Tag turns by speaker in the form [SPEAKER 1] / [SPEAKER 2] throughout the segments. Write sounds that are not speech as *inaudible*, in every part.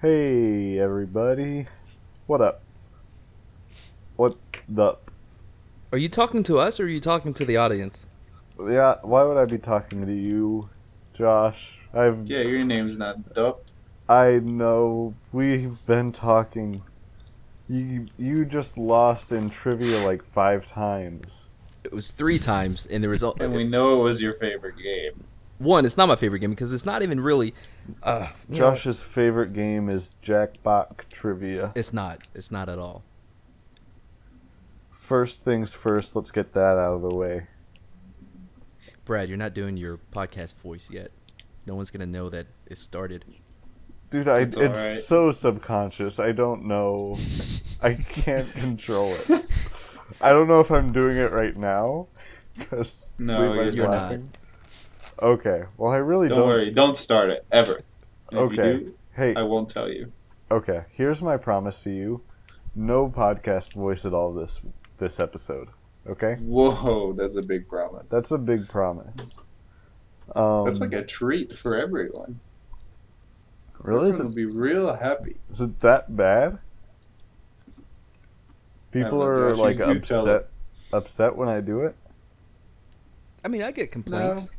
[SPEAKER 1] hey, everybody, what up? What the?
[SPEAKER 2] Are you talking to us or are you talking to the audience?
[SPEAKER 1] Yeah, why would I be talking to you, Josh? I've
[SPEAKER 3] Yeah, your name's not Dup.
[SPEAKER 1] I know we've been talking. You you just lost in trivia like five times.
[SPEAKER 2] It was three times, and there was
[SPEAKER 3] And
[SPEAKER 2] only
[SPEAKER 3] we know it was your favorite game.
[SPEAKER 2] one. It's not my favorite game because it's not even really. Uh, you know,
[SPEAKER 1] Josh's favorite game is Jackbox trivia.
[SPEAKER 2] it's not. It's not at all.
[SPEAKER 1] First things first, let's get that out of the way.
[SPEAKER 2] Brad, you're not doing your podcast voice yet. No one's gonna know that it started.
[SPEAKER 1] Dude, I,
[SPEAKER 3] It's
[SPEAKER 1] it's,
[SPEAKER 3] alright.
[SPEAKER 1] so subconscious. I don't know. I can't control it.
[SPEAKER 3] *laughs*
[SPEAKER 1] I don't know if I'm doing it right now. Because
[SPEAKER 3] No,
[SPEAKER 1] Levi's
[SPEAKER 2] you're not.
[SPEAKER 1] laughing. Okay. Well, I really
[SPEAKER 3] Don't,
[SPEAKER 1] don't.
[SPEAKER 3] worry, don't start it ever. And if you
[SPEAKER 1] Okay.
[SPEAKER 3] do,
[SPEAKER 1] Hey,
[SPEAKER 3] I won't tell you.
[SPEAKER 1] okay. Here's my promise to you: no podcast voice at all this this episode. Okay,
[SPEAKER 3] Whoa, that's a big problem.
[SPEAKER 1] that's a big promise. Um,
[SPEAKER 3] That's like a treat for everyone.
[SPEAKER 1] really is
[SPEAKER 3] Everyone
[SPEAKER 1] it,
[SPEAKER 3] will be real happy.
[SPEAKER 1] is it that bad? People
[SPEAKER 3] know,
[SPEAKER 1] are
[SPEAKER 3] Josh, you-
[SPEAKER 1] like
[SPEAKER 3] you tell
[SPEAKER 1] upset upset when I do it.
[SPEAKER 2] I mean, I get complaints.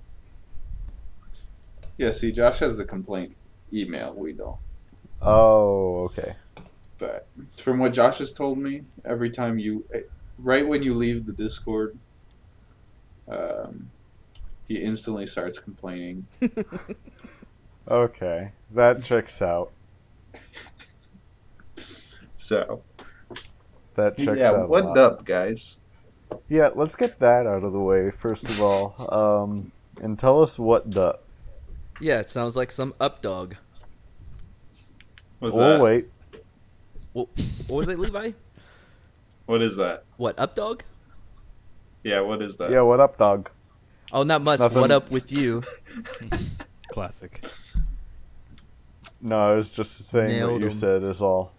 [SPEAKER 3] Yeah, see, Josh has the complaint email. We don't.
[SPEAKER 1] Oh, okay.
[SPEAKER 3] But from what Josh has told me, every time you, eh, right when you leave the Discord, um, he instantly starts complaining.
[SPEAKER 1] *laughs* Okay, that checks out.
[SPEAKER 3] *laughs* So,
[SPEAKER 1] That checks
[SPEAKER 3] yeah,
[SPEAKER 1] out. a
[SPEAKER 3] what
[SPEAKER 1] lot.
[SPEAKER 3] up, guys?
[SPEAKER 1] Yeah, let's get that out of the way first of all, um, and tell us what the.
[SPEAKER 2] Yeah, it sounds like some updog.
[SPEAKER 3] What's
[SPEAKER 1] Oh
[SPEAKER 3] that?
[SPEAKER 1] wait,
[SPEAKER 2] What, what was it, Levi?
[SPEAKER 3] What is that?
[SPEAKER 2] What updog?
[SPEAKER 3] Yeah, what is that?
[SPEAKER 1] yeah, what up, dog?
[SPEAKER 2] Oh, not much.
[SPEAKER 1] Nothing.
[SPEAKER 2] What up with you?
[SPEAKER 4] *laughs* Classic.
[SPEAKER 1] No, I was just saying what
[SPEAKER 2] Nailed
[SPEAKER 1] you
[SPEAKER 2] 'em.
[SPEAKER 1] said is all.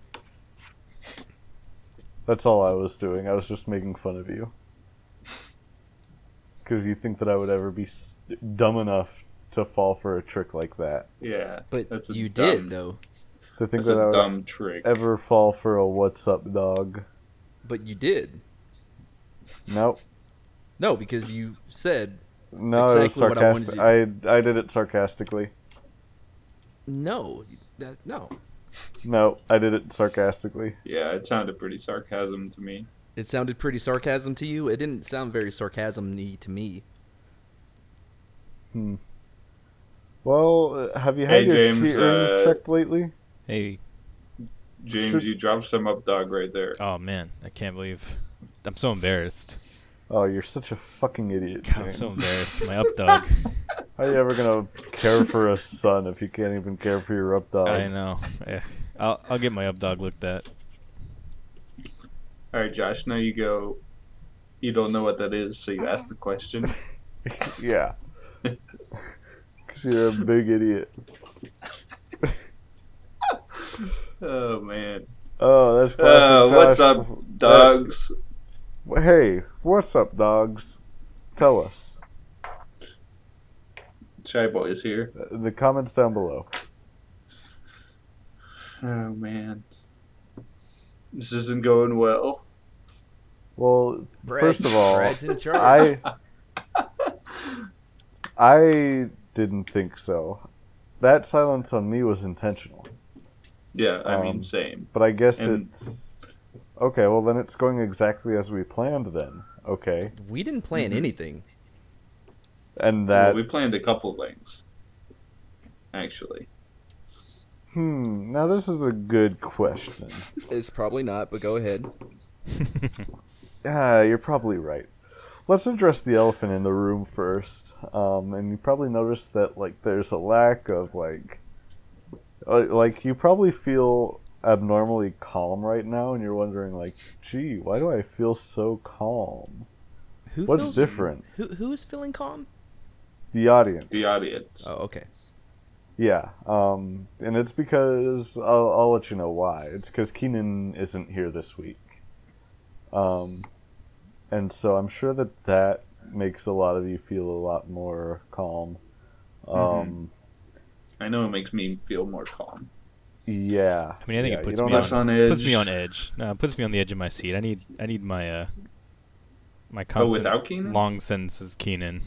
[SPEAKER 1] That's all I was doing. I was just making fun of you. Because you think that I would ever be s- dumb enough to fall for a trick like that.
[SPEAKER 3] Yeah,
[SPEAKER 2] But
[SPEAKER 3] That's a
[SPEAKER 2] you
[SPEAKER 3] dumb-
[SPEAKER 2] did though.
[SPEAKER 1] To think
[SPEAKER 3] that's
[SPEAKER 1] that I
[SPEAKER 3] a
[SPEAKER 1] would
[SPEAKER 3] dumb trick.
[SPEAKER 1] ever fall for a what's up, dog.
[SPEAKER 2] But you did.
[SPEAKER 1] Nope.
[SPEAKER 2] No, because you said
[SPEAKER 1] No, it was
[SPEAKER 2] Exactly what I wanted
[SPEAKER 1] sarcastic. I, I did it sarcastically.
[SPEAKER 2] no. That, no.
[SPEAKER 1] No, I did it sarcastically.
[SPEAKER 3] Yeah, it sounded pretty sarcasm to me.
[SPEAKER 2] It sounded pretty sarcasm to you. It didn't sound very sarcasm-y to me.
[SPEAKER 1] Well, uh, have you had
[SPEAKER 3] Hey,
[SPEAKER 1] your
[SPEAKER 3] James,
[SPEAKER 1] cheering
[SPEAKER 3] uh,
[SPEAKER 1] checked lately?
[SPEAKER 4] Hey,
[SPEAKER 3] James,
[SPEAKER 1] Should-
[SPEAKER 3] you dropped some up dog right there.
[SPEAKER 4] oh man, I can't believe. I'm so embarrassed.
[SPEAKER 1] Oh, you're such a fucking idiot,
[SPEAKER 4] God, I'm
[SPEAKER 1] James.
[SPEAKER 4] so embarrassed. My
[SPEAKER 1] *laughs*
[SPEAKER 4] updog.
[SPEAKER 1] How are you ever gonna care for a son if you can't even care for your up dog?
[SPEAKER 4] I know. Eh, I'll, I'll get my updog looked at.
[SPEAKER 3] All right, Josh, now you go. You don't know what that is, so you ask
[SPEAKER 1] *laughs*
[SPEAKER 3] the question.
[SPEAKER 1] Yeah. *laughs* Because you're a big idiot.
[SPEAKER 3] oh man.
[SPEAKER 1] Oh, that's
[SPEAKER 3] Uh,
[SPEAKER 1] classic.
[SPEAKER 3] what's
[SPEAKER 1] Josh.
[SPEAKER 3] up, dogs?
[SPEAKER 1] Uh, hey, what's up, dogs? Tell us
[SPEAKER 3] Shy boy is here.
[SPEAKER 1] Uh, in the comments down below.
[SPEAKER 3] Oh man, this isn't going well.
[SPEAKER 1] Well,
[SPEAKER 2] Brad-
[SPEAKER 1] first of all,
[SPEAKER 2] Brad's in charge. *laughs*
[SPEAKER 1] I I didn't think so. That silence on me was intentional,
[SPEAKER 3] Yeah, I mean
[SPEAKER 1] Um,
[SPEAKER 3] same.
[SPEAKER 1] but I guess
[SPEAKER 3] And-
[SPEAKER 1] it's okay. Well, then it's going exactly as we planned. Then okay, Mm-hmm.
[SPEAKER 2] We didn't plan anything.
[SPEAKER 1] and that
[SPEAKER 3] Well, we planned a couple things, actually.
[SPEAKER 1] Hmm. Now this is a good question.
[SPEAKER 2] It's probably not, but go ahead.
[SPEAKER 1] Yeah, you're probably right. Let's address the elephant in the room first. Um, and you probably noticed that like there's a lack of like Uh, Like you probably feel abnormally calm right now, and you're wondering, like, gee, why do I feel so calm?
[SPEAKER 2] Who
[SPEAKER 1] What's
[SPEAKER 2] feels-
[SPEAKER 1] different?
[SPEAKER 2] Who who is feeling calm?
[SPEAKER 1] The audience.
[SPEAKER 3] The audience.
[SPEAKER 2] Oh, okay.
[SPEAKER 1] Yeah, um, and it's because I'll, I'll let you know why. It's because Keenan isn't here this week, um, and so I'm sure that that makes a lot of you feel a lot more calm. Um,
[SPEAKER 4] Mm-hmm.
[SPEAKER 3] I know it makes me feel more calm.
[SPEAKER 1] Yeah,
[SPEAKER 4] I mean, I think
[SPEAKER 1] yeah,
[SPEAKER 4] it puts
[SPEAKER 1] you don't
[SPEAKER 4] me
[SPEAKER 1] have
[SPEAKER 3] Less
[SPEAKER 4] on,
[SPEAKER 3] on edge.
[SPEAKER 4] puts me on edge. No, it puts me on the edge of my seat. I need I need my uh my
[SPEAKER 3] But
[SPEAKER 4] constant
[SPEAKER 3] without Keenan?
[SPEAKER 4] long sentences, Keenan.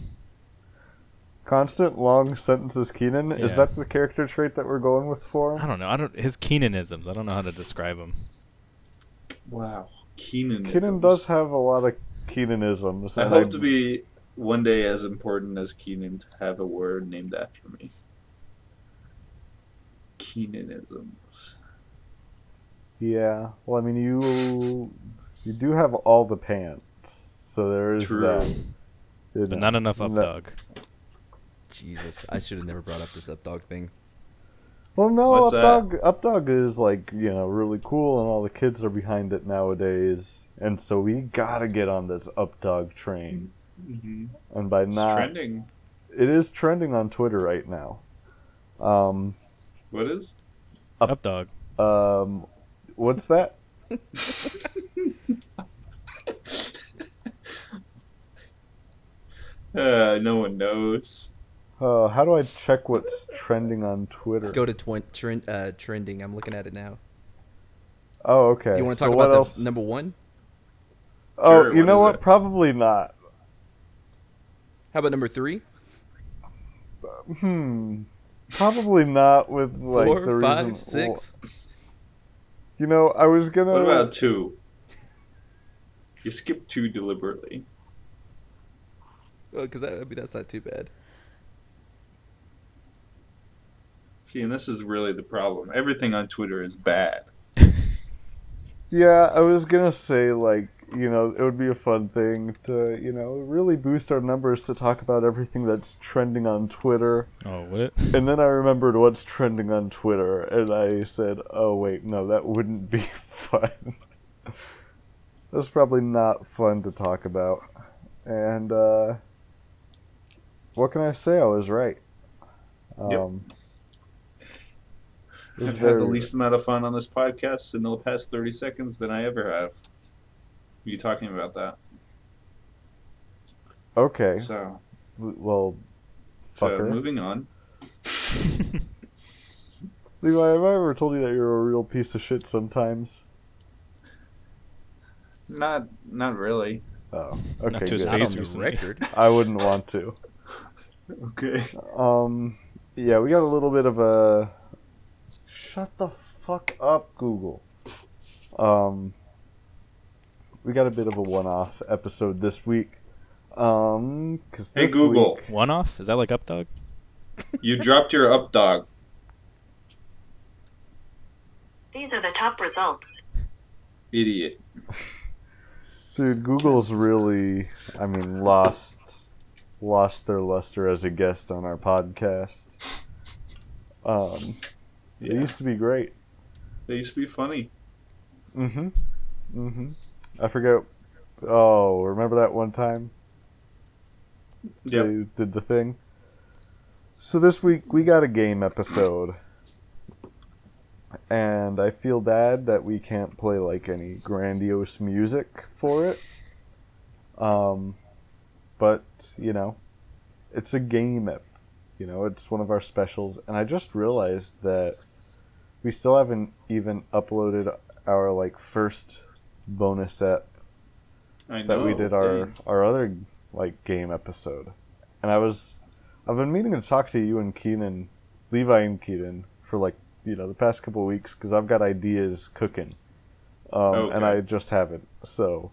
[SPEAKER 1] Constant long sentences, Keenan. Is
[SPEAKER 4] Yeah.
[SPEAKER 1] that the character trait that we're going with for
[SPEAKER 4] I
[SPEAKER 1] him?
[SPEAKER 4] don't know. I don't his Keenanisms. I don't know how to describe him.
[SPEAKER 3] Wow. Keenan.
[SPEAKER 1] Keenan does have a lot of Keenanisms.
[SPEAKER 3] I
[SPEAKER 1] and
[SPEAKER 3] hope to be one day as important as Keenan to have a word named after me. Keenanisms.
[SPEAKER 1] Yeah. Well, I mean, you you do have all the pants, so there is
[SPEAKER 3] True.
[SPEAKER 1] that. You
[SPEAKER 4] But
[SPEAKER 1] know.
[SPEAKER 4] not enough up
[SPEAKER 1] No.
[SPEAKER 4] dog.
[SPEAKER 2] Jesus, I should have never brought up this updog thing.
[SPEAKER 1] Well, no,
[SPEAKER 3] What's
[SPEAKER 1] Updog Updog is like you know really cool, and all the kids are behind it nowadays, and so we gotta get on this Updog train.
[SPEAKER 3] Mm-hmm.
[SPEAKER 1] And by
[SPEAKER 3] It's
[SPEAKER 1] not,
[SPEAKER 3] trending.
[SPEAKER 1] it is trending on Twitter right now. Um,
[SPEAKER 3] What is?
[SPEAKER 1] Up-
[SPEAKER 4] Up dog.
[SPEAKER 1] um,
[SPEAKER 4] *laughs*
[SPEAKER 1] what's that?
[SPEAKER 3] Uh, no one knows.
[SPEAKER 1] Uh, how do I check what's trending on Twitter?
[SPEAKER 2] Go to twin, trend, uh, trending. I'm looking at it now.
[SPEAKER 1] oh, okay.
[SPEAKER 2] Do you want to
[SPEAKER 1] so
[SPEAKER 2] talk
[SPEAKER 1] what
[SPEAKER 2] about
[SPEAKER 1] else?
[SPEAKER 2] the number one?
[SPEAKER 1] oh,
[SPEAKER 3] Sure,
[SPEAKER 1] you
[SPEAKER 3] what
[SPEAKER 1] know
[SPEAKER 3] is
[SPEAKER 1] what?
[SPEAKER 3] it?
[SPEAKER 1] Probably not.
[SPEAKER 2] How about number three?
[SPEAKER 1] Hmm. Probably not with like the
[SPEAKER 2] Four,
[SPEAKER 1] reason.
[SPEAKER 2] five, six?
[SPEAKER 1] You know, I was gonna.
[SPEAKER 3] What about two? You skipped two deliberately.
[SPEAKER 2] Well, because that, I mean, that's not too bad.
[SPEAKER 3] See, and this is really the problem. Everything on Twitter is bad.
[SPEAKER 1] Yeah, I was gonna say like you know it would be a fun thing to you know really boost our numbers to talk about everything that's trending on Twitter.
[SPEAKER 4] Oh, would it?
[SPEAKER 1] And then I remembered what's trending on Twitter, and I said, "Oh wait, no, that wouldn't be *laughs* fun. that's probably not fun to talk about." And uh, what can I say? I was right.
[SPEAKER 3] Yep.
[SPEAKER 1] Um, it was
[SPEAKER 3] I've had the
[SPEAKER 1] very-
[SPEAKER 3] least amount of fun on this podcast in the past 30 seconds than I ever have. You talking about that?
[SPEAKER 1] Okay.
[SPEAKER 3] So,
[SPEAKER 1] W- Well,
[SPEAKER 3] so
[SPEAKER 1] fucker.
[SPEAKER 4] *laughs*
[SPEAKER 3] moving on.
[SPEAKER 1] Levi, have I ever told you that you're a real piece of shit sometimes?
[SPEAKER 3] Not, not really.
[SPEAKER 1] Oh, okay,
[SPEAKER 4] to his
[SPEAKER 1] good.
[SPEAKER 2] Not on
[SPEAKER 4] Face
[SPEAKER 2] the
[SPEAKER 4] recently.
[SPEAKER 2] record.
[SPEAKER 1] I wouldn't want to.
[SPEAKER 3] Okay.
[SPEAKER 1] Um, yeah, we got a little bit of a. Shut the fuck up, Google. Um, we got a bit of a one-off episode this week. Um, because
[SPEAKER 3] Hey, Google.
[SPEAKER 4] One off? Is that like up dog?
[SPEAKER 3] You dropped your up dog.
[SPEAKER 5] These are the top results.
[SPEAKER 3] Idiot.
[SPEAKER 1] Dude, Google's really, I mean, lost lost their luster as a guest on our podcast. Um, it
[SPEAKER 3] Yeah.
[SPEAKER 1] used to be great.
[SPEAKER 3] They used to be funny.
[SPEAKER 1] Mm-hmm. Mm-hmm. I forget. Oh, remember that one time
[SPEAKER 3] Yep.
[SPEAKER 1] they did the thing? So this week we got a game episode, and I feel bad that we can't play like any grandiose music for it. Um, but you know, it's a game ep. You know, it's one of our specials, and I just realized that we still haven't even uploaded our like first bonus ep
[SPEAKER 3] I
[SPEAKER 1] that
[SPEAKER 3] know.
[SPEAKER 1] we did our
[SPEAKER 3] Dang.
[SPEAKER 1] our other like game episode, and I was I've been meaning to talk to you and Keenan, Levi and Keenan for like you know the past couple weeks because I've got ideas cooking, um, and
[SPEAKER 3] Okay.
[SPEAKER 1] I just haven't. So,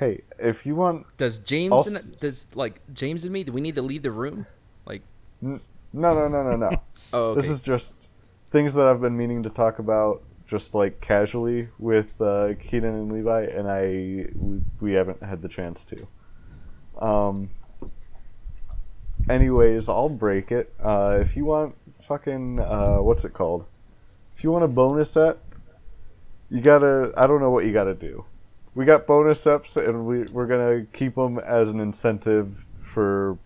[SPEAKER 1] hey, if you want,
[SPEAKER 2] Does James
[SPEAKER 1] I'll s-
[SPEAKER 2] and does like James and me? Do we need to leave the room? Like,
[SPEAKER 1] no, no, no, no, no.
[SPEAKER 2] *laughs* oh, okay.
[SPEAKER 1] This is just things that I've been meaning to talk about just like casually with uh, Keenan and Levi, and I we, we haven't had the chance to. Um. Anyways, I'll break it. Uh, if you want fucking uh, what's it called? If you want a bonus up, you gotta. I don't know what you gotta do. We got bonus ups, and we we're gonna keep them as an incentive for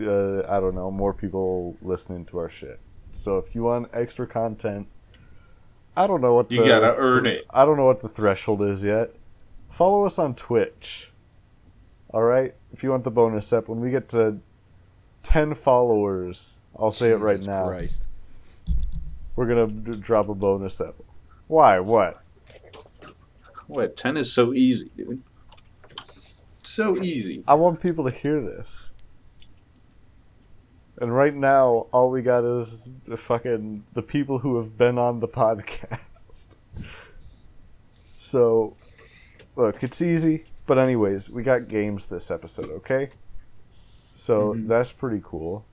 [SPEAKER 1] uh, I don't know more people listening to our shit. So if you want extra content, I don't know what
[SPEAKER 3] You gotta earn it.
[SPEAKER 1] I don't know what the threshold is yet. Follow us on Twitch. All right, if you want the bonus up, when we get to ten followers, I'll say it right
[SPEAKER 2] Jesus
[SPEAKER 1] now.
[SPEAKER 2] Christ.
[SPEAKER 1] We're gonna d- drop a bonus up. Why? What?
[SPEAKER 3] What? 10 is so easy, dude. So easy.
[SPEAKER 1] I want people to hear this. And right now, all we got is the fucking the people who have been on the *laughs* podcast. So, look, it's easy. But anyways, we got games this episode, okay? So
[SPEAKER 3] Mhm.
[SPEAKER 1] that's pretty cool.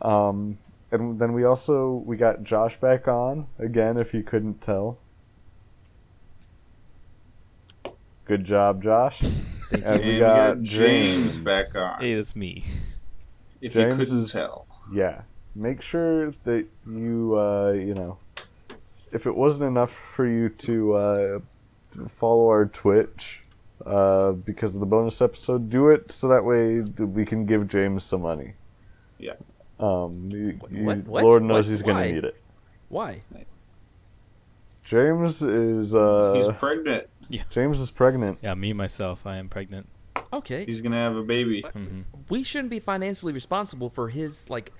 [SPEAKER 1] Um, and then we also we got Josh back on again. If you couldn't tell, good job, Josh. And we got
[SPEAKER 4] *laughs*
[SPEAKER 1] James.
[SPEAKER 3] back on.
[SPEAKER 4] Hey, that's me.
[SPEAKER 3] if
[SPEAKER 1] James
[SPEAKER 3] you couldn't
[SPEAKER 1] is-
[SPEAKER 3] tell.
[SPEAKER 1] Yeah. Make sure that you, uh, you know, if it wasn't enough for you to uh, follow our Twitch uh, because of the bonus episode, do it so that way we can give James some money.
[SPEAKER 3] Yeah.
[SPEAKER 1] Um, you- you-
[SPEAKER 2] What? What?
[SPEAKER 1] Lord knows
[SPEAKER 2] What?
[SPEAKER 1] he's going
[SPEAKER 2] Why?
[SPEAKER 1] to need it.
[SPEAKER 2] Why?
[SPEAKER 1] James is
[SPEAKER 3] He's
[SPEAKER 1] uh,
[SPEAKER 3] pregnant.
[SPEAKER 1] James is pregnant.
[SPEAKER 4] Yeah, me myself. I am pregnant.
[SPEAKER 2] Okay.
[SPEAKER 3] He's gonna have a baby.
[SPEAKER 4] hmm
[SPEAKER 2] We shouldn't be financially responsible for his like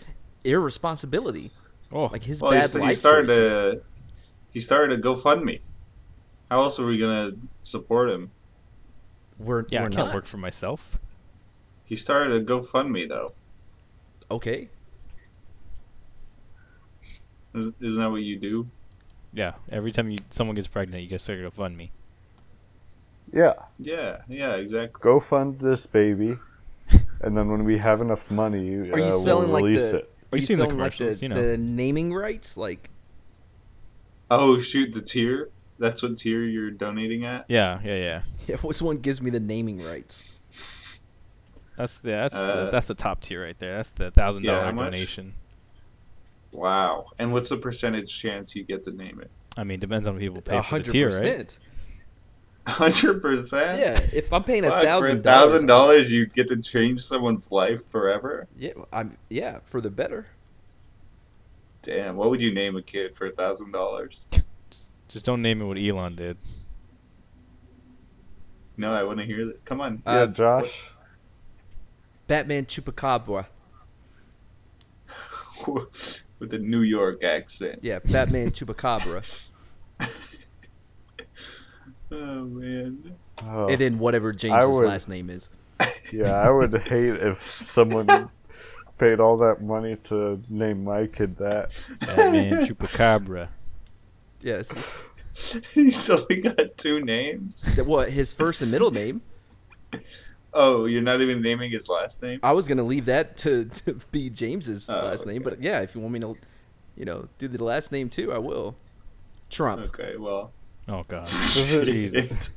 [SPEAKER 2] irresponsibility,
[SPEAKER 4] Oh,
[SPEAKER 2] like his
[SPEAKER 3] Well, he,
[SPEAKER 2] bad
[SPEAKER 3] st-
[SPEAKER 2] life.
[SPEAKER 3] he started
[SPEAKER 2] choices.
[SPEAKER 3] a he started a GoFundMe. How else are we gonna support him?
[SPEAKER 2] We're,
[SPEAKER 4] yeah.
[SPEAKER 2] we're
[SPEAKER 4] I can't
[SPEAKER 2] not.
[SPEAKER 4] work for myself.
[SPEAKER 3] He started a GoFundMe though.
[SPEAKER 2] Okay.
[SPEAKER 3] Is- Isn't that what you do?
[SPEAKER 4] Yeah. Every time you someone gets pregnant, you guys start to fund me.
[SPEAKER 1] Yeah.
[SPEAKER 3] Yeah, yeah, exactly.
[SPEAKER 1] Go fund this baby. And then when we have enough money, uh,
[SPEAKER 2] Are you selling
[SPEAKER 1] we'll
[SPEAKER 2] like
[SPEAKER 1] release
[SPEAKER 2] the?
[SPEAKER 1] it.
[SPEAKER 2] Are
[SPEAKER 4] You've
[SPEAKER 2] you
[SPEAKER 4] seen the
[SPEAKER 2] selling like the,
[SPEAKER 4] commercials, you know.
[SPEAKER 2] the naming rights? Like
[SPEAKER 3] Oh shoot, the tier. That's what tier you're donating at.
[SPEAKER 4] Yeah, yeah, yeah.
[SPEAKER 2] *laughs* yeah, which one gives me the naming rights?
[SPEAKER 4] That's the that's
[SPEAKER 3] Uh,
[SPEAKER 4] the, that's the top tier right there. That's the thousand
[SPEAKER 3] yeah, how
[SPEAKER 4] dollar
[SPEAKER 3] much?
[SPEAKER 4] donation.
[SPEAKER 3] Wow. And what's the percentage chance you get to name it?
[SPEAKER 4] I mean, depends on what people pay
[SPEAKER 2] A
[SPEAKER 4] for the
[SPEAKER 2] hundred
[SPEAKER 4] tier, right?
[SPEAKER 2] percent.
[SPEAKER 3] *laughs* Hundred percent.
[SPEAKER 2] Yeah. If I'm paying a
[SPEAKER 3] for a
[SPEAKER 2] thousand
[SPEAKER 3] thousand
[SPEAKER 2] dollars.
[SPEAKER 3] dollars, you get to change someone's life forever.
[SPEAKER 2] Yeah. I'm. Yeah. For the better.
[SPEAKER 3] Damn, what would you name a kid for a thousand dollars? *laughs*
[SPEAKER 4] Just don't name it what Elon did.
[SPEAKER 3] No, I want to hear that. Come on.
[SPEAKER 1] yeah,
[SPEAKER 2] Uh,
[SPEAKER 1] Josh.
[SPEAKER 2] Batman Chupacabra.
[SPEAKER 3] *laughs* with a New York accent.
[SPEAKER 2] Yeah. Batman Chupacabra.
[SPEAKER 3] *laughs* Oh man.
[SPEAKER 4] Uh.
[SPEAKER 1] Oh.
[SPEAKER 2] And then whatever James's
[SPEAKER 1] I would-
[SPEAKER 2] last name is.
[SPEAKER 1] *laughs* Yeah, I would hate if
[SPEAKER 2] *laughs*
[SPEAKER 1] someone paid all that money to name my kid that.
[SPEAKER 4] Batman Chupacabra.
[SPEAKER 2] Yeah. It's
[SPEAKER 3] *laughs*
[SPEAKER 2] just,
[SPEAKER 3] He's only got two names.
[SPEAKER 2] that- what his first and middle name.
[SPEAKER 3] *laughs* Oh, you're not even naming his last name?
[SPEAKER 2] I was gonna leave that to, to be James's
[SPEAKER 3] Oh,
[SPEAKER 2] last name,
[SPEAKER 3] okay.
[SPEAKER 2] but yeah, if you want me to, you know, do the last name too, I will. Trump.
[SPEAKER 3] Okay, well.
[SPEAKER 4] Oh
[SPEAKER 3] *laughs*
[SPEAKER 4] God.
[SPEAKER 1] Does it,
[SPEAKER 4] Jesus.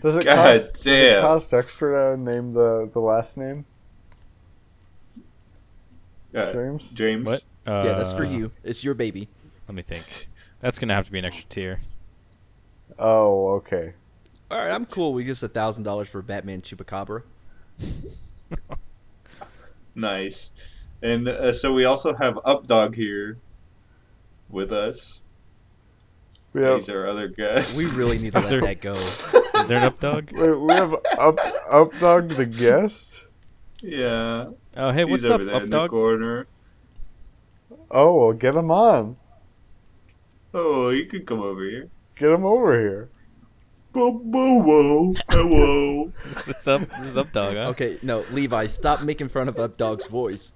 [SPEAKER 1] does it
[SPEAKER 3] God
[SPEAKER 1] cost? Does it
[SPEAKER 3] damn.
[SPEAKER 1] cost extra to name the, the last name
[SPEAKER 3] Uh,
[SPEAKER 1] James?
[SPEAKER 3] James.
[SPEAKER 4] What? Uh,
[SPEAKER 2] yeah, that's for you. It's your baby.
[SPEAKER 4] Let me think. That's gonna have to be an extra tier.
[SPEAKER 1] Oh, okay.
[SPEAKER 2] All right, I'm cool with just a thousand dollars for Batman Chupacabra.
[SPEAKER 3] Nice. And uh, so we also have Updog here with us.
[SPEAKER 1] We have
[SPEAKER 3] He's our other guest.
[SPEAKER 2] We really need to let
[SPEAKER 4] Sir.
[SPEAKER 2] that go.
[SPEAKER 4] Is there an updog?
[SPEAKER 1] *laughs* wait, we have up updog the guest.
[SPEAKER 3] *laughs* Yeah.
[SPEAKER 4] Oh hey, what's
[SPEAKER 3] He's
[SPEAKER 4] up,
[SPEAKER 3] over there in the
[SPEAKER 4] updog?
[SPEAKER 3] corner.
[SPEAKER 1] Oh, well, get him on.
[SPEAKER 3] Oh, you could come over here.
[SPEAKER 1] Get him over here.
[SPEAKER 3] Bo- bo- wo. Hello.
[SPEAKER 4] What's up? This is updog. Huh?
[SPEAKER 2] Okay, no, Levi, stop making fun of Updog's voice.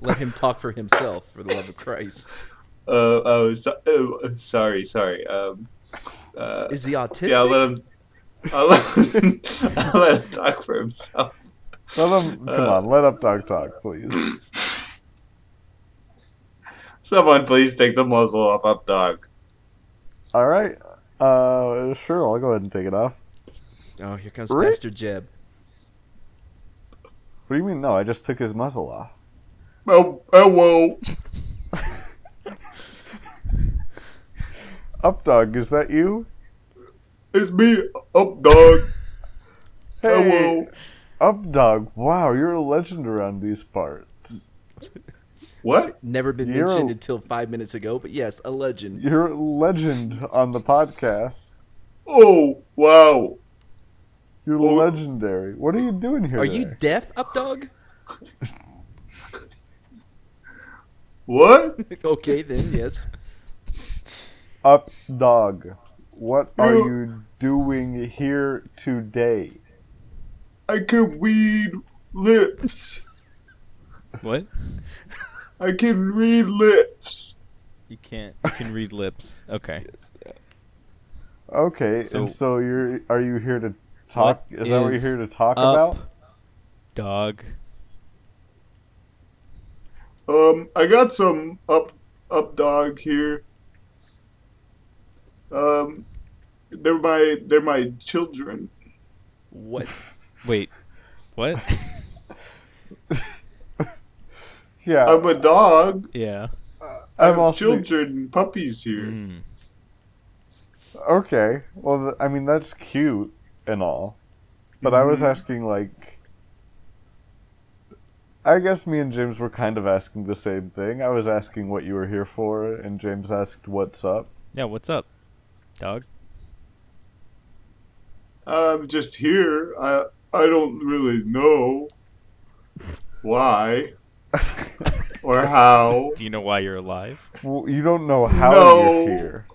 [SPEAKER 2] Let him talk for himself, for the love of Christ.
[SPEAKER 3] uh, oh, so- oh, sorry, sorry. Um, uh,
[SPEAKER 2] Is he autistic?
[SPEAKER 3] Yeah, I'll let him. I'll let him, *laughs* I'll let him talk for himself. Uh,
[SPEAKER 1] Let him, come on, let updog talk, please.
[SPEAKER 3] *laughs* Someone, please take the muzzle off Updog.
[SPEAKER 1] All right. Uh, sure, I'll go ahead and take it off.
[SPEAKER 2] Oh, here comes
[SPEAKER 1] Really?
[SPEAKER 2] Pastor Jeb.
[SPEAKER 1] What do you mean? No, I just took his muzzle off.
[SPEAKER 3] Oh, oh, whoa.
[SPEAKER 1] Updog, is that you?
[SPEAKER 3] It's me, up dog.
[SPEAKER 1] Hey,
[SPEAKER 3] Hello.
[SPEAKER 1] Updog. Wow, you're a legend around these parts.
[SPEAKER 3] What?
[SPEAKER 2] Never been
[SPEAKER 1] You're a-
[SPEAKER 2] mentioned until five minutes ago, but yes, a legend.
[SPEAKER 1] You're a legend on the podcast.
[SPEAKER 3] Oh wow.
[SPEAKER 1] You're
[SPEAKER 3] Oh.
[SPEAKER 1] legendary. What are you doing here?
[SPEAKER 2] Are you
[SPEAKER 1] today?
[SPEAKER 2] deaf, Updog?
[SPEAKER 4] *laughs*
[SPEAKER 3] What?
[SPEAKER 2] okay, then, yes.
[SPEAKER 1] up dog? What are
[SPEAKER 3] You-
[SPEAKER 1] you doing here today?
[SPEAKER 3] I can read lips.
[SPEAKER 4] What?
[SPEAKER 3] I can read lips.
[SPEAKER 4] You can't. You can read lips. Okay.
[SPEAKER 1] Okay,
[SPEAKER 4] So-
[SPEAKER 1] and so you're are you here to talk?
[SPEAKER 4] What
[SPEAKER 1] Is that what you're
[SPEAKER 4] is
[SPEAKER 1] here to talk
[SPEAKER 4] Up,
[SPEAKER 1] about?
[SPEAKER 4] dog.
[SPEAKER 3] Um, I got some up up dog here. Um, they're my they're my children.
[SPEAKER 2] What?
[SPEAKER 4] Wait.
[SPEAKER 3] *laughs*
[SPEAKER 4] What?
[SPEAKER 1] *laughs* Yeah,
[SPEAKER 3] I'm a dog.
[SPEAKER 4] yeah.
[SPEAKER 3] I
[SPEAKER 1] I'm
[SPEAKER 3] have
[SPEAKER 1] also
[SPEAKER 3] children, puppies here.
[SPEAKER 4] Mm.
[SPEAKER 1] okay. Well, th- I mean that's cute and all, but I
[SPEAKER 3] Mm-hmm.
[SPEAKER 1] was asking like, I guess me and James were kind of asking the same thing. I was asking what you were here for, and James asked what's up.
[SPEAKER 4] Yeah. What's up, dog?
[SPEAKER 3] I'm just here. I I don't really know
[SPEAKER 1] *laughs*
[SPEAKER 3] why or how.
[SPEAKER 4] Do you know why you're alive?
[SPEAKER 1] Well, you don't know how
[SPEAKER 3] No.
[SPEAKER 1] you're here.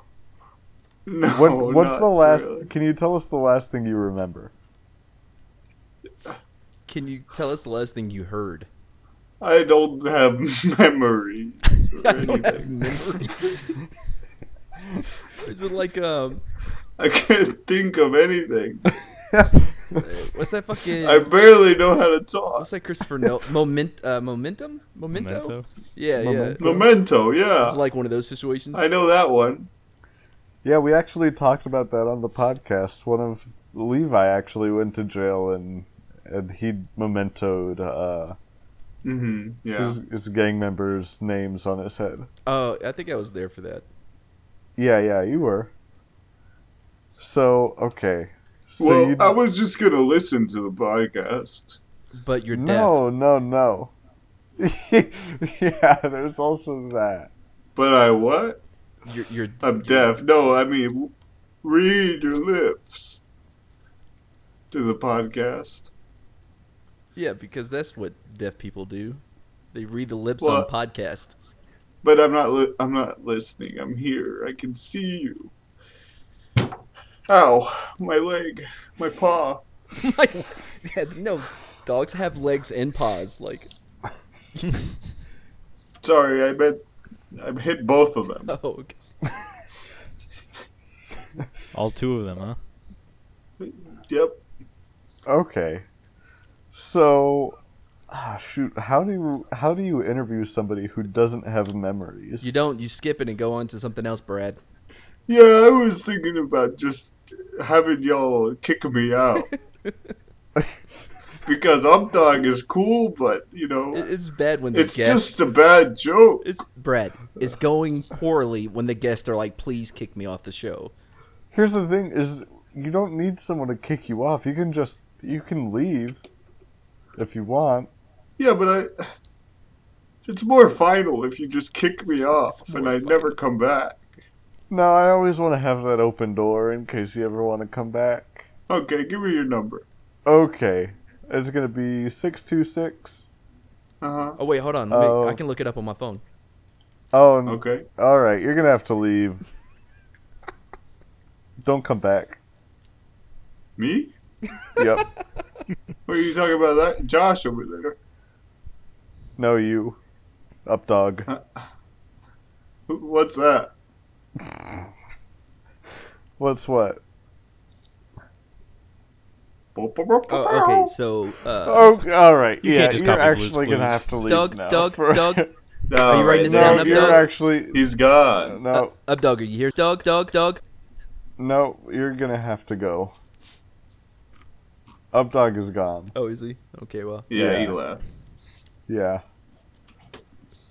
[SPEAKER 3] No,
[SPEAKER 1] What, what's
[SPEAKER 3] not
[SPEAKER 1] the last?
[SPEAKER 3] really.
[SPEAKER 1] Can you tell us the last thing you remember?
[SPEAKER 2] Can you tell us the last thing you heard?
[SPEAKER 3] I don't have *laughs* memories
[SPEAKER 2] *laughs*
[SPEAKER 3] or
[SPEAKER 2] I don't have
[SPEAKER 3] anything.
[SPEAKER 2] memories.
[SPEAKER 3] *laughs*
[SPEAKER 2] Is it like um,
[SPEAKER 3] I can't think of anything. *laughs*
[SPEAKER 2] what's that fucking?
[SPEAKER 3] I barely know how to talk.
[SPEAKER 2] What's that Christopher
[SPEAKER 3] *laughs*
[SPEAKER 2] No moment uh, momentum memento?
[SPEAKER 4] Memento?
[SPEAKER 2] Yeah,
[SPEAKER 1] Memento.
[SPEAKER 2] yeah.
[SPEAKER 3] Memento,
[SPEAKER 2] It's
[SPEAKER 3] yeah.
[SPEAKER 2] like one of those situations.
[SPEAKER 3] I know that one.
[SPEAKER 1] Yeah, we actually talked about that on the podcast. One of Levi actually went to jail and and he mementoed uh,
[SPEAKER 3] hmm Yeah.
[SPEAKER 1] his, his gang members' names on his head.
[SPEAKER 2] Oh, I think I was there for that.
[SPEAKER 1] Yeah, yeah, you were. So okay, so
[SPEAKER 3] well, uh,
[SPEAKER 1] you
[SPEAKER 3] I was just gonna listen to the podcast.
[SPEAKER 2] But you're deaf.
[SPEAKER 1] no, no, no. *laughs* yeah, there's also that.
[SPEAKER 3] But I what?
[SPEAKER 2] You're, you're
[SPEAKER 3] I'm deaf. No, I mean, w- read your lips to the podcast.
[SPEAKER 2] Yeah, because that's what deaf people do. They read the lips
[SPEAKER 3] Well-
[SPEAKER 2] on podcast.
[SPEAKER 3] But I'm not. Li- I'm not listening. I'm here. I can see you. Ow! My leg,
[SPEAKER 2] *laughs*
[SPEAKER 3] my paw.
[SPEAKER 2] yeah, no, dogs have legs and paws. Like,
[SPEAKER 3] *laughs* Sorry, I meant. I hit both of them.
[SPEAKER 2] *laughs* oh, okay.
[SPEAKER 4] All two of them, huh?
[SPEAKER 3] Yep.
[SPEAKER 1] Okay, so. Ah, shoot! How do you how do you interview somebody who doesn't have memories?
[SPEAKER 2] you don't. You skip it and go on to something else, Brad.
[SPEAKER 3] Yeah, I was thinking about just having y'all kick
[SPEAKER 2] *laughs*
[SPEAKER 3] me out. because Updog is cool, but, you
[SPEAKER 2] It-
[SPEAKER 3] know,
[SPEAKER 2] It's bad when the
[SPEAKER 3] it's
[SPEAKER 2] guests.
[SPEAKER 3] just a bad joke.
[SPEAKER 2] It's Brad. It's going poorly when the guests are like, "Please kick me off the show."
[SPEAKER 1] Here's the thing: is you don't need someone to kick you off. You can just you can leave if you want.
[SPEAKER 3] Yeah, but I. It's more final if you just kick me off and I never come back.
[SPEAKER 1] No, I always want to have that open door in case you ever want to come back.
[SPEAKER 3] Okay, give me your number.
[SPEAKER 1] Okay, it's gonna be six two six.
[SPEAKER 3] Uh huh.
[SPEAKER 2] Oh wait, hold on. Let me,
[SPEAKER 1] Oh.
[SPEAKER 2] I can look it up on my phone.
[SPEAKER 1] Oh, n-
[SPEAKER 3] Okay.
[SPEAKER 1] all right. You're gonna have to leave. don't come back.
[SPEAKER 3] Me?
[SPEAKER 1] Yep.
[SPEAKER 3] What are you talking about? That Josh over there.
[SPEAKER 1] no, you. Up dog.
[SPEAKER 3] Uh, Who- What's that?
[SPEAKER 1] What's what?
[SPEAKER 2] Oh, okay. So, uh,
[SPEAKER 1] Oh, all right.
[SPEAKER 4] You
[SPEAKER 1] yeah,
[SPEAKER 4] can't just
[SPEAKER 1] you're
[SPEAKER 4] copy Blue's
[SPEAKER 1] actually gonna
[SPEAKER 4] Clues.
[SPEAKER 1] have to leave
[SPEAKER 2] Doug,
[SPEAKER 1] now *laughs*
[SPEAKER 2] Doug,
[SPEAKER 1] for-
[SPEAKER 2] Doug.
[SPEAKER 3] No,
[SPEAKER 2] you writing this down,
[SPEAKER 1] no,
[SPEAKER 2] Up
[SPEAKER 1] you're
[SPEAKER 2] Dog?
[SPEAKER 1] actually
[SPEAKER 3] He's gone.
[SPEAKER 1] no.
[SPEAKER 2] up dog, uh, are you here? Dog, dog, dog.
[SPEAKER 1] No, you're gonna have to go. Updog is gone.
[SPEAKER 2] Oh, is he? Okay, well,
[SPEAKER 3] Yeah, he
[SPEAKER 1] Yeah.
[SPEAKER 3] left.
[SPEAKER 1] Yeah.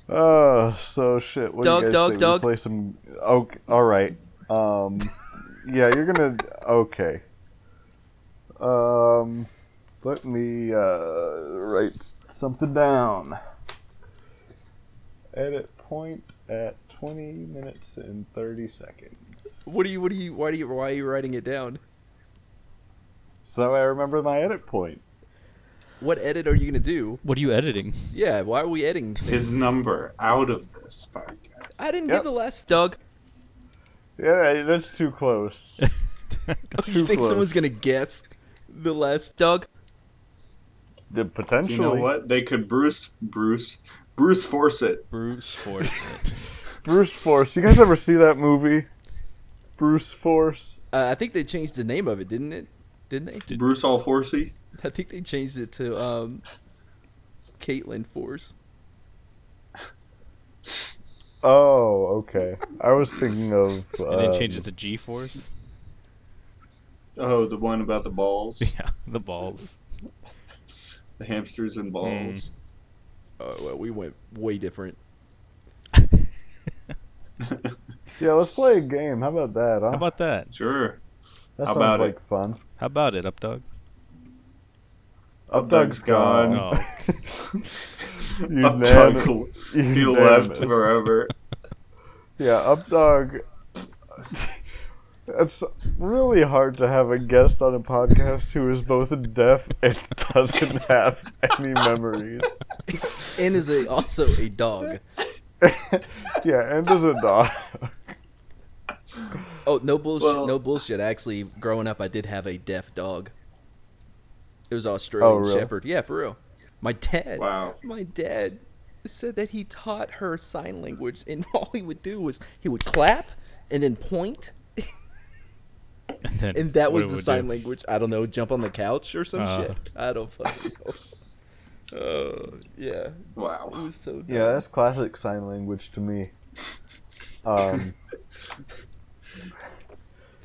[SPEAKER 1] Oh, so shit. What
[SPEAKER 2] Dog,
[SPEAKER 1] do you guys
[SPEAKER 2] dog,
[SPEAKER 1] think? We
[SPEAKER 2] dog.
[SPEAKER 1] Play some. Okay, all right. Um, yeah, you're gonna. Okay. Um, let me uh, write something down. Edit point at 20 minutes and 30 seconds.
[SPEAKER 2] What do you? What do you? Why do you? Why are you writing it down?
[SPEAKER 1] So that way I remember my edit point.
[SPEAKER 2] What edit are you gonna do?
[SPEAKER 4] What are you editing?
[SPEAKER 2] Yeah, why are we editing?
[SPEAKER 3] His number out of this podcast.
[SPEAKER 2] I didn't
[SPEAKER 1] Yep.
[SPEAKER 2] give the last Doug.
[SPEAKER 1] Yeah, that's
[SPEAKER 4] *laughs*
[SPEAKER 1] too close.
[SPEAKER 2] Do *laughs* you
[SPEAKER 1] Too
[SPEAKER 2] think someone's
[SPEAKER 1] close.
[SPEAKER 2] gonna guess the last Doug?
[SPEAKER 1] the
[SPEAKER 3] You
[SPEAKER 1] potentially.
[SPEAKER 3] know what? They could Bruce Bruce Bruce force it.
[SPEAKER 4] Bruce Forsyth.
[SPEAKER 1] Bruce Force. You guys ever see that movie? Bruce Force.
[SPEAKER 2] Uh, I think they changed the name of it, didn't it? Didn't they?
[SPEAKER 3] Bruce all forcey.
[SPEAKER 2] I think they changed it to um, Caitlin Force.
[SPEAKER 1] Oh, okay. I was thinking of.
[SPEAKER 4] *laughs*
[SPEAKER 1] Uh,
[SPEAKER 4] and then changes to G Force.
[SPEAKER 3] Oh, the one about the
[SPEAKER 4] *laughs*
[SPEAKER 3] balls,
[SPEAKER 4] Yeah, the balls. Hmm.
[SPEAKER 3] the hamsters and balls.
[SPEAKER 2] Oh well, we went way different.
[SPEAKER 1] Yeah, let's play a game. How about that? Huh?
[SPEAKER 4] How about that?
[SPEAKER 3] Sure.
[SPEAKER 1] that
[SPEAKER 3] how
[SPEAKER 1] sounds
[SPEAKER 3] about it?
[SPEAKER 1] like fun.
[SPEAKER 4] How about it, Updog?
[SPEAKER 1] Up
[SPEAKER 3] Doug's gone.
[SPEAKER 4] Oh,
[SPEAKER 1] *laughs*
[SPEAKER 3] Up
[SPEAKER 1] Unanim-
[SPEAKER 3] Doug, he
[SPEAKER 1] unanimous.
[SPEAKER 3] left forever.
[SPEAKER 1] *laughs* Yeah, up dog. *laughs* It's really hard to have a guest on a podcast who is both deaf and *laughs* doesn't have any memories.
[SPEAKER 2] *laughs* And is a, also a dog.
[SPEAKER 1] *laughs* Yeah, and is a dog.
[SPEAKER 2] *laughs* Oh no bullshit!
[SPEAKER 3] Well-
[SPEAKER 2] no bullshit. Actually, growing up, I did have a deaf dog. It was Australian
[SPEAKER 1] Oh, really?
[SPEAKER 2] Shepherd. Yeah, for real. My dad.
[SPEAKER 3] Wow.
[SPEAKER 2] My dad said that he taught her sign language, and *laughs* all he would do was he would clap and then point,
[SPEAKER 4] *laughs* and, then
[SPEAKER 2] and that
[SPEAKER 4] what
[SPEAKER 2] was
[SPEAKER 4] it
[SPEAKER 2] the
[SPEAKER 4] would
[SPEAKER 2] sign
[SPEAKER 4] do.
[SPEAKER 2] language. I don't know, jump on the couch or some
[SPEAKER 4] Uh.
[SPEAKER 2] shit. I don't fucking know. Oh yeah, it
[SPEAKER 3] Wow.
[SPEAKER 2] was so. Dumb.
[SPEAKER 1] *laughs* Yeah, that's classic sign language to me. Um,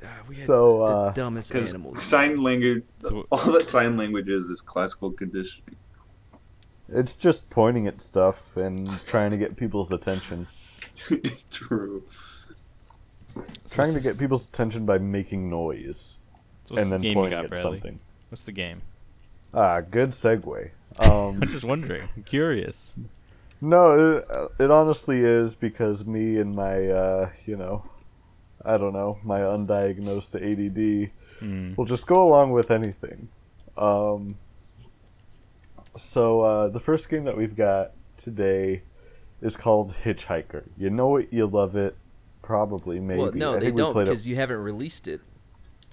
[SPEAKER 2] Ah, we had
[SPEAKER 1] so,
[SPEAKER 2] the
[SPEAKER 1] uh,
[SPEAKER 2] dumbest
[SPEAKER 3] 'Cause
[SPEAKER 2] animals.
[SPEAKER 3] sign language,
[SPEAKER 4] So-
[SPEAKER 3] all that sign language is is classical conditioning.
[SPEAKER 1] it's just pointing at stuff and trying to get people's attention.
[SPEAKER 3] True.
[SPEAKER 4] So
[SPEAKER 1] Trying
[SPEAKER 4] what's
[SPEAKER 1] to get
[SPEAKER 4] this-
[SPEAKER 1] people's attention by making noise
[SPEAKER 4] so what's
[SPEAKER 1] and
[SPEAKER 4] this
[SPEAKER 1] then
[SPEAKER 4] game you
[SPEAKER 1] pointing
[SPEAKER 4] got,
[SPEAKER 1] at
[SPEAKER 4] Bradley?
[SPEAKER 1] something.
[SPEAKER 4] What's the game?
[SPEAKER 1] Ah, good
[SPEAKER 4] *laughs*
[SPEAKER 1] segue. Um,
[SPEAKER 4] I'm just wondering. I'm curious.
[SPEAKER 1] No, it, it honestly is because me and my, uh, you know, I don't know, my undiagnosed ADD
[SPEAKER 4] Hmm.
[SPEAKER 1] will just go along with anything. Um, so uh, the first game that we've got today is called Hitchhiker. You know it, you love it, probably maybe.
[SPEAKER 2] Well, no,
[SPEAKER 1] I
[SPEAKER 2] they
[SPEAKER 1] think
[SPEAKER 2] don't
[SPEAKER 1] played it-
[SPEAKER 2] because you haven't released it.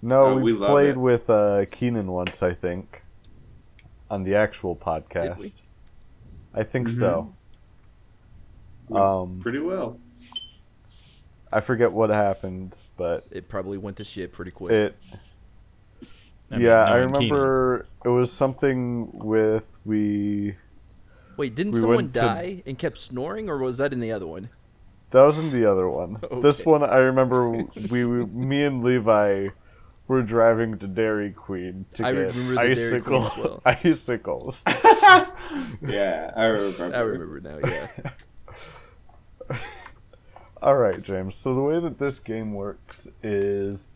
[SPEAKER 1] No,
[SPEAKER 3] Oh,
[SPEAKER 1] we,
[SPEAKER 3] we love
[SPEAKER 1] played
[SPEAKER 3] it.
[SPEAKER 1] with uh, Keenan once, I think, on the actual podcast.
[SPEAKER 2] we?
[SPEAKER 1] I think
[SPEAKER 4] Mm-hmm.
[SPEAKER 1] so. Um,
[SPEAKER 3] Pretty well.
[SPEAKER 1] I forget what happened, but
[SPEAKER 2] It probably went to shit pretty quick.
[SPEAKER 1] it.
[SPEAKER 4] I mean,
[SPEAKER 1] yeah, I
[SPEAKER 4] knowing Keenan.
[SPEAKER 1] remember it was something with we.
[SPEAKER 2] Wait, didn't
[SPEAKER 1] We
[SPEAKER 2] someone
[SPEAKER 1] went to-
[SPEAKER 2] die and kept snoring, or was that in the other one?
[SPEAKER 1] That was in the other one.
[SPEAKER 2] *laughs*
[SPEAKER 1] This
[SPEAKER 2] Okay.
[SPEAKER 1] one, I remember we, we, me and Levi, were driving to Dairy Queen to
[SPEAKER 2] I
[SPEAKER 1] get
[SPEAKER 2] remember the Dairy Queen
[SPEAKER 1] icicle,
[SPEAKER 2] as well.
[SPEAKER 1] *laughs* icicles.
[SPEAKER 3] *laughs* Yeah, I remember.
[SPEAKER 2] I remember now.
[SPEAKER 1] *laughs*
[SPEAKER 3] *laughs*
[SPEAKER 2] Yeah,
[SPEAKER 1] All right, James. So the way that this game works is,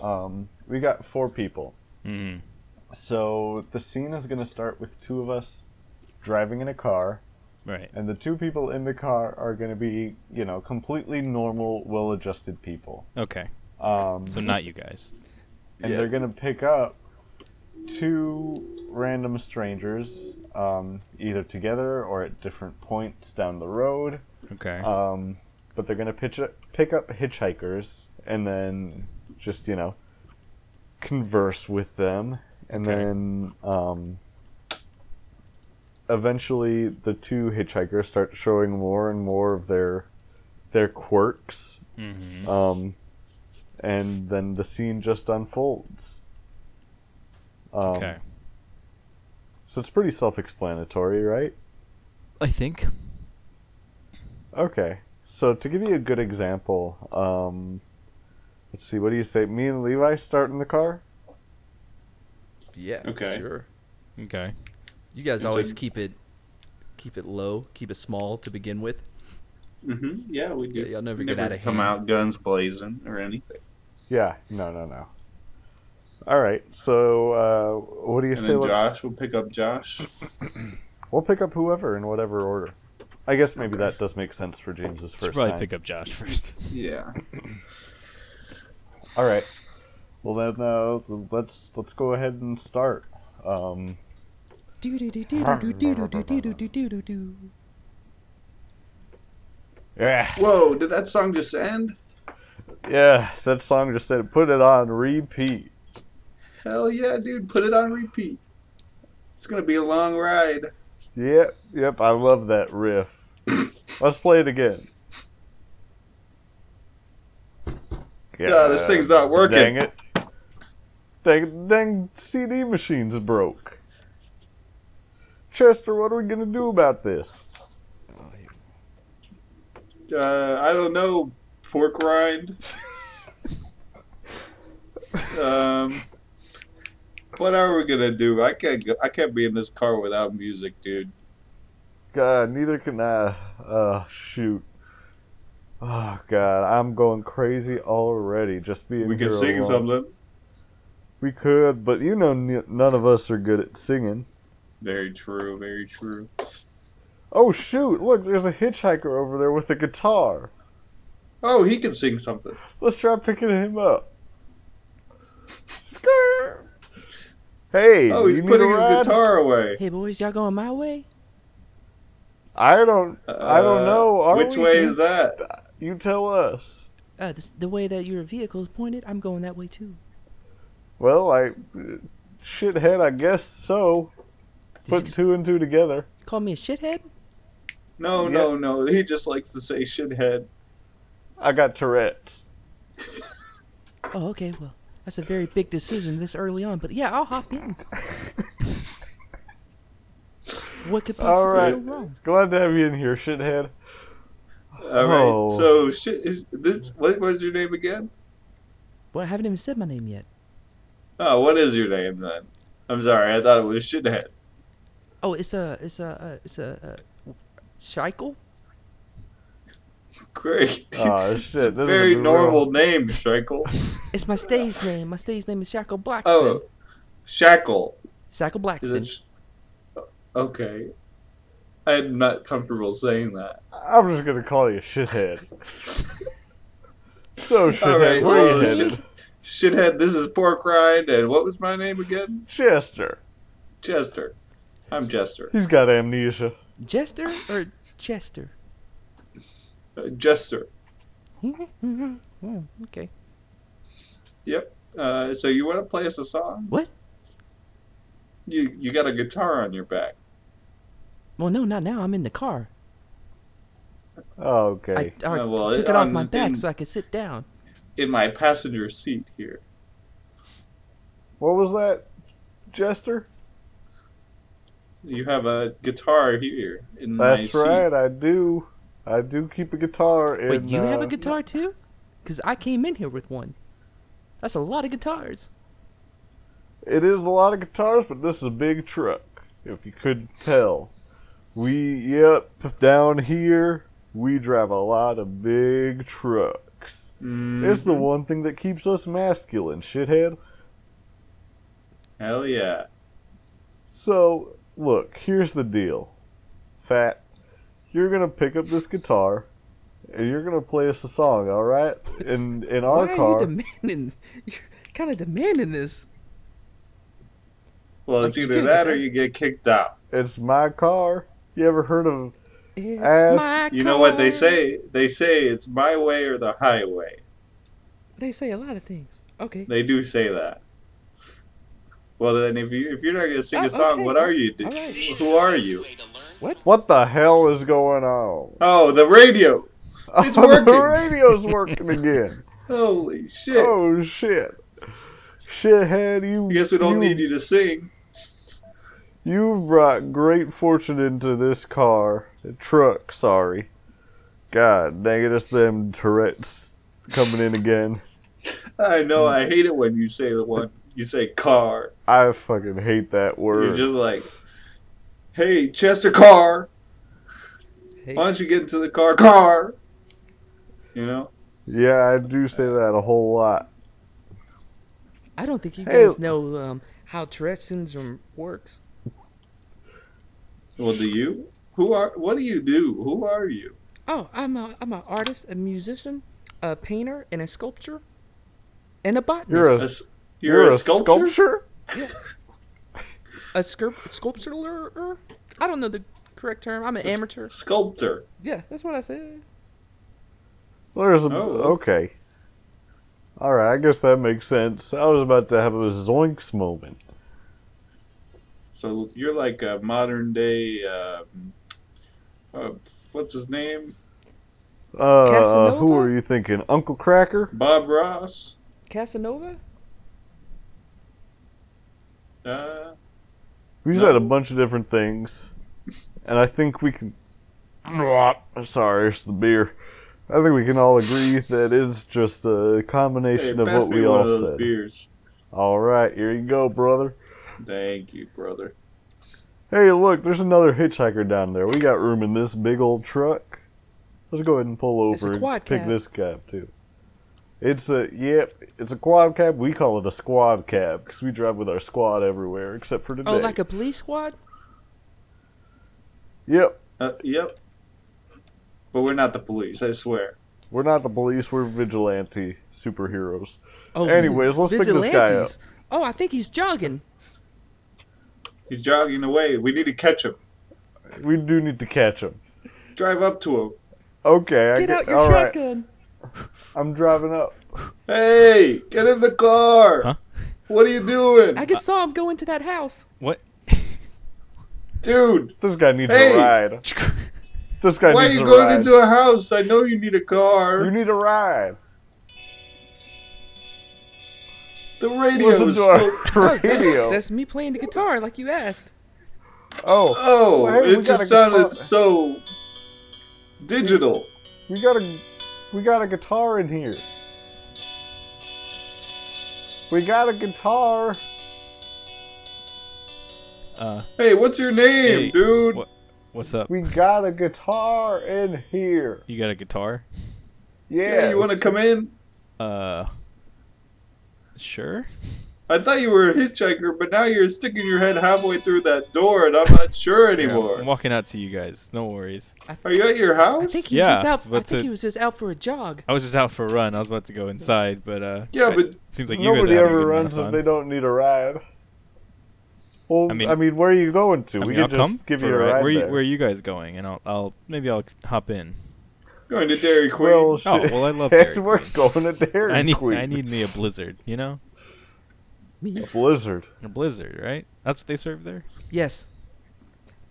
[SPEAKER 1] um, we got four people.
[SPEAKER 4] Mhm.
[SPEAKER 1] So the scene is going to start with two of us driving in a car,
[SPEAKER 4] Right.
[SPEAKER 1] and the two people in the car are going to be, you know, completely normal, well-adjusted people.
[SPEAKER 4] Okay.
[SPEAKER 1] Um,
[SPEAKER 4] So not you guys.
[SPEAKER 1] and
[SPEAKER 2] Yeah.
[SPEAKER 1] they're going to pick up two random strangers, um, either together or at different points down the road.
[SPEAKER 4] Okay.
[SPEAKER 1] Um, but they're gonna pitch up, pick up hitchhikers and then just you know converse with them, and
[SPEAKER 4] Okay.
[SPEAKER 1] then um, eventually the two hitchhikers start showing more and more of their their quirks,
[SPEAKER 4] Mhm.
[SPEAKER 1] um, and then the scene just unfolds. Um,
[SPEAKER 4] okay.
[SPEAKER 1] So it's pretty self-explanatory, right?
[SPEAKER 4] I think.
[SPEAKER 1] Okay. So to give you a good example, um, let's see. What do you say? Me and Levi start in the car.
[SPEAKER 2] yeah.
[SPEAKER 3] Okay.
[SPEAKER 2] Sure.
[SPEAKER 4] Okay.
[SPEAKER 2] You guys
[SPEAKER 3] And so-
[SPEAKER 2] always keep it, keep it low, keep it small to begin with.
[SPEAKER 3] hmm Yeah, we do.
[SPEAKER 2] Yeah, y'all never
[SPEAKER 3] We
[SPEAKER 2] get outta
[SPEAKER 3] come
[SPEAKER 2] hand.
[SPEAKER 3] out guns blazing or anything.
[SPEAKER 1] Yeah, no, no, no. All right, so uh, what do you
[SPEAKER 3] and
[SPEAKER 1] say?
[SPEAKER 3] then
[SPEAKER 1] Let's,
[SPEAKER 3] Josh, we'll pick up Josh.
[SPEAKER 1] We'll pick up whoever in whatever order. I guess maybe that does make sense for James's
[SPEAKER 4] Should
[SPEAKER 1] first
[SPEAKER 4] probably
[SPEAKER 1] time.
[SPEAKER 4] pick up Josh first.
[SPEAKER 3] Yeah.
[SPEAKER 1] *clears throat* All right. Well then, uh, let's let's go ahead and start. Um, yeah,
[SPEAKER 3] Whoa! Did that song just end?
[SPEAKER 1] yeah, that song just said put it on repeat.
[SPEAKER 3] Hell yeah, dude! Put it on repeat. It's gonna be a long ride.
[SPEAKER 1] Yep, yep, I love that
[SPEAKER 3] *coughs*
[SPEAKER 1] riff. Let's play it again.
[SPEAKER 3] Yeah, this thing's not working.
[SPEAKER 1] Dang it. Dang, dang CD machine's broke. Chester, what are we going to do about this?
[SPEAKER 3] Uh, I don't know. Pork rind. um, what are we gonna do? I can't. Go, I can't be in this car without music, dude.
[SPEAKER 1] God, neither can I. Oh, shoot. Oh, God, I'm going crazy already just being
[SPEAKER 3] We can
[SPEAKER 1] here
[SPEAKER 3] sing
[SPEAKER 1] alone.
[SPEAKER 3] something.
[SPEAKER 1] We could, but you know n- none of us are good at singing.
[SPEAKER 3] Very true. Very true.
[SPEAKER 1] Oh, shoot, look, there's a hitchhiker over there with a guitar.
[SPEAKER 3] Oh, he can sing something.
[SPEAKER 1] Let's try picking him up. Skrr. Hey,
[SPEAKER 3] Oh, he's
[SPEAKER 1] you need
[SPEAKER 3] putting
[SPEAKER 1] a
[SPEAKER 3] his
[SPEAKER 1] ride?
[SPEAKER 3] guitar away.
[SPEAKER 2] Hey boys, y'all going my way?
[SPEAKER 1] I don't, I don't know.
[SPEAKER 3] Uh,
[SPEAKER 1] Are
[SPEAKER 3] which
[SPEAKER 1] we?
[SPEAKER 3] way is that?
[SPEAKER 1] You tell us.
[SPEAKER 2] Uh, this, the way that your vehicle is pointed, I'm going that way too.
[SPEAKER 1] Well, I, shithead, I guess so. Put two and two together.
[SPEAKER 2] Call me a shithead?
[SPEAKER 3] No,
[SPEAKER 1] Yeah.
[SPEAKER 3] no, no. He just likes to say shithead.
[SPEAKER 1] I got Tourette's.
[SPEAKER 2] Oh, okay. Well, that's a very big decision this early on, but yeah, I'll hop
[SPEAKER 1] *laughs*
[SPEAKER 2] in. what could
[SPEAKER 1] All
[SPEAKER 2] possibly
[SPEAKER 1] right,
[SPEAKER 2] go wrong?
[SPEAKER 1] glad to have you in here, shithead.
[SPEAKER 3] All right.
[SPEAKER 1] Oh.
[SPEAKER 3] So shit. This. What was your name again?
[SPEAKER 2] Well, I haven't even said my name yet.
[SPEAKER 3] Oh, what is your name then? I'm sorry. I thought it was shithead.
[SPEAKER 2] Oh, it's a, it's a, uh, it's a, uh, Shikel.
[SPEAKER 3] Great.
[SPEAKER 1] Oh shit, this
[SPEAKER 3] Very
[SPEAKER 1] is gonna be
[SPEAKER 3] normal
[SPEAKER 1] real.
[SPEAKER 3] name, Shackle.
[SPEAKER 2] It's my stage name. My stage name is Shackle Blackston.
[SPEAKER 3] Oh, Shackle.
[SPEAKER 2] Shackle
[SPEAKER 3] Is it
[SPEAKER 2] Blackston.
[SPEAKER 3] sh- okay. I'm not comfortable saying that.
[SPEAKER 1] I'm just gonna call you shithead. so shithead,
[SPEAKER 3] All
[SPEAKER 1] where are
[SPEAKER 3] right. well,
[SPEAKER 1] you headed?
[SPEAKER 3] shit- shithead, this is Pork Rind, and what was my name again?
[SPEAKER 1] Chester.
[SPEAKER 3] Chester. I'm Jester.
[SPEAKER 1] He's got amnesia.
[SPEAKER 2] Jester or Chester?
[SPEAKER 3] Uh, Jester.
[SPEAKER 1] Oh.
[SPEAKER 2] *laughs* Hmm, okay.
[SPEAKER 3] Yep. Uh, so you want to play us a song?
[SPEAKER 2] What?
[SPEAKER 3] You you got a guitar on your back.
[SPEAKER 2] Well, no, not now. I'm in the car.
[SPEAKER 1] Oh, okay.
[SPEAKER 2] I, I
[SPEAKER 3] Oh,
[SPEAKER 1] Uh,
[SPEAKER 3] well,
[SPEAKER 2] took
[SPEAKER 3] it-
[SPEAKER 2] it off
[SPEAKER 3] on
[SPEAKER 2] my
[SPEAKER 3] the
[SPEAKER 2] back
[SPEAKER 3] thing-
[SPEAKER 2] so I could sit down.
[SPEAKER 3] In my passenger seat here.
[SPEAKER 1] What was that, Jester?
[SPEAKER 3] You have a guitar here. In my
[SPEAKER 1] That's
[SPEAKER 3] seat.
[SPEAKER 1] right, I do. I do keep a guitar. In,
[SPEAKER 2] Wait, you have a
[SPEAKER 1] uh,
[SPEAKER 2] guitar too? Because I came in here with one. That's a lot of guitars.
[SPEAKER 1] It is a lot of guitars, but this is a big truck. If you couldn't tell, we yep down here we drive a lot of big trucks. It's
[SPEAKER 2] Mm-hmm.
[SPEAKER 1] the one thing that keeps us masculine, shithead.
[SPEAKER 3] Hell yeah.
[SPEAKER 1] So look, here's the deal, fat. You're gonna pick up this guitar, and you're gonna play us a song, all right? In in our
[SPEAKER 2] Why
[SPEAKER 1] car.
[SPEAKER 2] are you demanding? You're kind of demanding this.
[SPEAKER 3] Well,
[SPEAKER 2] Like,
[SPEAKER 3] it's
[SPEAKER 2] you
[SPEAKER 3] either
[SPEAKER 2] can't
[SPEAKER 3] that
[SPEAKER 2] just-
[SPEAKER 3] or you get kicked out.
[SPEAKER 1] It's my car. You ever heard of?
[SPEAKER 2] It's
[SPEAKER 1] Ass-
[SPEAKER 2] my
[SPEAKER 3] You know what they
[SPEAKER 2] car.
[SPEAKER 3] say? They say it's my way or the highway.
[SPEAKER 2] They say a lot of things. Okay.
[SPEAKER 3] They do say that. Well, then, if you if you're not gonna sing
[SPEAKER 2] Oh,
[SPEAKER 3] a song,
[SPEAKER 2] okay.
[SPEAKER 3] what are you?
[SPEAKER 2] All right.
[SPEAKER 3] Who are you?
[SPEAKER 1] What the hell is going on?
[SPEAKER 3] Oh, the radio!
[SPEAKER 1] *laughs*
[SPEAKER 3] It's
[SPEAKER 1] the
[SPEAKER 3] working.
[SPEAKER 1] radio's working again.
[SPEAKER 3] *laughs* Holy shit!
[SPEAKER 1] oh shit! Shithead, you.
[SPEAKER 3] I guess we don't
[SPEAKER 1] you,
[SPEAKER 3] need you to sing.
[SPEAKER 1] You've brought great fortune into this car, truck. Sorry. God dang it! It's them Tourette's coming in again.
[SPEAKER 3] I know. I hate it when you say the one. You say car.
[SPEAKER 1] I fucking hate that
[SPEAKER 3] You're
[SPEAKER 1] word.
[SPEAKER 3] just like, hey, Chester Car.
[SPEAKER 6] Hey,
[SPEAKER 3] Why don't you get into the car? Car. You know.
[SPEAKER 1] Yeah, I do say that a whole lot.
[SPEAKER 6] I don't think you
[SPEAKER 1] Hey.
[SPEAKER 6] guys know um, how Tourette's syndrome works.
[SPEAKER 3] Well, do you? Who are? What do you do? Who are you?
[SPEAKER 6] Oh, I'm a I'm an artist, a musician, a painter, and a sculptor, and a
[SPEAKER 1] You're
[SPEAKER 6] botanist.
[SPEAKER 3] A
[SPEAKER 1] a
[SPEAKER 3] s- you're, a, sculpture.
[SPEAKER 6] a sculp- sculptor. I don't know the correct term. I'm an amateur.
[SPEAKER 3] Sculptor.
[SPEAKER 6] Yeah, that's what I said.
[SPEAKER 1] There's a,
[SPEAKER 3] Oh.
[SPEAKER 1] okay. All right, I guess that makes sense. I was about to have a zoinks moment.
[SPEAKER 3] So you're like a modern day. Uh, uh, what's his name?
[SPEAKER 1] Uh, who
[SPEAKER 6] Casanova?
[SPEAKER 1] are you thinking, Uncle Cracker?
[SPEAKER 3] Bob Ross.
[SPEAKER 6] Casanova.
[SPEAKER 3] Uh,
[SPEAKER 1] We
[SPEAKER 3] No.
[SPEAKER 1] said a bunch of different things, and I think we can. I'm sorry, it's the beer. I think we can all agree that it's just a
[SPEAKER 3] hey,
[SPEAKER 1] combination of
[SPEAKER 3] pass
[SPEAKER 1] what
[SPEAKER 3] me
[SPEAKER 1] we
[SPEAKER 3] one
[SPEAKER 1] all
[SPEAKER 3] of those
[SPEAKER 1] said.
[SPEAKER 3] beers.
[SPEAKER 1] All right, here you go, brother.
[SPEAKER 3] Thank you, brother.
[SPEAKER 1] Hey, look, there's another hitchhiker down there. We got room in this big old truck. Let's go ahead and pull
[SPEAKER 6] It's a
[SPEAKER 1] over
[SPEAKER 6] quad
[SPEAKER 1] and pick
[SPEAKER 6] cab.
[SPEAKER 1] this cab too. It's a yep, it's a quad cab. We call it a squad cab because we drive with our squad everywhere except for today.
[SPEAKER 6] Oh, like a police squad.
[SPEAKER 1] yep.
[SPEAKER 3] Uh, yep. But we're not the police. I swear.
[SPEAKER 1] We're not the police. We're vigilante superheroes.
[SPEAKER 6] Oh,
[SPEAKER 1] Anyways, let's pick this guy up.
[SPEAKER 6] vigilantes. Oh, I think he's jogging.
[SPEAKER 3] He's jogging away. We need to catch him.
[SPEAKER 1] We do need to catch him.
[SPEAKER 3] Drive up to him.
[SPEAKER 1] Okay, I
[SPEAKER 6] Get out your
[SPEAKER 1] all right,
[SPEAKER 6] shotgun.
[SPEAKER 1] I'm driving up.
[SPEAKER 3] Hey, get in the car.
[SPEAKER 4] Huh?
[SPEAKER 3] What are you doing,
[SPEAKER 6] I just saw him go into that house.
[SPEAKER 4] What?
[SPEAKER 3] dude?
[SPEAKER 1] This guy needs
[SPEAKER 3] Hey!
[SPEAKER 1] a ride. This guy
[SPEAKER 3] Why are
[SPEAKER 1] needs
[SPEAKER 3] you
[SPEAKER 1] a
[SPEAKER 3] going
[SPEAKER 1] ride.
[SPEAKER 3] into a house? I know you need a car.
[SPEAKER 1] you need a ride.
[SPEAKER 3] the radio
[SPEAKER 1] Listen
[SPEAKER 3] is
[SPEAKER 1] to
[SPEAKER 3] still.
[SPEAKER 1] our *laughs* radio.
[SPEAKER 6] Oh, That's me playing the guitar, like you asked.
[SPEAKER 1] Oh,
[SPEAKER 3] Oh,
[SPEAKER 1] Well, hey, we
[SPEAKER 3] it
[SPEAKER 1] got a
[SPEAKER 3] just sounded
[SPEAKER 1] guitar-
[SPEAKER 3] so digital.
[SPEAKER 1] we got a we got a guitar in here. We got a guitar.
[SPEAKER 4] Uh,
[SPEAKER 3] Hey, what's your name,
[SPEAKER 4] Hey,
[SPEAKER 3] dude?
[SPEAKER 4] what- what's up?
[SPEAKER 1] We got a guitar in here.
[SPEAKER 4] You got a guitar?
[SPEAKER 1] Yes.
[SPEAKER 3] Yeah, you want to come in?
[SPEAKER 4] Uh, sure.
[SPEAKER 3] I thought you were a hitchhiker, but now you're sticking your head halfway through that door, and I'm not sure
[SPEAKER 4] Yeah,
[SPEAKER 3] anymore.
[SPEAKER 4] I'm walking out to you guys. No worries.
[SPEAKER 3] Are you at your house?
[SPEAKER 6] I think he
[SPEAKER 4] Yeah,
[SPEAKER 6] was out. I
[SPEAKER 4] but
[SPEAKER 6] think
[SPEAKER 4] to-
[SPEAKER 6] he was just out for a jog.
[SPEAKER 4] I was just out for a run. I was about to go inside, but uh,
[SPEAKER 3] Yeah,
[SPEAKER 4] I-
[SPEAKER 3] but
[SPEAKER 4] seems like you guys
[SPEAKER 1] Nobody
[SPEAKER 4] are having a
[SPEAKER 1] ever
[SPEAKER 4] good amount of
[SPEAKER 1] runs if
[SPEAKER 4] fun.
[SPEAKER 1] they don't need a ride. Well,
[SPEAKER 4] I
[SPEAKER 1] I
[SPEAKER 4] mean-
[SPEAKER 1] mean, where are you going to?
[SPEAKER 4] I
[SPEAKER 1] we
[SPEAKER 4] mean,
[SPEAKER 1] can
[SPEAKER 4] I'll
[SPEAKER 1] just
[SPEAKER 4] come
[SPEAKER 1] give
[SPEAKER 4] for
[SPEAKER 1] you a
[SPEAKER 4] a
[SPEAKER 1] ride.
[SPEAKER 4] ride. Where, you-
[SPEAKER 1] there.
[SPEAKER 4] where are you guys going? And I'll, I'll maybe I'll hop in.
[SPEAKER 3] going to Dairy Queen.
[SPEAKER 1] Well,
[SPEAKER 4] Oh,
[SPEAKER 1] shit.
[SPEAKER 4] well, I love Dairy
[SPEAKER 1] *laughs* we're
[SPEAKER 4] Queen.
[SPEAKER 1] going to Dairy
[SPEAKER 4] I need
[SPEAKER 1] Queen.
[SPEAKER 4] I need me a blizzard. You know,
[SPEAKER 6] Me?
[SPEAKER 1] a blizzard.
[SPEAKER 4] a blizzard, right? That's what they serve there.
[SPEAKER 6] Yes.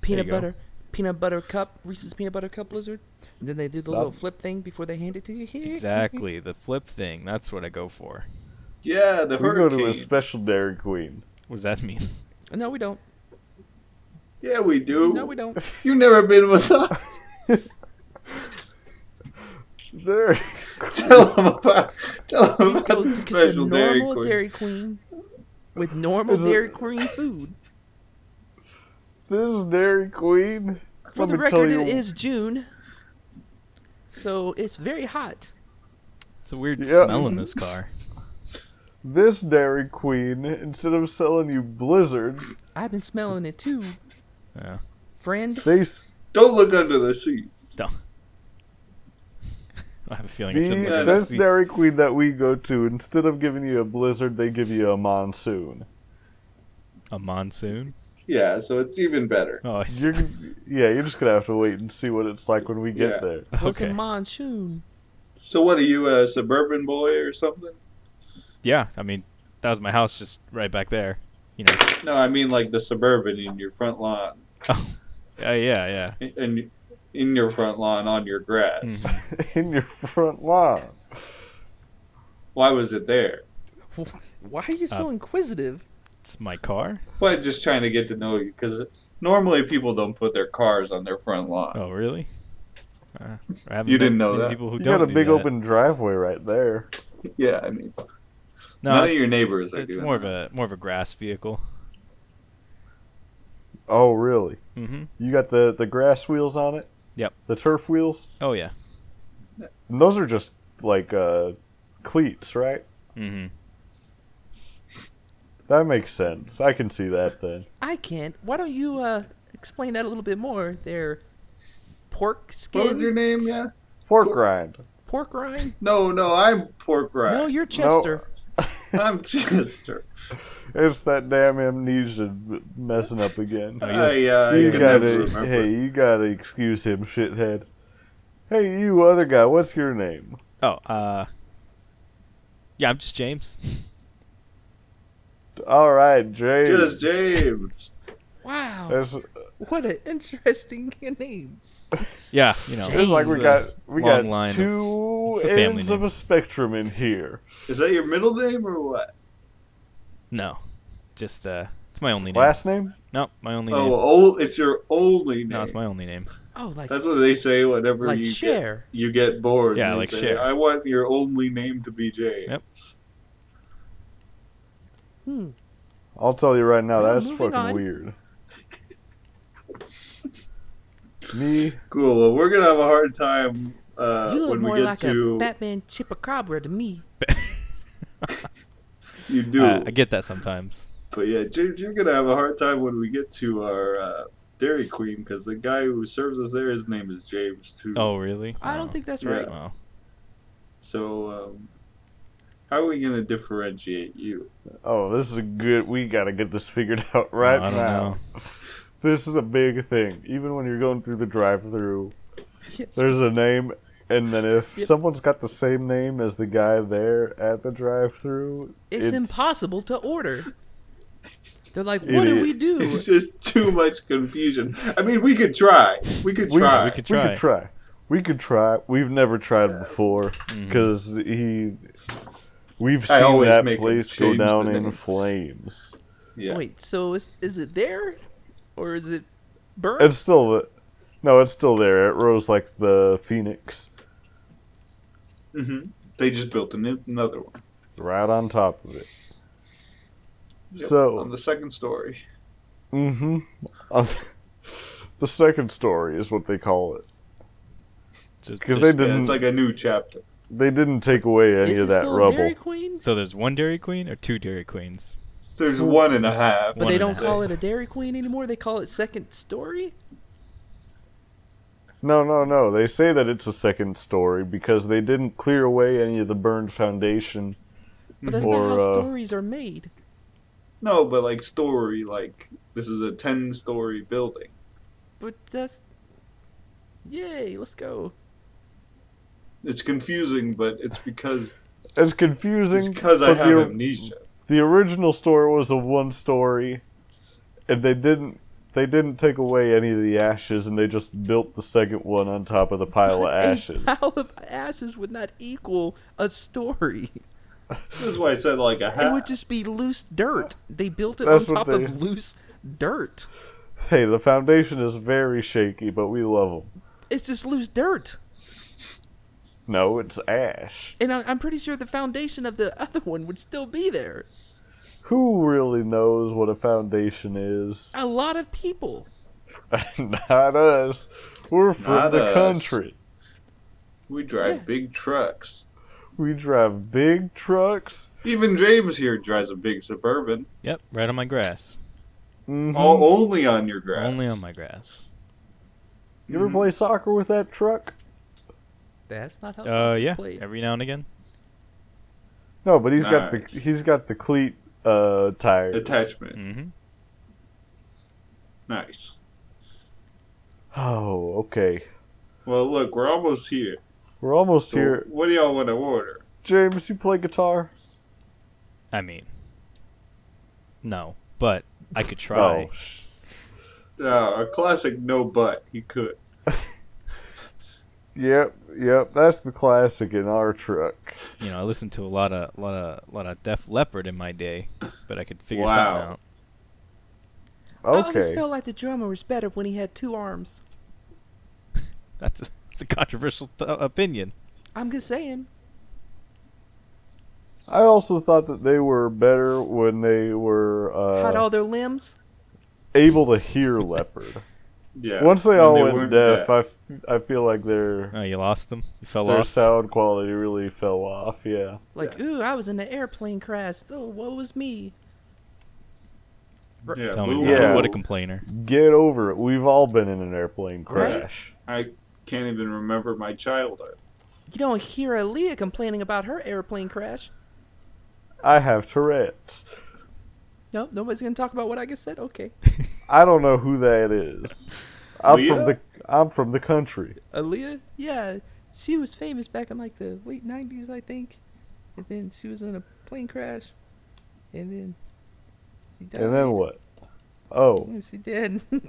[SPEAKER 6] Peanut
[SPEAKER 4] you go.
[SPEAKER 6] butter, peanut butter cup, Reese's peanut butter cup blizzard. And then they do the
[SPEAKER 1] That-
[SPEAKER 6] little flip thing before they hand it to you. *laughs*
[SPEAKER 4] Exactly the flip thing. That's what I go for.
[SPEAKER 3] yeah, the
[SPEAKER 1] We go
[SPEAKER 3] hurricane.
[SPEAKER 1] to a special Dairy Queen.
[SPEAKER 4] What does that mean?
[SPEAKER 6] no, we don't.
[SPEAKER 3] yeah, we do.
[SPEAKER 6] No, we don't.
[SPEAKER 3] *laughs* You've never been with
[SPEAKER 1] *laughs*
[SPEAKER 3] us.
[SPEAKER 1] There.
[SPEAKER 3] tell them about. Tell them
[SPEAKER 6] We
[SPEAKER 3] about
[SPEAKER 6] go
[SPEAKER 3] the
[SPEAKER 6] to just a
[SPEAKER 3] special Dairy
[SPEAKER 6] normal
[SPEAKER 3] Queen.
[SPEAKER 6] Dairy Queen *laughs* with normal
[SPEAKER 1] Is it-
[SPEAKER 6] Dairy Queen
[SPEAKER 3] *laughs*
[SPEAKER 6] food.
[SPEAKER 1] This is Dairy Queen.
[SPEAKER 6] For the record, it is June, so it's very hot.
[SPEAKER 4] It's a weird
[SPEAKER 1] Yeah.
[SPEAKER 4] smell in this car.
[SPEAKER 1] This Dairy Queen, instead of selling you blizzards,
[SPEAKER 6] I've been smelling it too,
[SPEAKER 4] Yeah.
[SPEAKER 6] friend.
[SPEAKER 1] they s-
[SPEAKER 3] Don't look under the seats.
[SPEAKER 4] Don't. I have a feeling I
[SPEAKER 1] the,
[SPEAKER 4] shouldn't look at
[SPEAKER 1] this
[SPEAKER 4] seats.
[SPEAKER 1] Dairy Queen that we go to, instead of giving you a blizzard, they give you a monsoon.
[SPEAKER 4] A monsoon?
[SPEAKER 3] Yeah, so it's even better.
[SPEAKER 4] Oh, I see.
[SPEAKER 1] You're, yeah, you're just gonna have to wait and see what it's like when we get
[SPEAKER 3] Yeah.
[SPEAKER 1] there.
[SPEAKER 6] What's a
[SPEAKER 4] *laughs* okay.
[SPEAKER 6] monsoon?
[SPEAKER 3] So what are you, a suburban boy or something?
[SPEAKER 4] Yeah, I mean, that was my house just right back there. You know.
[SPEAKER 3] No, I mean like the suburban in your
[SPEAKER 4] *laughs*
[SPEAKER 3] front lawn,
[SPEAKER 4] Uh, yeah, yeah.
[SPEAKER 3] in- in in your front lawn on your grass.
[SPEAKER 4] Mhm.
[SPEAKER 1] *laughs* In your front lawn.
[SPEAKER 3] Why was it there?
[SPEAKER 6] Why are
[SPEAKER 1] Uh,
[SPEAKER 4] Uh,
[SPEAKER 6] you so inquisitive?
[SPEAKER 4] It's my car.
[SPEAKER 3] Well, just trying to get to know you because normally people don't put their cars on their front lawn.
[SPEAKER 4] Oh, really? Uh, I haven't
[SPEAKER 3] You didn't
[SPEAKER 4] met
[SPEAKER 3] know
[SPEAKER 4] many
[SPEAKER 3] that.
[SPEAKER 4] People who
[SPEAKER 1] You
[SPEAKER 4] don't
[SPEAKER 1] got a
[SPEAKER 4] do
[SPEAKER 1] big
[SPEAKER 4] that.
[SPEAKER 1] open driveway right there.
[SPEAKER 3] Yeah, I mean
[SPEAKER 4] No,
[SPEAKER 3] none of your neighbors are
[SPEAKER 4] it's
[SPEAKER 3] doing
[SPEAKER 4] more of
[SPEAKER 3] that.
[SPEAKER 4] a more of a grass vehicle.
[SPEAKER 1] Oh, really?
[SPEAKER 4] Mm-hmm.
[SPEAKER 1] Oh, You got the the grass wheels on it?
[SPEAKER 4] Yep.
[SPEAKER 1] The turf wheels.
[SPEAKER 4] Oh yeah.
[SPEAKER 1] And those are just like uh, cleats, right?
[SPEAKER 4] Mm-hmm.
[SPEAKER 1] That makes sense. I can see that then.
[SPEAKER 2] I can't. Why don't you uh, explain that a little bit more? They're pork
[SPEAKER 3] What was your
[SPEAKER 2] skin,
[SPEAKER 3] name? Yeah.
[SPEAKER 1] Pork rind.
[SPEAKER 2] pork rind.
[SPEAKER 3] No, no, I'm pork rind.
[SPEAKER 2] No, you're Chester.
[SPEAKER 1] *laughs*
[SPEAKER 3] I'm Chester.
[SPEAKER 1] It's that damn amnesia messing up again.
[SPEAKER 4] Oh,
[SPEAKER 3] I, uh,
[SPEAKER 1] you
[SPEAKER 3] can never
[SPEAKER 1] gotta,
[SPEAKER 3] remember.
[SPEAKER 1] hey, you gotta excuse him, shithead. Hey, you other guy, what's your name?
[SPEAKER 4] Oh, uh, yeah, I'm just James.
[SPEAKER 1] All right, James.
[SPEAKER 3] Just James.
[SPEAKER 2] Wow,
[SPEAKER 1] It's,
[SPEAKER 2] what an interesting *laughs* name.
[SPEAKER 4] yeah, you know,
[SPEAKER 1] it's like we
[SPEAKER 4] James.
[SPEAKER 1] got we
[SPEAKER 4] Long
[SPEAKER 1] got
[SPEAKER 4] line of-
[SPEAKER 1] two
[SPEAKER 4] it's a family
[SPEAKER 1] ends of
[SPEAKER 4] name.
[SPEAKER 1] a spectrum in here.
[SPEAKER 3] Is that your middle name or what?
[SPEAKER 4] no, just uh, it's my only name.
[SPEAKER 1] Last name?
[SPEAKER 4] No, my only
[SPEAKER 3] Oh,
[SPEAKER 4] name.
[SPEAKER 3] oh, it's your only name.
[SPEAKER 4] No, it's my only name.
[SPEAKER 2] Oh, like
[SPEAKER 3] That's what they say whenever
[SPEAKER 2] like
[SPEAKER 3] you get,
[SPEAKER 2] share.
[SPEAKER 3] you get bored.
[SPEAKER 4] Yeah,
[SPEAKER 3] They
[SPEAKER 4] like
[SPEAKER 3] say,
[SPEAKER 4] share.
[SPEAKER 3] I want your only name to be James.
[SPEAKER 4] Yep.
[SPEAKER 2] Hmm.
[SPEAKER 1] I'll tell you right now,
[SPEAKER 2] Well,
[SPEAKER 1] that's
[SPEAKER 2] moving
[SPEAKER 1] fucking
[SPEAKER 2] on.
[SPEAKER 1] weird. Me,
[SPEAKER 3] Cool. Well, we're gonna have a hard time uh,
[SPEAKER 2] you look
[SPEAKER 3] when
[SPEAKER 2] more
[SPEAKER 3] we get
[SPEAKER 2] like
[SPEAKER 3] to
[SPEAKER 2] a Batman Chupacabra to me.
[SPEAKER 3] you do.
[SPEAKER 4] Uh, I get that sometimes.
[SPEAKER 3] But yeah, James, you're gonna have a hard time when we get to our uh, Dairy Queen because the guy who serves us there, his name is James too.
[SPEAKER 4] Oh, really?
[SPEAKER 2] I don't
[SPEAKER 4] Oh,
[SPEAKER 2] think that's
[SPEAKER 3] Yeah.
[SPEAKER 2] right.
[SPEAKER 4] Well,
[SPEAKER 3] So, um, how are we gonna differentiate you?
[SPEAKER 1] oh, this is a good. We gotta get this figured *laughs* out right
[SPEAKER 4] I don't
[SPEAKER 1] now.
[SPEAKER 4] know.
[SPEAKER 1] *laughs* This is a big thing. Even when you're going through the drive-through,
[SPEAKER 2] *laughs* Yes.
[SPEAKER 1] there's a name, and then if someone's got the same name as the guy there at the drive-through,
[SPEAKER 2] It's, impossible to order. They're like, what
[SPEAKER 1] It
[SPEAKER 2] do
[SPEAKER 1] is.
[SPEAKER 2] we do?
[SPEAKER 3] *laughs* It's just too much confusion. I mean, we could try. We could
[SPEAKER 1] We-
[SPEAKER 3] try.
[SPEAKER 4] we could
[SPEAKER 1] We
[SPEAKER 4] try.
[SPEAKER 1] could try. We could try. We've never tried before
[SPEAKER 4] Mm-hmm.
[SPEAKER 1] because he. We've
[SPEAKER 3] I
[SPEAKER 1] seen
[SPEAKER 3] always
[SPEAKER 1] that
[SPEAKER 3] make him
[SPEAKER 1] place go
[SPEAKER 3] change the
[SPEAKER 1] down
[SPEAKER 3] name.
[SPEAKER 1] in flames.
[SPEAKER 3] yeah.
[SPEAKER 2] Wait, so is is it there, or is it burnt?
[SPEAKER 1] It's still the, no, it's still there. It rose like the phoenix,
[SPEAKER 3] hmm They just built a new, another one.
[SPEAKER 1] right on top of it.
[SPEAKER 3] Yep, on
[SPEAKER 1] so,
[SPEAKER 3] the second story.
[SPEAKER 1] mm-hmm. *laughs* the second story is what they call it
[SPEAKER 4] So,
[SPEAKER 1] because they
[SPEAKER 4] there's-
[SPEAKER 3] Yeah,
[SPEAKER 1] didn't.
[SPEAKER 3] it's like a new chapter.
[SPEAKER 1] they didn't take away any
[SPEAKER 2] is
[SPEAKER 1] of
[SPEAKER 2] it
[SPEAKER 1] that
[SPEAKER 2] still
[SPEAKER 1] rubble.
[SPEAKER 2] a Dairy Queen?
[SPEAKER 4] so there's one Dairy Queen or two Dairy Queens.
[SPEAKER 3] There's one and a half.
[SPEAKER 2] But
[SPEAKER 4] One
[SPEAKER 2] they
[SPEAKER 4] and a
[SPEAKER 2] don't
[SPEAKER 4] half.
[SPEAKER 2] call it a Dairy Queen anymore. They call it Second Story.
[SPEAKER 1] No, no, no. They say that it's a second story because they didn't clear away any of the burned foundation.
[SPEAKER 2] But that's
[SPEAKER 1] Or,
[SPEAKER 2] not how
[SPEAKER 1] uh,
[SPEAKER 2] stories are made.
[SPEAKER 3] No, but like story, like this is a ten-story building.
[SPEAKER 2] But that's yay. Let's go.
[SPEAKER 3] It's confusing, but it's because
[SPEAKER 1] It's
[SPEAKER 3] it's
[SPEAKER 1] confusing
[SPEAKER 3] because I
[SPEAKER 1] but
[SPEAKER 3] have
[SPEAKER 1] the,
[SPEAKER 3] amnesia.
[SPEAKER 1] the original story was a one story, and they didn't they didn't take away any of the ashes, and they just built the second one on top of the pile of
[SPEAKER 2] But
[SPEAKER 1] ashes.
[SPEAKER 2] A pile of ashes would not equal a story.
[SPEAKER 3] This is why I said like a
[SPEAKER 2] It
[SPEAKER 3] half.
[SPEAKER 2] would just be loose dirt. They built it
[SPEAKER 1] That's
[SPEAKER 2] on
[SPEAKER 1] what
[SPEAKER 2] top
[SPEAKER 1] they-
[SPEAKER 2] of loose dirt.
[SPEAKER 1] Hey, the foundation is very shaky, but we love them.
[SPEAKER 2] It's just loose dirt.
[SPEAKER 1] No, it's ash.
[SPEAKER 2] And I, I'm pretty sure the foundation of the other one would still be there.
[SPEAKER 1] Who really knows what a foundation is? *laughs*
[SPEAKER 2] A lot of people.
[SPEAKER 1] Not us. We're from
[SPEAKER 3] Not
[SPEAKER 1] the
[SPEAKER 3] us.
[SPEAKER 1] country.
[SPEAKER 3] we drive
[SPEAKER 2] Yeah.
[SPEAKER 3] big trucks.
[SPEAKER 1] We drive big trucks.
[SPEAKER 3] Even James here drives a big suburban.
[SPEAKER 4] Yep, right on my grass.
[SPEAKER 1] Mhm.
[SPEAKER 3] All only on your grass.
[SPEAKER 4] Only on my grass.
[SPEAKER 1] you
[SPEAKER 3] Mm-hmm.
[SPEAKER 1] ever play soccer with that truck?
[SPEAKER 2] That's not how
[SPEAKER 4] Uh,
[SPEAKER 2] soccer's
[SPEAKER 4] yeah,
[SPEAKER 2] played.
[SPEAKER 4] every now and again.
[SPEAKER 1] No, but he's got the
[SPEAKER 3] Nice.
[SPEAKER 1] he's got the cleat uh tires.
[SPEAKER 3] attachment.
[SPEAKER 4] Mm-hmm.
[SPEAKER 3] Nice.
[SPEAKER 1] Oh, okay.
[SPEAKER 3] Well, look, we're almost here.
[SPEAKER 1] We're almost
[SPEAKER 3] So
[SPEAKER 1] here.
[SPEAKER 3] what do y'all want to order?
[SPEAKER 1] James, you play guitar?
[SPEAKER 4] I mean, no, but I
[SPEAKER 1] *laughs*
[SPEAKER 4] could try.
[SPEAKER 1] Oh, sh-
[SPEAKER 3] Uh, a classic no but. He could.
[SPEAKER 1] yep, yep. That's the classic in our truck.
[SPEAKER 4] You know, I listened to a lot of lot of lot of Def Leppard in my day, but I could figure
[SPEAKER 3] Wow.
[SPEAKER 4] something out.
[SPEAKER 2] I always
[SPEAKER 1] Okay.
[SPEAKER 2] felt like the drummer was better when he had two arms.
[SPEAKER 4] That's a, that's a controversial th- opinion.
[SPEAKER 2] I'm just saying.
[SPEAKER 1] I also thought that they were better when they were
[SPEAKER 2] Had
[SPEAKER 1] uh,
[SPEAKER 2] all their limbs.
[SPEAKER 1] able to hear leopard.
[SPEAKER 3] *laughs* Yeah.
[SPEAKER 1] Once they
[SPEAKER 3] when
[SPEAKER 1] all
[SPEAKER 3] weren't
[SPEAKER 1] went deaf,
[SPEAKER 3] dead.
[SPEAKER 1] I, f- I feel like their
[SPEAKER 4] Oh, you lost them. You fell
[SPEAKER 1] their
[SPEAKER 4] off.
[SPEAKER 1] sound quality really fell off. Yeah.
[SPEAKER 6] Like, ooh, I was in the airplane crash. Oh, woe is me.
[SPEAKER 3] Yeah,
[SPEAKER 4] Tell me,
[SPEAKER 3] Lou-
[SPEAKER 4] what-
[SPEAKER 1] Yeah.
[SPEAKER 4] what a complainer.
[SPEAKER 1] Get over it. We've all been in an airplane
[SPEAKER 6] Right?
[SPEAKER 1] crash.
[SPEAKER 3] I can't even remember my childhood.
[SPEAKER 6] You don't hear Aaliyah complaining about her airplane crash.
[SPEAKER 1] I have Tourette's.
[SPEAKER 6] Nope, nobody's gonna talk about what I just said. Okay,
[SPEAKER 1] I don't know who that is. I'm from
[SPEAKER 3] Leah?
[SPEAKER 1] the I'm from the country.
[SPEAKER 6] Aaliyah. Yeah, she was famous back in like the late '90s, I think. And then she was in a plane crash. And then she died.
[SPEAKER 1] And then what? Oh,
[SPEAKER 6] Yeah, She did.
[SPEAKER 1] *laughs* oh,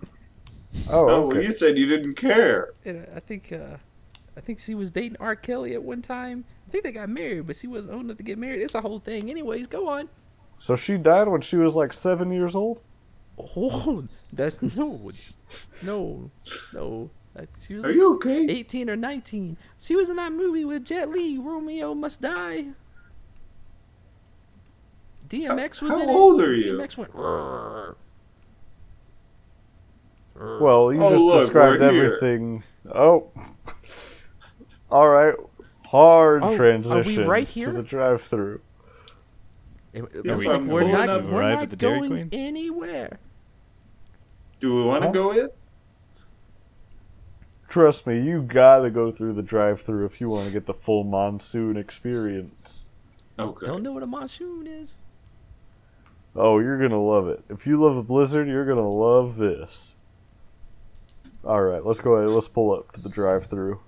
[SPEAKER 3] Oh, well,
[SPEAKER 1] okay.
[SPEAKER 3] you said you didn't care.
[SPEAKER 6] and I think uh, I think she was dating R. Kelly at one time. I think they got married, but she wasn't old enough to get married. It's a whole thing. Anyways, go on.
[SPEAKER 1] So she died when she was like seven years old.
[SPEAKER 6] Oh, that's no, no,
[SPEAKER 2] Uh,
[SPEAKER 6] no. Like, She was
[SPEAKER 3] Are
[SPEAKER 6] like
[SPEAKER 3] you okay?
[SPEAKER 6] 18 or 19. She was in that movie with Jet Li, Romeo Must Die. DMX was
[SPEAKER 3] how
[SPEAKER 6] in
[SPEAKER 3] old
[SPEAKER 6] it.
[SPEAKER 3] are you?
[SPEAKER 6] DMX went. "Rrrr."
[SPEAKER 1] Well, you
[SPEAKER 3] Oh,
[SPEAKER 1] just
[SPEAKER 3] look,
[SPEAKER 1] described
[SPEAKER 3] we're here.
[SPEAKER 1] everything. Oh, all right. Hard
[SPEAKER 6] Oh, are we
[SPEAKER 1] transition
[SPEAKER 6] right
[SPEAKER 1] to
[SPEAKER 6] here?
[SPEAKER 1] the drive-through.
[SPEAKER 6] It- it
[SPEAKER 3] Yeah,
[SPEAKER 6] was
[SPEAKER 3] we-
[SPEAKER 6] like, we're
[SPEAKER 3] We've
[SPEAKER 6] not,
[SPEAKER 3] arrived
[SPEAKER 6] we're
[SPEAKER 4] at
[SPEAKER 6] not
[SPEAKER 4] the Dairy
[SPEAKER 6] going
[SPEAKER 4] Queen.
[SPEAKER 6] anywhere.
[SPEAKER 3] Do we want to
[SPEAKER 1] Huh?
[SPEAKER 3] go in?
[SPEAKER 1] Trust me, you gotta go through the drive-through if you want to get the full monsoon experience.
[SPEAKER 3] Okay.
[SPEAKER 6] Don't know what a monsoon is.
[SPEAKER 1] Oh, you're gonna love it. If you love a blizzard, you're gonna love this. All right, let's go ahead. Let's pull up to the *sniffs* drive-through.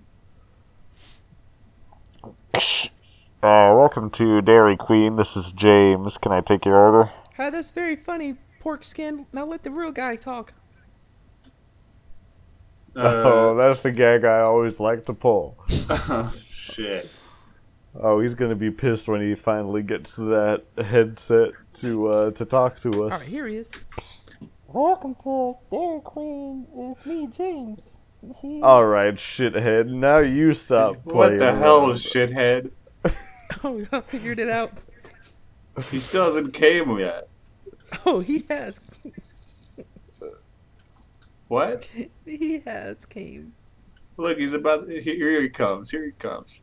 [SPEAKER 1] Uh, welcome to Dairy Queen. This is James. Can I take your order?
[SPEAKER 6] Hi, that's very funny, pork skin. Now let the real guy talk.
[SPEAKER 1] *laughs* oh,
[SPEAKER 3] Uh,
[SPEAKER 1] that's the gag I always like to pull.
[SPEAKER 3] *laughs* oh, shit.
[SPEAKER 1] Oh, he's gonna be pissed when he finally gets that headset to uh, to talk to us.
[SPEAKER 6] All right, here he is.
[SPEAKER 7] Welcome to Dairy Queen. It's me, James. He,
[SPEAKER 1] All right, shithead. Now you stop playing.
[SPEAKER 3] What the hell,
[SPEAKER 1] around.
[SPEAKER 3] shithead?
[SPEAKER 6] Oh, I figured it out.
[SPEAKER 3] He still hasn't came yet.
[SPEAKER 6] Oh, he has,
[SPEAKER 3] What?
[SPEAKER 6] he has came.
[SPEAKER 3] Look, he's about. Here he comes. Here he comes.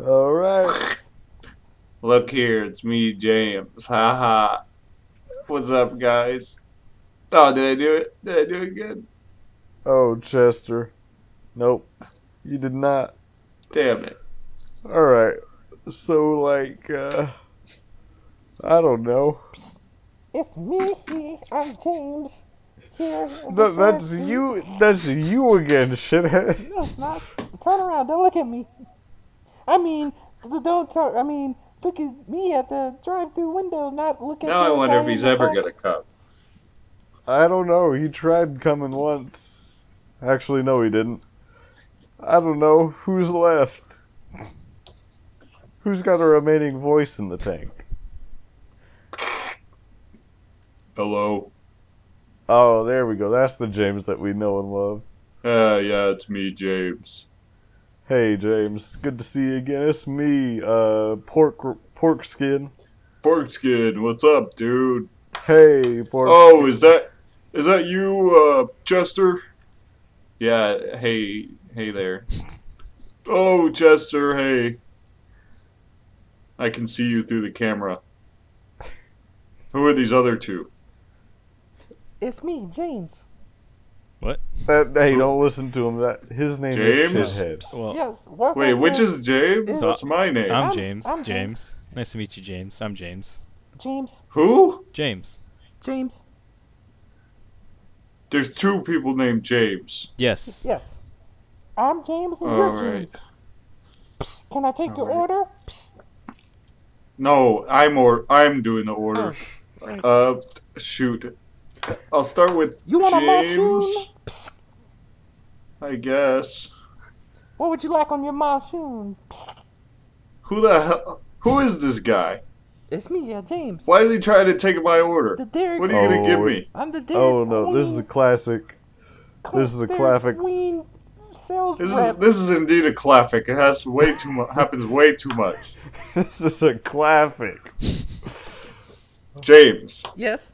[SPEAKER 1] All right.
[SPEAKER 3] Look here, it's me, James. Ha ha. What's up, guys? Oh, did I do it? Did I do it good?
[SPEAKER 1] Oh, Chester. Nope, you did not.
[SPEAKER 3] Damn it.
[SPEAKER 1] All right. So like, uh, I don't know.
[SPEAKER 7] it's me. He, I'm James. Here. in the
[SPEAKER 1] Th- that's
[SPEAKER 7] drive-thru.
[SPEAKER 1] you. That's you again, *laughs* shithead.
[SPEAKER 7] No, it's not. Turn around. Don't look at me. I mean, th- don't turn. I mean, look at me at the drive-through window, not look at.
[SPEAKER 3] Now I
[SPEAKER 7] the
[SPEAKER 3] wonder
[SPEAKER 7] guy
[SPEAKER 3] if
[SPEAKER 7] in
[SPEAKER 3] he's
[SPEAKER 7] the
[SPEAKER 3] ever
[SPEAKER 7] back.
[SPEAKER 3] gonna come.
[SPEAKER 1] I don't know. He tried coming once. Actually, no, he didn't. I don't know who's left. Who's got a remaining voice in the tank?
[SPEAKER 3] Hello.
[SPEAKER 1] Oh, there we go. That's the James that we know and love.
[SPEAKER 3] Uh, yeah, it's me, James.
[SPEAKER 1] Hey, James. Good to see you again. It's me, uh, pork pork skin.
[SPEAKER 3] Porkskin, what's up, dude?
[SPEAKER 1] Hey, pork.
[SPEAKER 3] Oh, is that is that you, uh, Chester? Yeah. Hey, hey there. Oh, Chester. Hey. I can see you through the camera. Who are these other two?
[SPEAKER 7] It's me, James.
[SPEAKER 1] That, hey, don't listen to him. That his name
[SPEAKER 3] James?
[SPEAKER 1] is shithead.
[SPEAKER 4] Well,
[SPEAKER 7] Yes. Welcome
[SPEAKER 3] Wait,
[SPEAKER 7] to
[SPEAKER 3] which is James?
[SPEAKER 7] Is-
[SPEAKER 3] That's my name.
[SPEAKER 4] I'm
[SPEAKER 7] I'm-
[SPEAKER 4] James.
[SPEAKER 7] I'm
[SPEAKER 4] James. Nice to meet you, James. I'm James.
[SPEAKER 7] James?
[SPEAKER 3] Who?
[SPEAKER 4] James.
[SPEAKER 7] James.
[SPEAKER 3] There's two people named James.
[SPEAKER 4] Yes.
[SPEAKER 7] Yes. I'm James and
[SPEAKER 3] All
[SPEAKER 7] you're
[SPEAKER 3] right.
[SPEAKER 7] James. Can I take your order?
[SPEAKER 3] No, I'm or I'm doing the order.
[SPEAKER 7] Oh,
[SPEAKER 3] Uh, shoot. I'll start with
[SPEAKER 7] You want a
[SPEAKER 3] James.
[SPEAKER 7] monsoon?
[SPEAKER 3] I guess.
[SPEAKER 7] What would you like on your monsoon?
[SPEAKER 3] Who the hell? Who is this guy?
[SPEAKER 7] It's me, uh, James.
[SPEAKER 3] Why is he trying to take my order?
[SPEAKER 7] The Dairy
[SPEAKER 3] What are you gonna
[SPEAKER 1] Oh,
[SPEAKER 3] give me?
[SPEAKER 7] I'm the Dairy
[SPEAKER 1] Oh no, this is a
[SPEAKER 7] Queen-
[SPEAKER 1] classic.
[SPEAKER 7] Cl-
[SPEAKER 1] this is a
[SPEAKER 7] Dairy
[SPEAKER 1] classic-
[SPEAKER 7] Queen sales
[SPEAKER 3] This is
[SPEAKER 7] rep.
[SPEAKER 3] this is indeed a classic. It has way too much. happens way
[SPEAKER 7] *laughs*
[SPEAKER 3] too much.
[SPEAKER 1] this is a classic.
[SPEAKER 3] James,
[SPEAKER 6] Yes.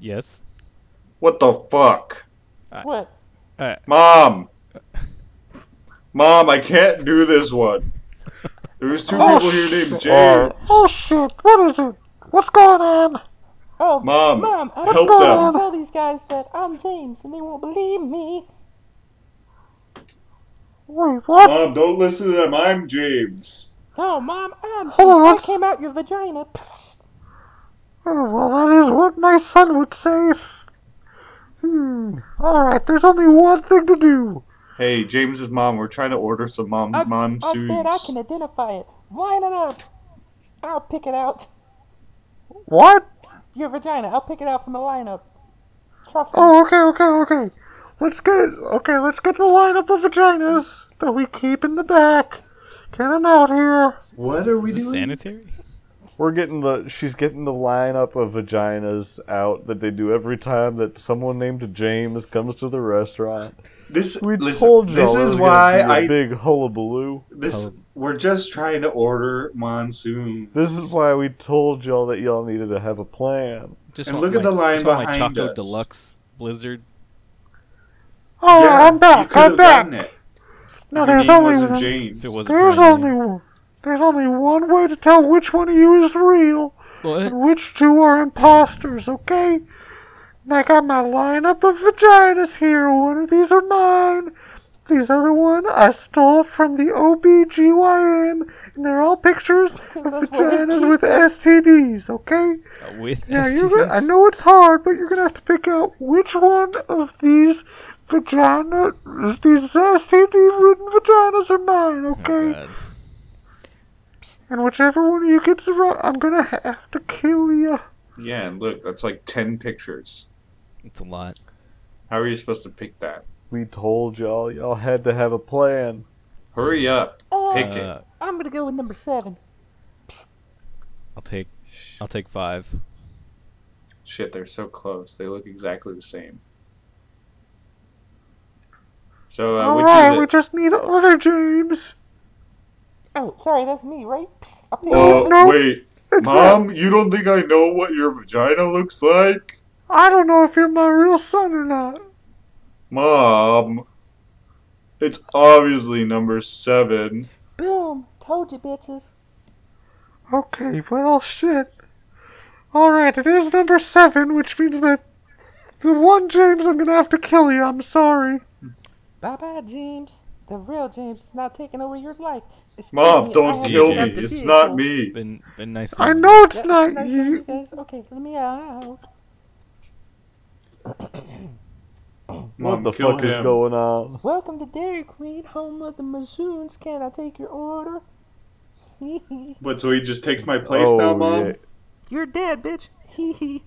[SPEAKER 4] Yes.
[SPEAKER 3] what the fuck?
[SPEAKER 7] What?
[SPEAKER 4] Uh,
[SPEAKER 3] Mom, mom, I can't do this one. There's two people here named James.
[SPEAKER 7] Oh shit! What is it? What's going on? Oh,
[SPEAKER 3] Mom,
[SPEAKER 7] mom, I just
[SPEAKER 3] help them.
[SPEAKER 7] to tell these guys that I'm James, and they won't believe me.
[SPEAKER 8] Wait, what?
[SPEAKER 3] Mom, don't listen to them. I'm James.
[SPEAKER 7] No, mom, I'm
[SPEAKER 8] Hold on,
[SPEAKER 7] James. I
[SPEAKER 8] what's-
[SPEAKER 7] came out your vagina. Psh,
[SPEAKER 8] Oh, well, that is what my son would say. if- Hmm. Alright, there's only one thing to do.
[SPEAKER 3] Hey, James's mom. We're trying to order some mom
[SPEAKER 7] I,
[SPEAKER 3] mom
[SPEAKER 7] I bet I
[SPEAKER 3] stews.
[SPEAKER 7] can identify it. Line it up. I'll pick it out.
[SPEAKER 8] What?
[SPEAKER 7] Your vagina. I'll pick it out from the lineup. Trust me.
[SPEAKER 8] Oh, okay, okay, okay. Let's get okay. Let's get the lineup of vaginas that we keep in the back. Get them out here.
[SPEAKER 3] What are we
[SPEAKER 4] is this sanitary?
[SPEAKER 1] We're getting the she's getting the lineup of vaginas out that they do every time that someone named James comes to the restaurant.
[SPEAKER 3] This
[SPEAKER 1] We
[SPEAKER 3] listen,
[SPEAKER 1] told you
[SPEAKER 3] This is why
[SPEAKER 1] I
[SPEAKER 3] I
[SPEAKER 1] big hullabaloo.
[SPEAKER 3] this. We're just trying to order monsoon.
[SPEAKER 1] This is why we told y'all that y'all needed to have a plan.
[SPEAKER 4] Just
[SPEAKER 3] And
[SPEAKER 4] want
[SPEAKER 3] look at
[SPEAKER 4] my-
[SPEAKER 3] the line
[SPEAKER 4] just want
[SPEAKER 3] behind
[SPEAKER 4] my chocolate
[SPEAKER 3] us.
[SPEAKER 4] deluxe blizzard.
[SPEAKER 8] Oh, I'm
[SPEAKER 3] you
[SPEAKER 8] back.
[SPEAKER 3] could
[SPEAKER 8] I'm
[SPEAKER 3] have gotten
[SPEAKER 8] back.
[SPEAKER 3] it.
[SPEAKER 8] No,
[SPEAKER 3] Your
[SPEAKER 8] there's
[SPEAKER 3] name
[SPEAKER 8] only
[SPEAKER 3] wasn't
[SPEAKER 8] one-
[SPEAKER 3] James.
[SPEAKER 4] If it wasn't
[SPEAKER 8] there's
[SPEAKER 4] for my
[SPEAKER 8] only
[SPEAKER 4] name.
[SPEAKER 8] one- there's only one way to tell which one of you is real
[SPEAKER 4] What?
[SPEAKER 8] and which two are imposters. Okay. And I got my lineup of vaginas here. One of these are mine. These other one I stole from the OBGYN, and they're all pictures of vaginas with STDs. Okay.
[SPEAKER 4] Uh, With
[SPEAKER 8] Now you're
[SPEAKER 4] STDs?
[SPEAKER 8] gonna, I know it's hard, but you're gonna have to pick out which one of these vagina, these STD ridden vaginas are mine,
[SPEAKER 4] Oh,
[SPEAKER 8] okay?
[SPEAKER 4] God.
[SPEAKER 8] and whichever one of you gets it right, I'm gonna have to kill you.
[SPEAKER 3] Yeah, and look, that's like ten pictures.
[SPEAKER 4] It's a lot.
[SPEAKER 3] How are you supposed to pick that?
[SPEAKER 1] We told y'all y'all had to have a plan.
[SPEAKER 3] Hurry up, pick
[SPEAKER 4] Uh,
[SPEAKER 3] it.
[SPEAKER 7] I'm gonna go with number seven.
[SPEAKER 4] I'll take. I'll take five.
[SPEAKER 3] Shit, they're so close. They look exactly the same. So uh,
[SPEAKER 8] All
[SPEAKER 3] which
[SPEAKER 8] right,
[SPEAKER 3] is
[SPEAKER 8] we
[SPEAKER 3] it?
[SPEAKER 8] just need other James.
[SPEAKER 7] Oh, sorry, that's me, right? Psst, I picked
[SPEAKER 3] Oh
[SPEAKER 8] No,
[SPEAKER 3] wait,
[SPEAKER 8] It's not-
[SPEAKER 3] mom, you don't think I know what your vagina looks like,
[SPEAKER 8] I don't know if you're my real son or not.
[SPEAKER 3] mom? It's obviously number seven.
[SPEAKER 7] Boom! Told you, bitches.
[SPEAKER 8] Okay, well, shit. All right, it is number seven, which means that the one James I'm gonna have to kill you. I'm sorry.
[SPEAKER 7] Bye bye, James. The real James is not taking over your life. Excuse
[SPEAKER 3] Mom,
[SPEAKER 7] me, I
[SPEAKER 3] don't
[SPEAKER 7] have
[SPEAKER 3] kill
[SPEAKER 7] to
[SPEAKER 3] me.
[SPEAKER 7] have to
[SPEAKER 3] It's
[SPEAKER 7] see
[SPEAKER 3] not
[SPEAKER 7] you.
[SPEAKER 3] me.
[SPEAKER 4] Been been nice.
[SPEAKER 8] I
[SPEAKER 4] knowing *laughs*
[SPEAKER 8] know it's
[SPEAKER 7] That-
[SPEAKER 8] not
[SPEAKER 7] nice knowing
[SPEAKER 8] you.
[SPEAKER 7] guys. Okay, let me out.
[SPEAKER 3] Mom,
[SPEAKER 1] what the
[SPEAKER 3] kill
[SPEAKER 1] fuck is
[SPEAKER 3] him.
[SPEAKER 1] going on?
[SPEAKER 7] Welcome to Dairy Queen, home of the Mazoons. Can I take your order? *laughs*
[SPEAKER 3] What? So he just takes my place
[SPEAKER 1] Oh,
[SPEAKER 3] now, mom?
[SPEAKER 1] yeah.
[SPEAKER 7] You're dead, bitch. *laughs* Hee hee.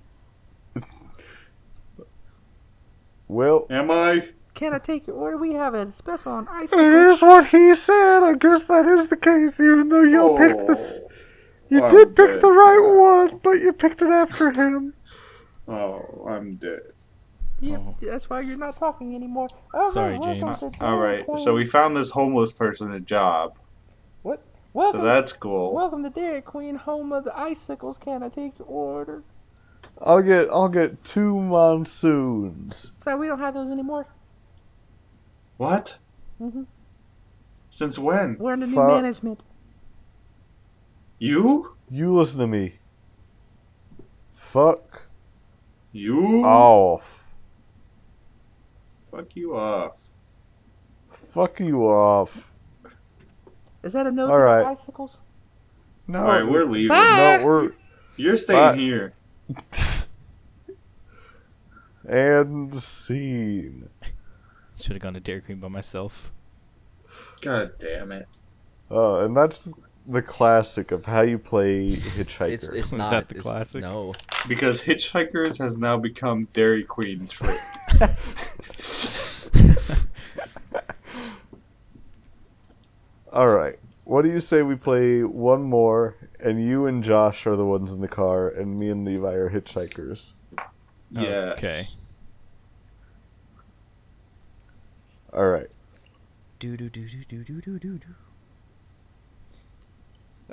[SPEAKER 1] Well,
[SPEAKER 3] Am I?
[SPEAKER 7] Can I take your order? We have a special on ice.
[SPEAKER 8] It is what he said. I guess that is the case, even though you all picked this. You
[SPEAKER 3] I'm
[SPEAKER 8] did pick
[SPEAKER 3] dead.
[SPEAKER 8] the right one, but you picked it after him.
[SPEAKER 3] Oh, I'm dead.
[SPEAKER 7] Yep, that's why you're not talking anymore. All right,
[SPEAKER 4] Sorry,
[SPEAKER 7] welcome
[SPEAKER 4] James.
[SPEAKER 7] to Dairy
[SPEAKER 3] All right, so
[SPEAKER 7] Queen.
[SPEAKER 3] we found this homeless person a job,
[SPEAKER 7] What?
[SPEAKER 3] so
[SPEAKER 7] Welcome,
[SPEAKER 3] that's cool.
[SPEAKER 7] welcome to Dairy Queen, home of the icicles. Can I take your order?
[SPEAKER 1] I'll get I'll get two monsoons.
[SPEAKER 7] Sorry, we don't have those anymore.
[SPEAKER 3] What?
[SPEAKER 7] Mhm.
[SPEAKER 3] Since when?
[SPEAKER 7] We're under new
[SPEAKER 1] Fuck.
[SPEAKER 7] management.
[SPEAKER 3] You?
[SPEAKER 1] You listen to me. Fuck
[SPEAKER 3] You?
[SPEAKER 1] Oh. off.
[SPEAKER 3] Fuck you up.
[SPEAKER 1] Fuck you off.
[SPEAKER 7] Is that a no
[SPEAKER 1] All
[SPEAKER 7] to
[SPEAKER 1] right.
[SPEAKER 7] the icicles?
[SPEAKER 1] No,
[SPEAKER 3] All right, we're leaving.
[SPEAKER 1] no, we're
[SPEAKER 3] You're staying
[SPEAKER 1] Bye.
[SPEAKER 3] here.
[SPEAKER 1] and scene.
[SPEAKER 4] Should have gone to Dairy Queen by myself.
[SPEAKER 3] God damn it.
[SPEAKER 1] Oh, and that's the classic of how you play
[SPEAKER 9] *laughs*
[SPEAKER 1] Hitchhiker.
[SPEAKER 9] It's, it's
[SPEAKER 4] Is
[SPEAKER 9] not.
[SPEAKER 4] that the
[SPEAKER 9] it's-
[SPEAKER 4] classic?
[SPEAKER 9] No.
[SPEAKER 3] Because Hitchhikers has now become Dairy Queen trick.
[SPEAKER 1] All right. What do you say we play one more, and you and Josh are the ones in the car, and me and Levi are hitchhikers?
[SPEAKER 3] yes.
[SPEAKER 4] Okay.
[SPEAKER 1] All right.
[SPEAKER 9] Do do do do do do do do. do.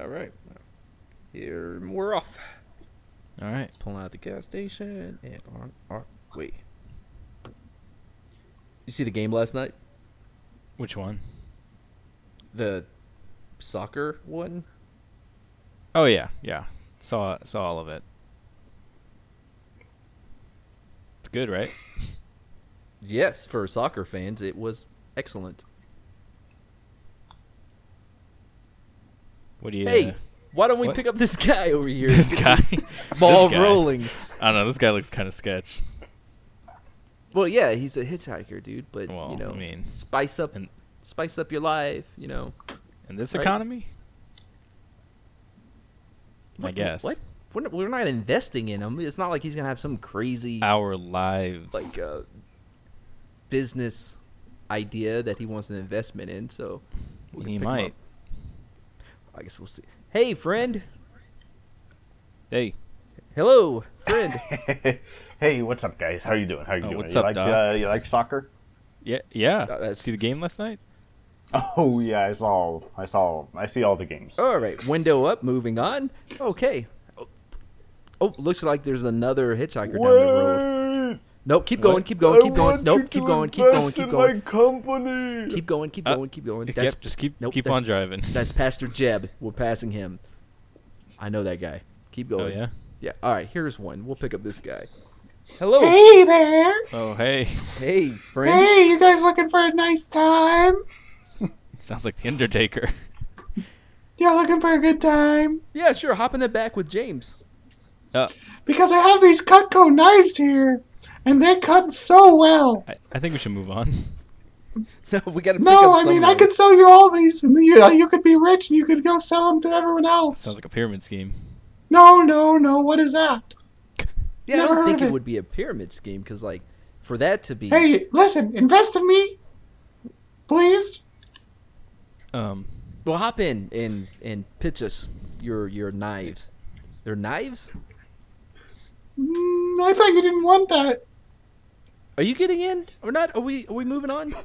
[SPEAKER 2] All right. Here we're off.
[SPEAKER 4] All right.
[SPEAKER 2] Pulling out the gas station and on our way. You see the game last night?
[SPEAKER 4] Which one?
[SPEAKER 2] The soccer one?
[SPEAKER 4] Oh yeah, yeah. Saw saw all of it. It's good, right?
[SPEAKER 2] *laughs* Yes, for soccer fans, it was excellent.
[SPEAKER 4] What do you?
[SPEAKER 2] Hey, why don't we
[SPEAKER 4] What?
[SPEAKER 2] pick up this guy over here?
[SPEAKER 4] *laughs* this guy.
[SPEAKER 2] *laughs* Ball
[SPEAKER 4] this guy.
[SPEAKER 2] rolling.
[SPEAKER 4] I don't know. This guy looks kind of sketch.
[SPEAKER 2] Well, yeah, he's a hitchhiker, dude. But
[SPEAKER 4] Well,
[SPEAKER 2] you know,
[SPEAKER 4] I mean,
[SPEAKER 2] spice up,
[SPEAKER 4] and-
[SPEAKER 2] spice up your life. You know,
[SPEAKER 4] In this
[SPEAKER 2] Right.
[SPEAKER 4] economy, I
[SPEAKER 2] What-
[SPEAKER 4] guess
[SPEAKER 2] What? We're not, we're not investing in him. It's not like he's gonna have some crazy
[SPEAKER 4] our lives.
[SPEAKER 2] like uh, business idea that he wants an investment in. So we can
[SPEAKER 4] he
[SPEAKER 2] pick him
[SPEAKER 4] might.
[SPEAKER 2] up. I guess we'll see. Hey, friend.
[SPEAKER 4] Hey,
[SPEAKER 2] Hello, friend.
[SPEAKER 1] *laughs* hey, what's up, guys? How you doing? How you
[SPEAKER 4] Oh,
[SPEAKER 1] doing?
[SPEAKER 4] what's
[SPEAKER 1] you
[SPEAKER 4] up,
[SPEAKER 1] like
[SPEAKER 4] Doc?
[SPEAKER 1] Uh, you like soccer?
[SPEAKER 4] yeah, yeah.
[SPEAKER 2] Uh, that's-
[SPEAKER 4] See the game last night.
[SPEAKER 1] Oh yeah, I saw. all-
[SPEAKER 2] *laughs*
[SPEAKER 1] I saw. all- I see all the games.
[SPEAKER 2] All right, window up. Moving on. Okay. Oh, Oh, looks like there's another hitchhiker down the road.
[SPEAKER 1] Wait!
[SPEAKER 2] Nope, keep going, keep going, keep
[SPEAKER 1] I
[SPEAKER 2] going.
[SPEAKER 1] want you
[SPEAKER 2] Nope, keep
[SPEAKER 1] to
[SPEAKER 2] going, keep going,
[SPEAKER 1] invest
[SPEAKER 2] keep
[SPEAKER 1] in
[SPEAKER 2] going.
[SPEAKER 1] My company.
[SPEAKER 2] Keep going, keep
[SPEAKER 4] Uh,
[SPEAKER 2] going, keep going. That's,
[SPEAKER 4] Yep, just keep
[SPEAKER 2] nope,
[SPEAKER 4] keep
[SPEAKER 2] that's-
[SPEAKER 4] on driving.
[SPEAKER 2] that's Pastor Jeb. We're passing him. I know that guy. Keep going.
[SPEAKER 4] Oh yeah.
[SPEAKER 2] Yeah. All right, here's one. We'll pick up this guy. Hello.
[SPEAKER 8] Hey there!
[SPEAKER 4] Oh hey,
[SPEAKER 2] Hey, friend.
[SPEAKER 8] Hey, you guys looking for a nice time?
[SPEAKER 4] sounds like the Undertaker. *laughs*
[SPEAKER 8] Yeah, looking for a good time?
[SPEAKER 2] Yeah, sure. Hop in the back with James.
[SPEAKER 4] Oh,
[SPEAKER 8] Because I have these Cutco knives here, and they cut so well.
[SPEAKER 4] I, I think we should move on.
[SPEAKER 2] *laughs* No, we gotta pick
[SPEAKER 8] No,
[SPEAKER 2] up
[SPEAKER 8] I mean, I
[SPEAKER 2] someone.
[SPEAKER 8] could sell you all these, and you, uh, you could be rich, and you could go sell them to everyone else.
[SPEAKER 4] Sounds like a pyramid scheme.
[SPEAKER 8] No, no, no, what is that?
[SPEAKER 2] Yeah, I
[SPEAKER 8] Never
[SPEAKER 2] don't think
[SPEAKER 8] heard
[SPEAKER 2] it
[SPEAKER 8] it.
[SPEAKER 2] would be a pyramid scheme because, like, for that to be
[SPEAKER 8] Hey, listen, invest in me, please.
[SPEAKER 4] Um,
[SPEAKER 2] Well, hop in and and pitch us your your knives. They're knives?
[SPEAKER 8] Mm, I thought you didn't want that.
[SPEAKER 2] Are you getting in or not? Are we are we moving on?
[SPEAKER 8] *laughs*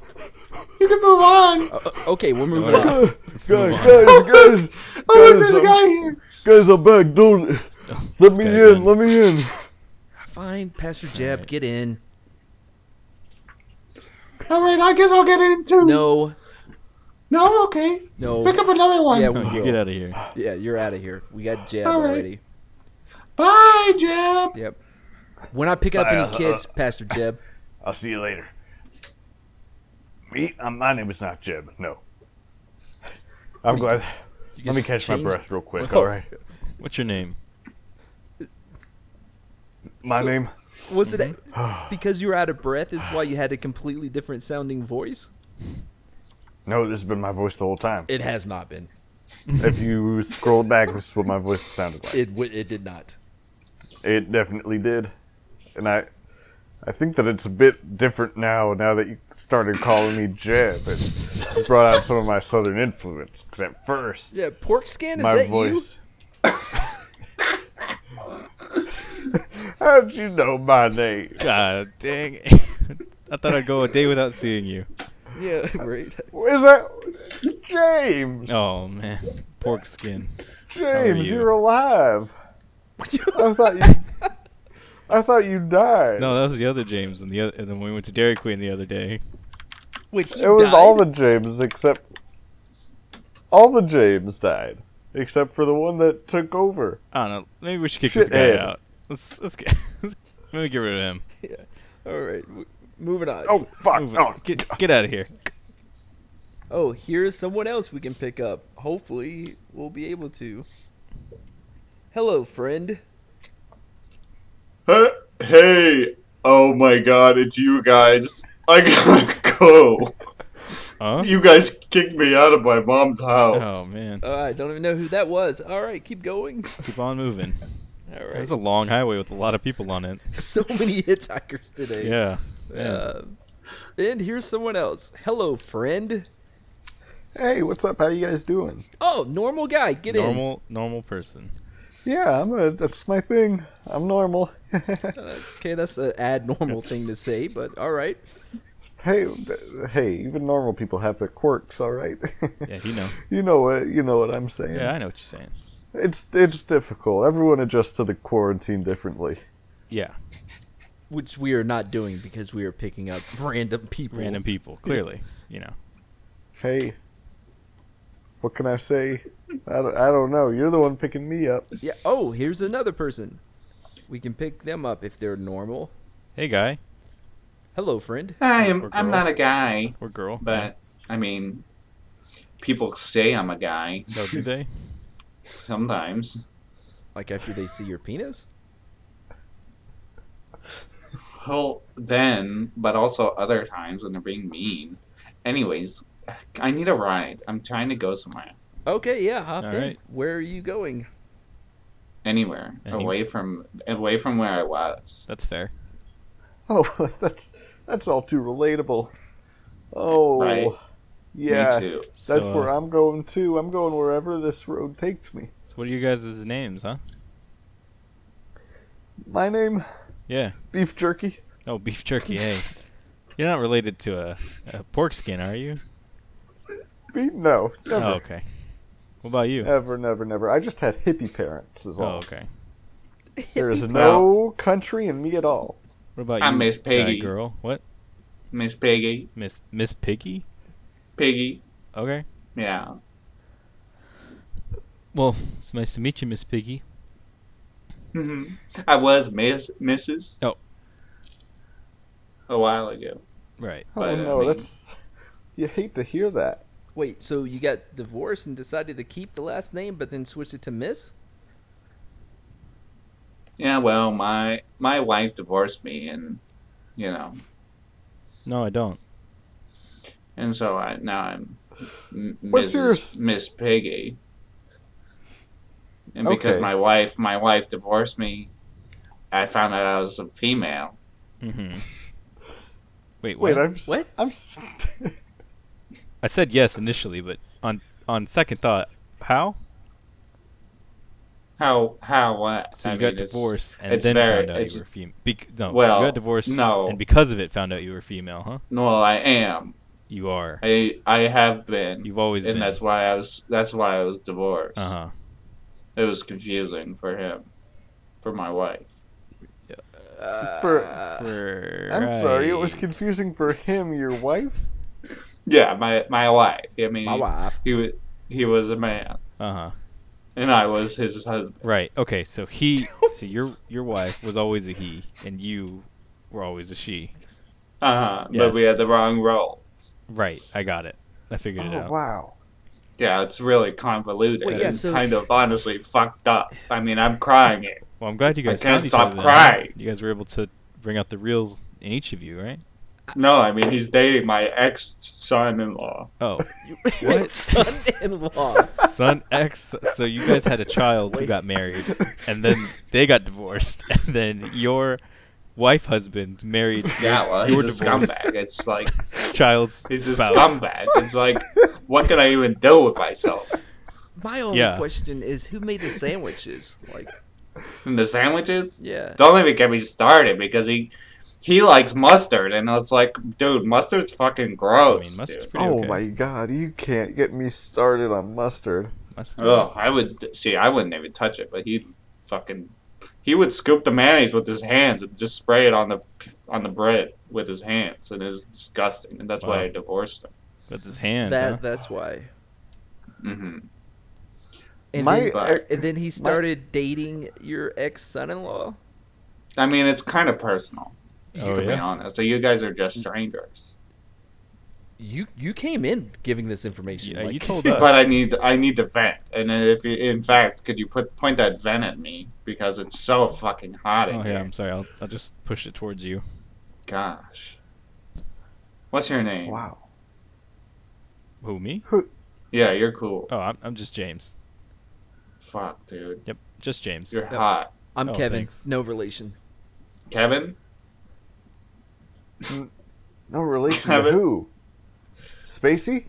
[SPEAKER 8] You can move on.
[SPEAKER 2] Uh, okay, we're moving
[SPEAKER 1] *laughs*
[SPEAKER 2] on.
[SPEAKER 4] let's
[SPEAKER 1] Guys,
[SPEAKER 4] move on.
[SPEAKER 1] guys, guys,
[SPEAKER 8] Oh, look,
[SPEAKER 1] *laughs* guys,
[SPEAKER 8] there's a
[SPEAKER 1] I'm-
[SPEAKER 8] guy here.
[SPEAKER 1] guys, I'm back. Don't let
[SPEAKER 4] Oh, This
[SPEAKER 1] me
[SPEAKER 4] guy
[SPEAKER 1] in.
[SPEAKER 4] again.
[SPEAKER 1] Let me in.
[SPEAKER 2] Fine, Pastor Jeb, get in.
[SPEAKER 8] All right, I guess I'll get in too.
[SPEAKER 2] No,
[SPEAKER 8] No, okay.
[SPEAKER 2] no.
[SPEAKER 8] Pick up another one.
[SPEAKER 2] Yeah,
[SPEAKER 4] No,
[SPEAKER 2] we
[SPEAKER 4] you
[SPEAKER 2] will.
[SPEAKER 4] *laughs* get out of here.
[SPEAKER 2] yeah, you're out of here. We got Jeb
[SPEAKER 8] All right.
[SPEAKER 2] already.
[SPEAKER 8] Bye, Jeb.
[SPEAKER 2] Yep. We're not picking up
[SPEAKER 1] Bye,
[SPEAKER 2] any
[SPEAKER 1] uh,
[SPEAKER 2] kids, Pastor Jeb.
[SPEAKER 1] *laughs* I'll see you later. Me, um, my name is not Jeb. No. I'm glad. Let me catch my
[SPEAKER 2] changed-
[SPEAKER 1] breath
[SPEAKER 2] *laughs*
[SPEAKER 1] real quick.
[SPEAKER 2] Whoa.
[SPEAKER 1] All right.
[SPEAKER 4] What's your name?
[SPEAKER 1] My name.
[SPEAKER 2] Was it *sighs* because you were out of breath? Is why you had a completely different sounding voice?
[SPEAKER 1] No, this has been my voice the whole time.
[SPEAKER 2] It has not been.
[SPEAKER 1] if you scroll back, this is what my voice sounded like.
[SPEAKER 2] It w- it did not.
[SPEAKER 1] It definitely did, and I, I think that it's a bit different now. Now that you started calling me Jeb, it brought out some of my southern influence. Because at first,
[SPEAKER 2] Yeah, pork skin. Is
[SPEAKER 1] my
[SPEAKER 2] that
[SPEAKER 1] voice. How'd you know my name?
[SPEAKER 4] God dang! it. *laughs* I thought I'd go a day without seeing you.
[SPEAKER 2] you? Yeah, *laughs* right.
[SPEAKER 1] Is that James?
[SPEAKER 4] Oh man, pork skin.
[SPEAKER 1] James,
[SPEAKER 4] you?
[SPEAKER 1] you? are
[SPEAKER 2] *laughs*
[SPEAKER 1] alive. I thought you. I thought you died.
[SPEAKER 4] No, that was the other James, and the other, and then we went to Dairy Queen the other day.
[SPEAKER 2] Wait, he
[SPEAKER 1] It was
[SPEAKER 2] died?
[SPEAKER 1] all the James except all the James died except for the one that took over.
[SPEAKER 4] I don't know. Maybe we should kick
[SPEAKER 1] Shit,
[SPEAKER 4] this guy
[SPEAKER 1] Ed.
[SPEAKER 4] out. Let's let's get *laughs* let's, maybe get rid of him.
[SPEAKER 2] All right, w- moving on.
[SPEAKER 1] Oh fuck!
[SPEAKER 4] Move
[SPEAKER 1] Oh,
[SPEAKER 4] on. Get get out of here.
[SPEAKER 2] Oh, here's someone else we can pick up. Hopefully, we'll be able to. Hello, friend.
[SPEAKER 3] Hey, hey, oh my god, it's you guys. I gotta go.
[SPEAKER 4] Huh?
[SPEAKER 3] You guys kicked me out of my mom's house.
[SPEAKER 4] Oh man,
[SPEAKER 2] Uh, I don't even know who that was. All right, keep going.
[SPEAKER 4] keep on moving.
[SPEAKER 2] All right.
[SPEAKER 4] That's a long highway with a lot of people on it.
[SPEAKER 2] *laughs* so many hitchhikers today.
[SPEAKER 4] Yeah. yeah.
[SPEAKER 2] Uh, and here's someone else. Hello, friend.
[SPEAKER 1] hey, what's up? How you guys doing?
[SPEAKER 2] Oh, normal guy. Get
[SPEAKER 4] normal normal person.
[SPEAKER 1] Yeah, I'm a, that's my thing. I'm normal. *laughs*
[SPEAKER 2] in. Okay, that's an abnormal thing to say, but all right.
[SPEAKER 1] hey, d- hey, even normal people have their quirks, all right? *laughs*
[SPEAKER 4] Yeah, you know.
[SPEAKER 1] you know what you know what I'm saying.
[SPEAKER 4] Yeah, I know what you're saying.
[SPEAKER 1] It's it's difficult. Everyone adjusts to the quarantine differently.
[SPEAKER 4] Yeah.
[SPEAKER 10] which we are not doing because we are picking
[SPEAKER 2] *laughs*
[SPEAKER 10] up random people.
[SPEAKER 4] Random people, clearly. You know.
[SPEAKER 1] Hey, what can I say? I don't, I don't know. You're the one picking me up.
[SPEAKER 10] people.
[SPEAKER 2] Yeah. Oh, here's *laughs* another person. We can pick them up if they're normal.
[SPEAKER 4] Hey, guy
[SPEAKER 2] Hello, friend.
[SPEAKER 9] I
[SPEAKER 4] Or
[SPEAKER 9] am. I'm
[SPEAKER 4] girl.
[SPEAKER 9] not a guy,
[SPEAKER 4] or girl.
[SPEAKER 9] but I mean, people say I'm a guy
[SPEAKER 4] No, do they?
[SPEAKER 9] *laughs* sometimes.
[SPEAKER 2] Like after they see your penis?
[SPEAKER 9] Well, then, but also other times when they're being mean. Anyways, I need a ride. I'm trying to go somewhere,
[SPEAKER 2] Okay, yeah, hop
[SPEAKER 4] All
[SPEAKER 2] in.
[SPEAKER 4] right.
[SPEAKER 2] Where are you going?
[SPEAKER 9] anywhere,
[SPEAKER 4] Any-
[SPEAKER 9] away from away from where I was.
[SPEAKER 4] That's fair.
[SPEAKER 1] *laughs* Oh, that's that's all too relatable. Oh,
[SPEAKER 9] Right.
[SPEAKER 1] yeah.
[SPEAKER 9] Me too.
[SPEAKER 1] That's
[SPEAKER 4] So, uh,
[SPEAKER 1] where I'm going too. I'm going wherever this road takes me.
[SPEAKER 4] So what are you guys' names, huh?
[SPEAKER 1] My name,
[SPEAKER 4] Yeah.
[SPEAKER 1] beef jerky.
[SPEAKER 4] Oh, beef jerky. Hey, you're not related to a, a pork skin, are you?
[SPEAKER 1] Beef? No, never,
[SPEAKER 4] Oh, okay. What about you?
[SPEAKER 1] never, never, never. I just had hippie parents. Is
[SPEAKER 4] Oh,
[SPEAKER 1] all.
[SPEAKER 4] okay.
[SPEAKER 1] There is no country in me at all.
[SPEAKER 4] What about
[SPEAKER 9] I'm
[SPEAKER 4] you?
[SPEAKER 9] Miss
[SPEAKER 4] guy,
[SPEAKER 9] Piggy.
[SPEAKER 4] girl. What?
[SPEAKER 9] Miss Piggy,
[SPEAKER 4] Miss Miss Piggy.
[SPEAKER 9] Piggy,
[SPEAKER 4] Okay.
[SPEAKER 9] yeah.
[SPEAKER 4] Well, it's nice to meet you, Miss Piggy.
[SPEAKER 9] hmm I was Miss Mrs.
[SPEAKER 4] Oh.
[SPEAKER 9] A while ago.
[SPEAKER 4] Right.
[SPEAKER 1] Oh
[SPEAKER 9] But, I
[SPEAKER 1] no,
[SPEAKER 9] mean-
[SPEAKER 1] that's you hate to hear that.
[SPEAKER 2] Wait, so you got divorced and decided to keep the last name but then switched it to Miss?
[SPEAKER 9] Yeah, well, my my wife divorced me, and you know,
[SPEAKER 4] No, I don't.
[SPEAKER 9] and so I now I'm M-
[SPEAKER 1] What's
[SPEAKER 9] Mrs.
[SPEAKER 1] yours?
[SPEAKER 9] Miss Piggy. And because
[SPEAKER 1] Okay.
[SPEAKER 9] my wife my wife divorced me, I found out I was a female.
[SPEAKER 4] Mm-hmm. Wait.
[SPEAKER 1] Wait,
[SPEAKER 4] What?
[SPEAKER 1] I'm s-
[SPEAKER 2] What?
[SPEAKER 1] I'm. s- *laughs*
[SPEAKER 4] I said yes initially, but on on second thought, how?
[SPEAKER 9] How how what?
[SPEAKER 4] So
[SPEAKER 9] I
[SPEAKER 4] you
[SPEAKER 9] mean,
[SPEAKER 4] got
[SPEAKER 9] it's-
[SPEAKER 4] divorced and
[SPEAKER 9] it's
[SPEAKER 4] then
[SPEAKER 9] very-
[SPEAKER 4] found out
[SPEAKER 9] it's-
[SPEAKER 4] you were female. Be- no,
[SPEAKER 9] Well,
[SPEAKER 4] you got divorced
[SPEAKER 9] no.
[SPEAKER 4] and because of it found out you were female, huh?
[SPEAKER 9] No, I am.
[SPEAKER 4] You are.
[SPEAKER 9] I I have been,
[SPEAKER 4] You've always
[SPEAKER 9] and
[SPEAKER 4] been.
[SPEAKER 9] that's why I was that's why I was divorced.
[SPEAKER 4] uh huh.
[SPEAKER 9] It was confusing for him, for my wife.
[SPEAKER 1] For, I'm sorry, it was confusing for him. Your wife?
[SPEAKER 9] Yeah, my my wife. I mean,
[SPEAKER 2] My wife.
[SPEAKER 9] he was he was a man,
[SPEAKER 4] Uh huh.
[SPEAKER 9] and I was his husband.
[SPEAKER 4] Right. Okay. So
[SPEAKER 1] *laughs*
[SPEAKER 4] he, so your your wife was always a he, and you were always a she.
[SPEAKER 9] Uh huh. But we
[SPEAKER 4] Yes.
[SPEAKER 9] had the wrong role.
[SPEAKER 4] Right. I got it. I figured it
[SPEAKER 1] Oh
[SPEAKER 4] out.
[SPEAKER 1] wow.
[SPEAKER 9] Yeah, it's really convoluted.
[SPEAKER 2] Well, yeah,
[SPEAKER 9] and
[SPEAKER 2] so-
[SPEAKER 9] kind of honestly fucked up. I mean, I'm crying here.
[SPEAKER 4] Well, I'm glad you
[SPEAKER 9] I
[SPEAKER 4] guys
[SPEAKER 9] can't
[SPEAKER 4] found each
[SPEAKER 9] stop
[SPEAKER 4] other. then.
[SPEAKER 9] crying.
[SPEAKER 4] You guys were able to bring out the real in each of you, right?
[SPEAKER 9] No, I mean he's dating my ex son-in-law.
[SPEAKER 4] Oh,
[SPEAKER 2] What? Son-in-law.
[SPEAKER 4] son ex. So you guys had a child who got married, and then they got divorced, *laughs* and then your wife husband married
[SPEAKER 9] Yeah,
[SPEAKER 4] *laughs*
[SPEAKER 9] well,
[SPEAKER 4] You
[SPEAKER 9] he's
[SPEAKER 4] were
[SPEAKER 9] a
[SPEAKER 4] divorced.
[SPEAKER 9] scumbag. It's
[SPEAKER 4] *laughs*
[SPEAKER 9] like
[SPEAKER 4] child's
[SPEAKER 9] he's a
[SPEAKER 4] spouse.
[SPEAKER 9] scumbag. It's like, what can I even do with myself?
[SPEAKER 2] My only
[SPEAKER 4] Yeah.
[SPEAKER 2] question is who made the *laughs* sandwiches? Like,
[SPEAKER 9] And the sandwiches?
[SPEAKER 2] yeah.
[SPEAKER 9] Don't even get me started because he he likes mustard, and it's like, dude, mustard's fucking
[SPEAKER 4] I
[SPEAKER 9] gross.
[SPEAKER 4] mean, mustard's pretty
[SPEAKER 1] Oh
[SPEAKER 4] okay.
[SPEAKER 1] my god, you can't get me started on mustard.
[SPEAKER 4] Mustard.
[SPEAKER 9] Oh, I would see. I wouldn't even touch it, but he fucking he would scoop the mayonnaise with his hands and just spray it on the on the bread with his hands, and it's disgusting. And that's
[SPEAKER 4] Wow.
[SPEAKER 9] why I divorced him.
[SPEAKER 4] With his hands. huh?
[SPEAKER 2] That, that's why.
[SPEAKER 9] hmm
[SPEAKER 2] And,
[SPEAKER 1] My- er,
[SPEAKER 2] then, er,
[SPEAKER 9] But-
[SPEAKER 2] and then he started dating your ex son in law?
[SPEAKER 9] I mean, it's kind of personal.
[SPEAKER 4] Oh,
[SPEAKER 9] to be
[SPEAKER 4] yeah.
[SPEAKER 9] honest, so you guys are just strangers.
[SPEAKER 10] You you came in giving this information.
[SPEAKER 4] Yeah,
[SPEAKER 10] like,
[SPEAKER 6] *laughs*
[SPEAKER 2] *laughs*
[SPEAKER 4] you told us.
[SPEAKER 9] But I need I need the vent, and then if you, in fact, could you put point that vent at me because it's so fucking hot in
[SPEAKER 4] Oh,
[SPEAKER 9] here.
[SPEAKER 4] yeah, I'm sorry. I'll, I'll just push it towards you.
[SPEAKER 9] Gosh, what's your name?
[SPEAKER 1] Wow.
[SPEAKER 4] Who, me?
[SPEAKER 9] Yeah, you're cool.
[SPEAKER 4] Oh, I'm, I'm just James.
[SPEAKER 9] Fuck, dude,
[SPEAKER 4] Yep, just James.
[SPEAKER 9] you're hot.
[SPEAKER 2] I'm
[SPEAKER 4] Oh,
[SPEAKER 2] Kevin.
[SPEAKER 4] thanks.
[SPEAKER 2] No relation.
[SPEAKER 9] Kevin,
[SPEAKER 1] No relation
[SPEAKER 9] Have
[SPEAKER 1] to
[SPEAKER 9] it-
[SPEAKER 1] who? Spacey?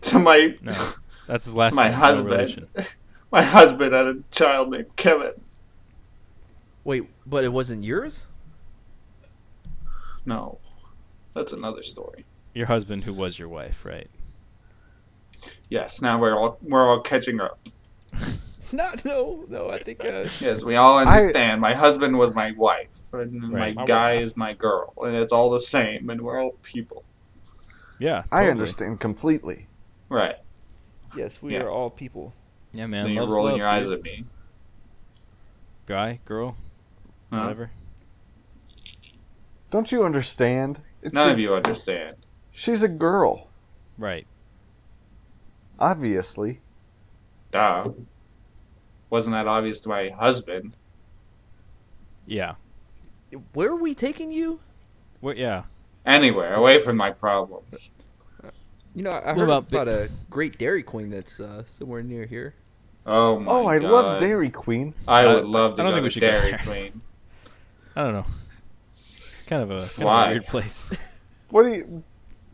[SPEAKER 9] *laughs* to my
[SPEAKER 4] No, that's his last
[SPEAKER 9] my
[SPEAKER 4] name.
[SPEAKER 9] husband.
[SPEAKER 4] No relation.
[SPEAKER 9] my husband had a *laughs* child named Kevin.
[SPEAKER 2] Wait, but it wasn't *laughs* yours?
[SPEAKER 9] No, *laughs* that's another story.
[SPEAKER 4] Your husband, who was your wife, right?
[SPEAKER 9] Yes, now we're all we're all catching up.
[SPEAKER 6] No, no, no. I think uh,
[SPEAKER 9] Yes, we all understand. my husband was my wife, and
[SPEAKER 4] Right.
[SPEAKER 9] my guy is my girl, and it's all the same, and we're all people.
[SPEAKER 4] Yeah.
[SPEAKER 1] I
[SPEAKER 4] totally.
[SPEAKER 1] understand completely.
[SPEAKER 9] Right.
[SPEAKER 6] yes, we
[SPEAKER 9] Yeah.
[SPEAKER 6] are all people.
[SPEAKER 4] Yeah, man.
[SPEAKER 9] then you're
[SPEAKER 4] love's
[SPEAKER 9] rolling
[SPEAKER 4] love,
[SPEAKER 9] your eyes
[SPEAKER 4] dude.
[SPEAKER 9] at me.
[SPEAKER 4] Guy, girl,
[SPEAKER 9] Huh?
[SPEAKER 4] whatever.
[SPEAKER 1] Don't you understand? It's
[SPEAKER 9] None
[SPEAKER 1] a-
[SPEAKER 9] of you understand.
[SPEAKER 1] She's a girl,
[SPEAKER 4] Right.
[SPEAKER 1] obviously.
[SPEAKER 9] Duh. Wasn't that obvious to my husband?
[SPEAKER 4] Yeah.
[SPEAKER 6] Where are we taking you?
[SPEAKER 4] What? Yeah.
[SPEAKER 9] Anywhere, away from my problems.
[SPEAKER 1] Uh,
[SPEAKER 6] You know, I I
[SPEAKER 4] What
[SPEAKER 6] heard
[SPEAKER 4] about
[SPEAKER 6] about,
[SPEAKER 4] Bi-
[SPEAKER 6] a great Dairy Queen that's uh, somewhere near here.
[SPEAKER 9] Oh my
[SPEAKER 1] oh, I
[SPEAKER 9] God.
[SPEAKER 1] love Dairy Queen.
[SPEAKER 9] I would
[SPEAKER 4] I-
[SPEAKER 9] love to
[SPEAKER 4] I don't
[SPEAKER 9] go
[SPEAKER 4] think we
[SPEAKER 9] to
[SPEAKER 4] should go
[SPEAKER 9] Dairy
[SPEAKER 4] there.
[SPEAKER 9] Queen.
[SPEAKER 4] I don't know. Kind of a, kind of
[SPEAKER 9] Why?
[SPEAKER 4] a weird place.
[SPEAKER 1] *laughs*
[SPEAKER 4] *laughs*
[SPEAKER 1] What do you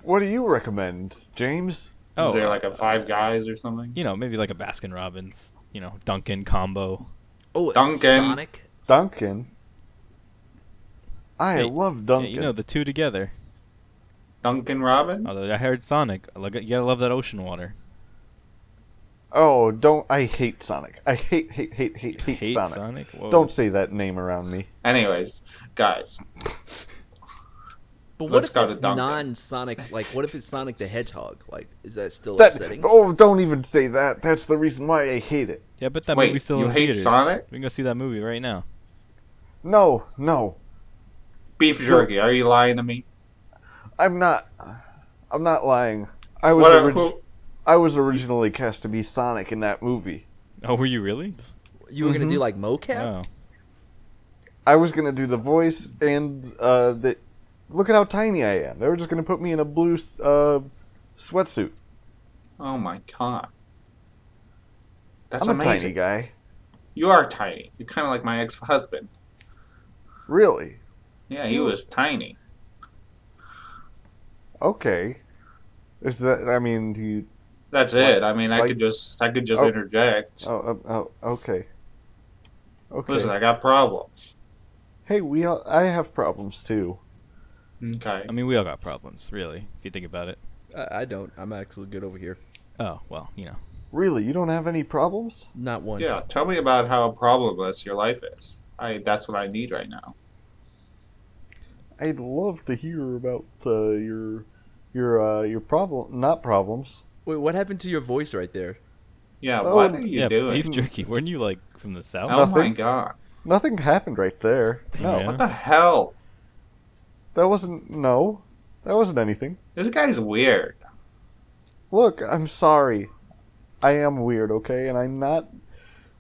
[SPEAKER 1] What do you recommend, James?
[SPEAKER 4] Oh,
[SPEAKER 9] is there
[SPEAKER 4] uh,
[SPEAKER 9] like a Five Guys or something?
[SPEAKER 4] you know, maybe like a Baskin Robbins, you know, Dunkin' combo.
[SPEAKER 2] Oh,
[SPEAKER 9] Duncan.
[SPEAKER 2] Sonic.
[SPEAKER 1] Duncan. I
[SPEAKER 4] Hey,
[SPEAKER 1] love
[SPEAKER 4] Yeah,
[SPEAKER 1] Duncan.
[SPEAKER 4] you know, the two together.
[SPEAKER 9] Duncan Robin?
[SPEAKER 4] Although I heard Sonic. I like- You gotta love that ocean water.
[SPEAKER 1] oh, don't I hate Sonic. I hate hate hate hate hate,
[SPEAKER 4] Hate
[SPEAKER 1] Sonic.
[SPEAKER 4] Sonic. Whoa.
[SPEAKER 1] Don't say that name around me.
[SPEAKER 9] Anyways, guys,
[SPEAKER 2] But what
[SPEAKER 9] Let's
[SPEAKER 2] if
[SPEAKER 9] go
[SPEAKER 2] it's
[SPEAKER 9] to Dunkin'.
[SPEAKER 2] non-Sonic? Like, what if it's Sonic the Hedgehog? Like, is that still
[SPEAKER 1] That
[SPEAKER 2] upsetting?
[SPEAKER 1] Oh, don't even say that. That's the reason why I hate it.
[SPEAKER 4] Yeah, but that
[SPEAKER 9] Wait,
[SPEAKER 4] movie's still
[SPEAKER 9] you
[SPEAKER 4] in
[SPEAKER 9] hate
[SPEAKER 4] theaters.
[SPEAKER 9] Sonic?
[SPEAKER 4] We can go see that movie right now.
[SPEAKER 1] No, no.
[SPEAKER 9] beef jerky. Are you lying to me?
[SPEAKER 1] I'm not I'm not lying. I was
[SPEAKER 9] What are-
[SPEAKER 1] orig-
[SPEAKER 9] who-
[SPEAKER 1] I was originally cast to be Sonic in that movie. Mm-hmm.
[SPEAKER 4] Oh, were you really?
[SPEAKER 2] You were gonna do like mocap?
[SPEAKER 4] Oh,
[SPEAKER 1] I was gonna do the voice and uh, the look at how tiny I am. They were just gonna put me in a blue s- uh, sweatsuit.
[SPEAKER 9] Oh my god. That's
[SPEAKER 1] I'm a
[SPEAKER 9] amazing.
[SPEAKER 1] tiny guy,
[SPEAKER 9] You are tiny. You're kind of like my ex-husband.
[SPEAKER 1] really.
[SPEAKER 9] Yeah, he was tiny.
[SPEAKER 1] Okay, is that? I mean, do you?
[SPEAKER 9] That's it. I mean, I
[SPEAKER 1] Like-
[SPEAKER 9] could just, I could just
[SPEAKER 1] Oh.
[SPEAKER 9] interject.
[SPEAKER 1] Oh, oh, oh okay. Okay.
[SPEAKER 9] Listen, I got problems.
[SPEAKER 1] hey, we. All, I have problems too.
[SPEAKER 9] Okay.
[SPEAKER 4] I mean, we all got problems, really, if you think about it.
[SPEAKER 2] I, I don't. I'm actually good over here.
[SPEAKER 4] Oh, well, you know.
[SPEAKER 1] Really, you don't have any problems?
[SPEAKER 2] Not one.
[SPEAKER 9] Yeah. Tell me about how problemless your life is. I. That's what I need right now.
[SPEAKER 1] I'd love to hear about uh, your, your, uh, your problem. Not problems.
[SPEAKER 2] Wait, what happened to your voice right there?
[SPEAKER 9] Yeah.
[SPEAKER 1] Oh,
[SPEAKER 9] what are you
[SPEAKER 4] yeah,
[SPEAKER 9] doing?
[SPEAKER 4] beef jerky. Weren't you, like, from the South?
[SPEAKER 9] oh my
[SPEAKER 1] Nothing.
[SPEAKER 9] god.
[SPEAKER 1] Nothing happened right there. No,
[SPEAKER 4] Yeah.
[SPEAKER 9] What the hell?
[SPEAKER 1] that wasn't. No, that wasn't anything.
[SPEAKER 9] This guy's weird.
[SPEAKER 1] Look, I'm sorry. I am weird, okay? And I'm not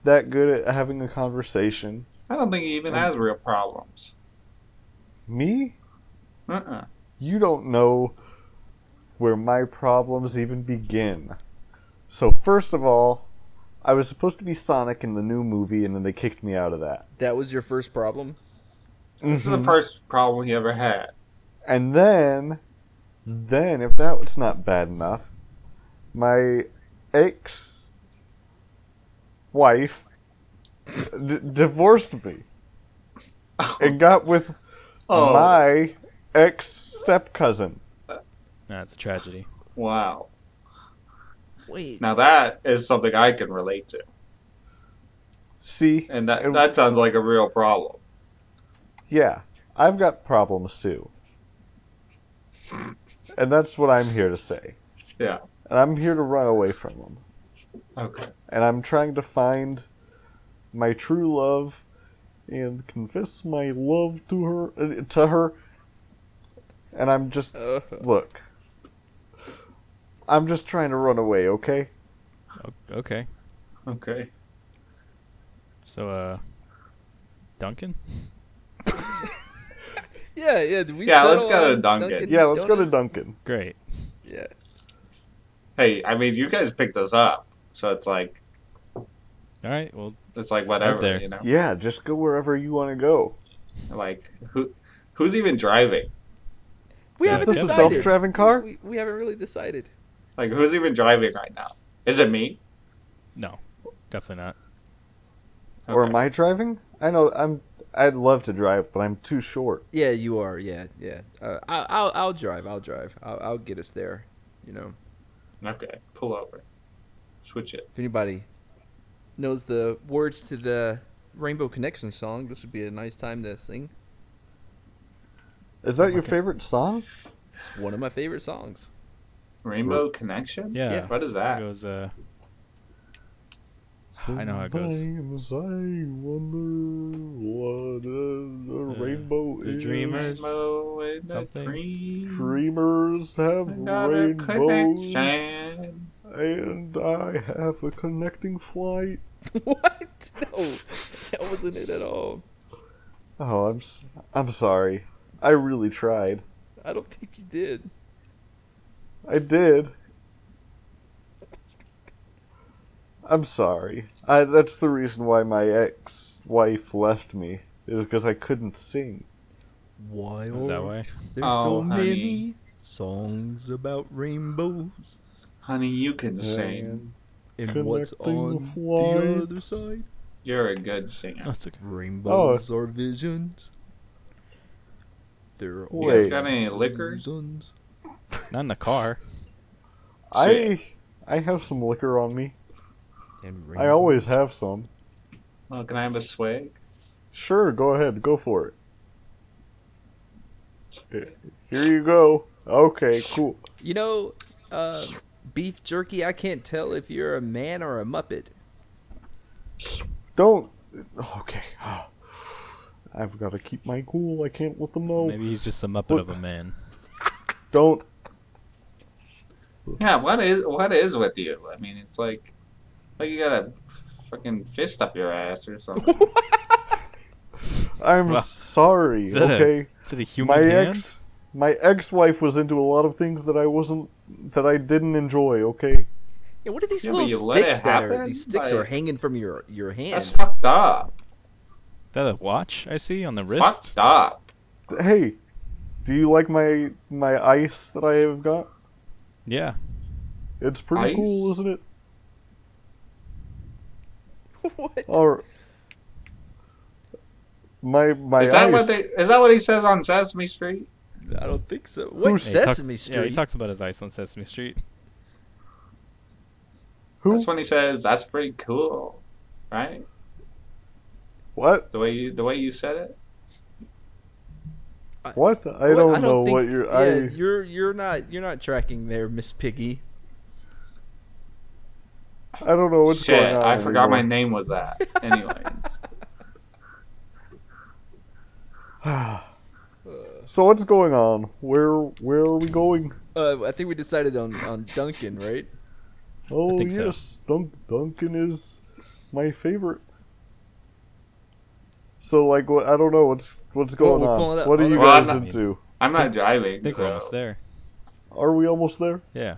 [SPEAKER 1] that good at having a conversation.
[SPEAKER 9] I don't think he even has real problems.
[SPEAKER 1] Me?
[SPEAKER 9] Uh-uh.
[SPEAKER 1] You don't know where my problems even begin. So, first of all, I was supposed to be Sonic in the new movie, and then they kicked me out of that.
[SPEAKER 2] That was your first problem.
[SPEAKER 9] This is
[SPEAKER 4] Mm-hmm.
[SPEAKER 9] the first problem he ever had.
[SPEAKER 1] And then, then, if that was not bad enough, my ex wife d- divorced me and got with
[SPEAKER 9] Oh.
[SPEAKER 1] my ex step cousin.
[SPEAKER 4] That's a tragedy.
[SPEAKER 9] Wow.
[SPEAKER 6] Wait,
[SPEAKER 9] Now that is something I can relate to,
[SPEAKER 1] See,
[SPEAKER 9] and that that sounds like a real problem.
[SPEAKER 1] yeah, I've got problems too. And that's what I'm here to say.
[SPEAKER 9] Yeah.
[SPEAKER 1] And I'm here to run away from them.
[SPEAKER 9] Okay.
[SPEAKER 1] and I'm trying to find my true love and confess my love to her uh, to her and I'm just
[SPEAKER 4] Uh-huh.
[SPEAKER 1] look I'm just trying to run away, okay?
[SPEAKER 4] O- okay.
[SPEAKER 9] Okay.
[SPEAKER 4] So, uh, Duncan?
[SPEAKER 6] yeah, yeah. Did we
[SPEAKER 9] Yeah, let's
[SPEAKER 6] settle
[SPEAKER 9] go to
[SPEAKER 6] on
[SPEAKER 9] Dunkin'.
[SPEAKER 1] Yeah, let's go to
[SPEAKER 6] Donuts?
[SPEAKER 1] Duncan.
[SPEAKER 4] Great.
[SPEAKER 6] Yeah,
[SPEAKER 9] Hey, I mean, you guys picked us up, so it's like
[SPEAKER 4] All right, well,
[SPEAKER 9] it's like
[SPEAKER 4] Right
[SPEAKER 9] whatever,
[SPEAKER 4] there.
[SPEAKER 9] you know.
[SPEAKER 1] Yeah, just go wherever you want to go.
[SPEAKER 9] Like who, who's even driving?
[SPEAKER 6] we
[SPEAKER 4] Yeah,
[SPEAKER 1] Is
[SPEAKER 6] haven't
[SPEAKER 1] this a
[SPEAKER 4] definitely.
[SPEAKER 6] decided.
[SPEAKER 1] self-driving car?
[SPEAKER 6] We, we haven't really decided.
[SPEAKER 9] Like who's even driving right now? Is it me?
[SPEAKER 4] no. Definitely not.
[SPEAKER 1] Or
[SPEAKER 9] Okay.
[SPEAKER 1] am I driving? I know I'm I'd love to drive, but I'm too short.
[SPEAKER 2] Yeah, you are. Yeah, yeah. Uh, I, I'll I'll drive. I'll drive. I'll, I'll get us there. You know,
[SPEAKER 9] Okay, pull over. Switch it.
[SPEAKER 2] if anybody knows the words to the Rainbow Connection song, this would be a nice time to sing.
[SPEAKER 1] Is that your favorite song?
[SPEAKER 2] It's one of my favorite songs.
[SPEAKER 9] Rainbow Connection?
[SPEAKER 4] Yeah. Yeah.
[SPEAKER 9] What is
[SPEAKER 4] It
[SPEAKER 9] that?
[SPEAKER 4] goes, uh, I know how it goes.
[SPEAKER 1] Sometimes I wonder what a- a
[SPEAKER 4] Uh,
[SPEAKER 1] rainbow
[SPEAKER 4] the
[SPEAKER 1] is.
[SPEAKER 4] dreamers.
[SPEAKER 9] Rainbow in the
[SPEAKER 4] Something.
[SPEAKER 9] dream.
[SPEAKER 1] Dreamers have
[SPEAKER 9] Got a
[SPEAKER 1] rainbows,
[SPEAKER 9] connection.
[SPEAKER 1] and I have a
[SPEAKER 2] *laughs*
[SPEAKER 1] connecting flight.
[SPEAKER 2] what? No, that wasn't it at all.
[SPEAKER 1] Oh, I'm s- I'm sorry. I really tried.
[SPEAKER 2] I don't think you did.
[SPEAKER 1] I did. I'm sorry. I, that's the reason why my ex-wife left me is because I couldn't sing.
[SPEAKER 2] Wild.
[SPEAKER 4] Is that why?
[SPEAKER 2] There's
[SPEAKER 9] Oh,
[SPEAKER 2] so
[SPEAKER 9] honey.
[SPEAKER 2] many songs about rainbows
[SPEAKER 9] Honey, you can sing.
[SPEAKER 2] and what's on
[SPEAKER 1] Connecting
[SPEAKER 2] the other Oh,
[SPEAKER 1] flights.
[SPEAKER 2] side.
[SPEAKER 9] You're a good singer.
[SPEAKER 4] Oh, it's okay.
[SPEAKER 9] Oh.
[SPEAKER 2] Rainbows are visions. There are
[SPEAKER 9] You guys
[SPEAKER 1] Wait.
[SPEAKER 9] got any liquor?
[SPEAKER 2] reasons.
[SPEAKER 4] Not in the car.
[SPEAKER 1] I I have some liquor on me.
[SPEAKER 2] And
[SPEAKER 1] I always have some.
[SPEAKER 9] Well, Oh, can I have a swig?
[SPEAKER 1] Sure, go ahead, go for it. Here you go. Okay, cool.
[SPEAKER 2] You know, uh, beef jerky. I can't tell if you're a man or a muppet.
[SPEAKER 1] Don't. Okay. *sighs* I've got to keep my cool. I can't let them know.
[SPEAKER 4] Maybe he's just a muppet
[SPEAKER 1] What-
[SPEAKER 4] of a man.
[SPEAKER 1] Don't.
[SPEAKER 9] Yeah, what is what is with you? I mean, it's like like you got a fucking fist up your ass
[SPEAKER 2] *laughs*
[SPEAKER 9] or something.
[SPEAKER 1] I'm
[SPEAKER 4] Wow.
[SPEAKER 1] sorry.
[SPEAKER 4] Is that a-
[SPEAKER 1] okay.
[SPEAKER 4] Is it a human
[SPEAKER 1] My
[SPEAKER 4] hand?
[SPEAKER 1] ex. My ex-wife was into a lot of things that I wasn't. That I didn't enjoy. Okay.
[SPEAKER 2] Yeah, what are these
[SPEAKER 9] Yeah, but you
[SPEAKER 2] little
[SPEAKER 9] let it
[SPEAKER 2] sticks that are?
[SPEAKER 9] happen?
[SPEAKER 2] These sticks
[SPEAKER 9] Like-
[SPEAKER 2] are hanging from your your
[SPEAKER 9] That's
[SPEAKER 2] hands.
[SPEAKER 9] fucked up.
[SPEAKER 4] Is that a watch I see on the wrist?
[SPEAKER 9] Fucked up.
[SPEAKER 1] Hey, do you like my my ice that I have got?
[SPEAKER 4] Yeah.
[SPEAKER 1] It's pretty
[SPEAKER 9] Ice?
[SPEAKER 1] cool, isn't it?
[SPEAKER 2] what?
[SPEAKER 1] Or my my
[SPEAKER 9] Is that
[SPEAKER 1] ice.
[SPEAKER 9] what they? Is that what he says on Sesame Street?
[SPEAKER 2] I don't think so. What
[SPEAKER 4] Yeah, he talks-
[SPEAKER 2] Sesame Street?
[SPEAKER 4] Yeah, he talks about his ice on Sesame Street.
[SPEAKER 1] Who?
[SPEAKER 9] That's when he says that's pretty cool, right?
[SPEAKER 1] What?
[SPEAKER 9] The way you the way you
[SPEAKER 2] *laughs*
[SPEAKER 9] said it.
[SPEAKER 1] What? I
[SPEAKER 2] What?
[SPEAKER 1] don't, know what
[SPEAKER 2] think-
[SPEAKER 1] you're.
[SPEAKER 2] yeah,
[SPEAKER 1] I
[SPEAKER 2] You're you're not you're not tracking there, Miss Piggy.
[SPEAKER 1] I don't know what's
[SPEAKER 9] Shit,
[SPEAKER 1] going on.
[SPEAKER 9] I forgot my
[SPEAKER 1] anymore.
[SPEAKER 9] name was that. Anyways,
[SPEAKER 1] *sighs* So what's going on? Where where are we going?
[SPEAKER 2] *laughs* Uh, I think we decided on on Duncan, right?
[SPEAKER 1] Oh
[SPEAKER 4] think so.
[SPEAKER 1] yes, Dunk, Duncan is my favorite. So like, what? I don't know what's what's
[SPEAKER 2] Oh,
[SPEAKER 1] going
[SPEAKER 2] we're pulling
[SPEAKER 1] on.
[SPEAKER 2] up.
[SPEAKER 1] What are
[SPEAKER 2] Hold
[SPEAKER 1] you
[SPEAKER 9] on. Well, I'm
[SPEAKER 1] guys
[SPEAKER 9] not-
[SPEAKER 1] into?
[SPEAKER 9] I'm not driving.
[SPEAKER 4] I think
[SPEAKER 9] so-
[SPEAKER 4] we're almost there.
[SPEAKER 1] Are we almost there?
[SPEAKER 4] Yeah.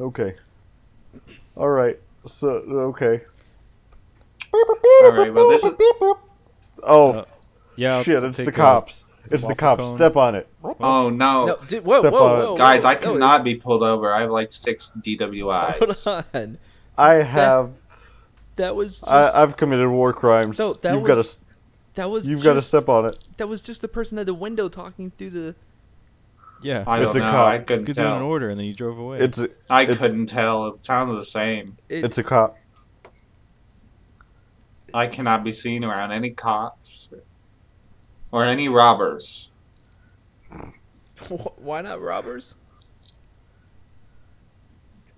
[SPEAKER 1] Okay. All right. So okay.
[SPEAKER 9] All right. Well, this is
[SPEAKER 1] Oh
[SPEAKER 4] Uh, Yeah.
[SPEAKER 1] shit!
[SPEAKER 4] I'll
[SPEAKER 1] It's
[SPEAKER 4] take
[SPEAKER 1] the
[SPEAKER 4] a-
[SPEAKER 1] cops. It's the
[SPEAKER 4] waffle
[SPEAKER 1] cops.
[SPEAKER 4] cone.
[SPEAKER 1] Step on it.
[SPEAKER 9] Oh no,
[SPEAKER 2] No, dude, whoa, whoa,
[SPEAKER 1] Step on it.
[SPEAKER 2] whoa, whoa,
[SPEAKER 9] guys! I
[SPEAKER 2] no,
[SPEAKER 9] cannot
[SPEAKER 2] it's-
[SPEAKER 9] be pulled over. I have like six
[SPEAKER 1] *laughs*
[SPEAKER 9] DWIs.
[SPEAKER 2] Hold on,
[SPEAKER 1] I have.
[SPEAKER 2] that was just,
[SPEAKER 1] I, I've committed war crimes.
[SPEAKER 2] No, that
[SPEAKER 1] you've got
[SPEAKER 2] was-
[SPEAKER 1] to.
[SPEAKER 2] that was
[SPEAKER 1] You've got to
[SPEAKER 2] just-
[SPEAKER 1] step on it.
[SPEAKER 2] That was just the person at the window talking through the. *laughs*
[SPEAKER 4] Yeah.
[SPEAKER 9] I
[SPEAKER 1] It's
[SPEAKER 9] don't
[SPEAKER 1] a
[SPEAKER 9] know.
[SPEAKER 1] cop.
[SPEAKER 9] I
[SPEAKER 4] Let's
[SPEAKER 9] couldn't
[SPEAKER 4] get down an
[SPEAKER 9] tell.
[SPEAKER 4] order, and then you drove away.
[SPEAKER 1] It's a,
[SPEAKER 9] I
[SPEAKER 1] it-
[SPEAKER 9] couldn't tell. It sounded the same.
[SPEAKER 2] It,
[SPEAKER 1] it's a cop.
[SPEAKER 9] I cannot be seen around any cops or any robbers.
[SPEAKER 2] wh- why not robbers?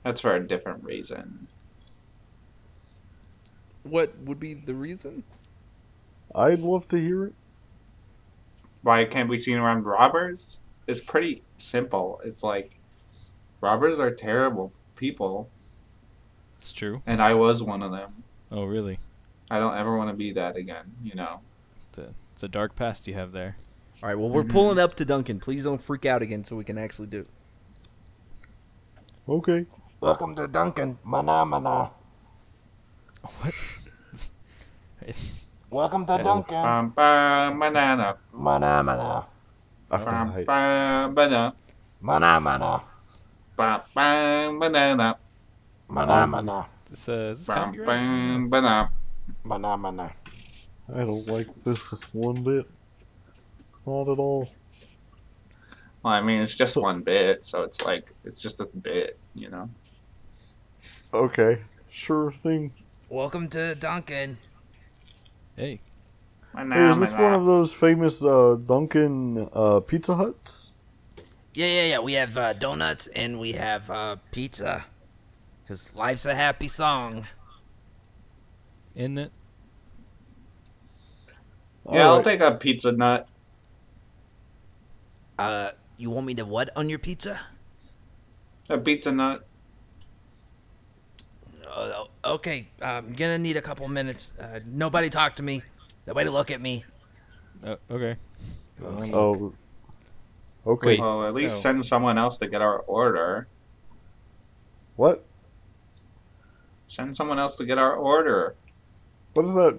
[SPEAKER 9] That's for a different reason.
[SPEAKER 2] What would be the reason?
[SPEAKER 1] I'd love to hear it.
[SPEAKER 9] Why it can't be seen around robbers? It's pretty simple. It's like robbers are terrible people,
[SPEAKER 4] it's true.
[SPEAKER 9] and I was one of them.
[SPEAKER 4] Oh, really?
[SPEAKER 9] I don't ever want to be that again, you know.
[SPEAKER 4] It's a, it's a dark past you have there.
[SPEAKER 2] All right, well,
[SPEAKER 9] Mm-hmm.
[SPEAKER 2] we're pulling up to Duncan. Please don't freak out again, so we can actually do.
[SPEAKER 1] Okay.
[SPEAKER 7] Welcome to Duncan. Mana mana.
[SPEAKER 4] What?
[SPEAKER 7] Welcome to Duncan.
[SPEAKER 3] Um,
[SPEAKER 9] Bum, bum, banana.
[SPEAKER 7] Mana mana.
[SPEAKER 1] I forgot.
[SPEAKER 9] Bum, bum, banana.
[SPEAKER 7] Mana mana.
[SPEAKER 9] Bum, bum, banana.
[SPEAKER 7] Mana mana.
[SPEAKER 4] Um, This, uh, is this
[SPEAKER 9] Bum,
[SPEAKER 4] copyright?
[SPEAKER 9] bum, banana.
[SPEAKER 7] Mana mana.
[SPEAKER 1] I don't like this one bit. Not at all.
[SPEAKER 9] Well, I mean, it's just one bit, so it's like, it's just a bit, you know.
[SPEAKER 1] Okay. Sure thing.
[SPEAKER 7] Welcome to Duncan.
[SPEAKER 4] Hey.
[SPEAKER 1] Hey, is this one of those famous uh, Dunkin' uh, Pizza Huts?
[SPEAKER 7] Yeah, yeah, yeah. We have uh, donuts and we have uh, pizza. Because life's a happy song.
[SPEAKER 4] Isn't it?
[SPEAKER 9] Yeah, I'll
[SPEAKER 1] Alright.
[SPEAKER 9] take a pizza nut.
[SPEAKER 7] Uh, you want me to what on your pizza?
[SPEAKER 9] A pizza nut.
[SPEAKER 7] Oh, oh, okay, I'm gonna need a couple minutes. Uh, nobody talk to me. Nobody look at me.
[SPEAKER 4] Uh, okay. Um,
[SPEAKER 1] Oh. Okay.
[SPEAKER 4] Wait.
[SPEAKER 9] Well, at least
[SPEAKER 4] No.
[SPEAKER 9] send someone else to get our order.
[SPEAKER 1] What?
[SPEAKER 9] Send someone else to get our order.
[SPEAKER 1] What is that?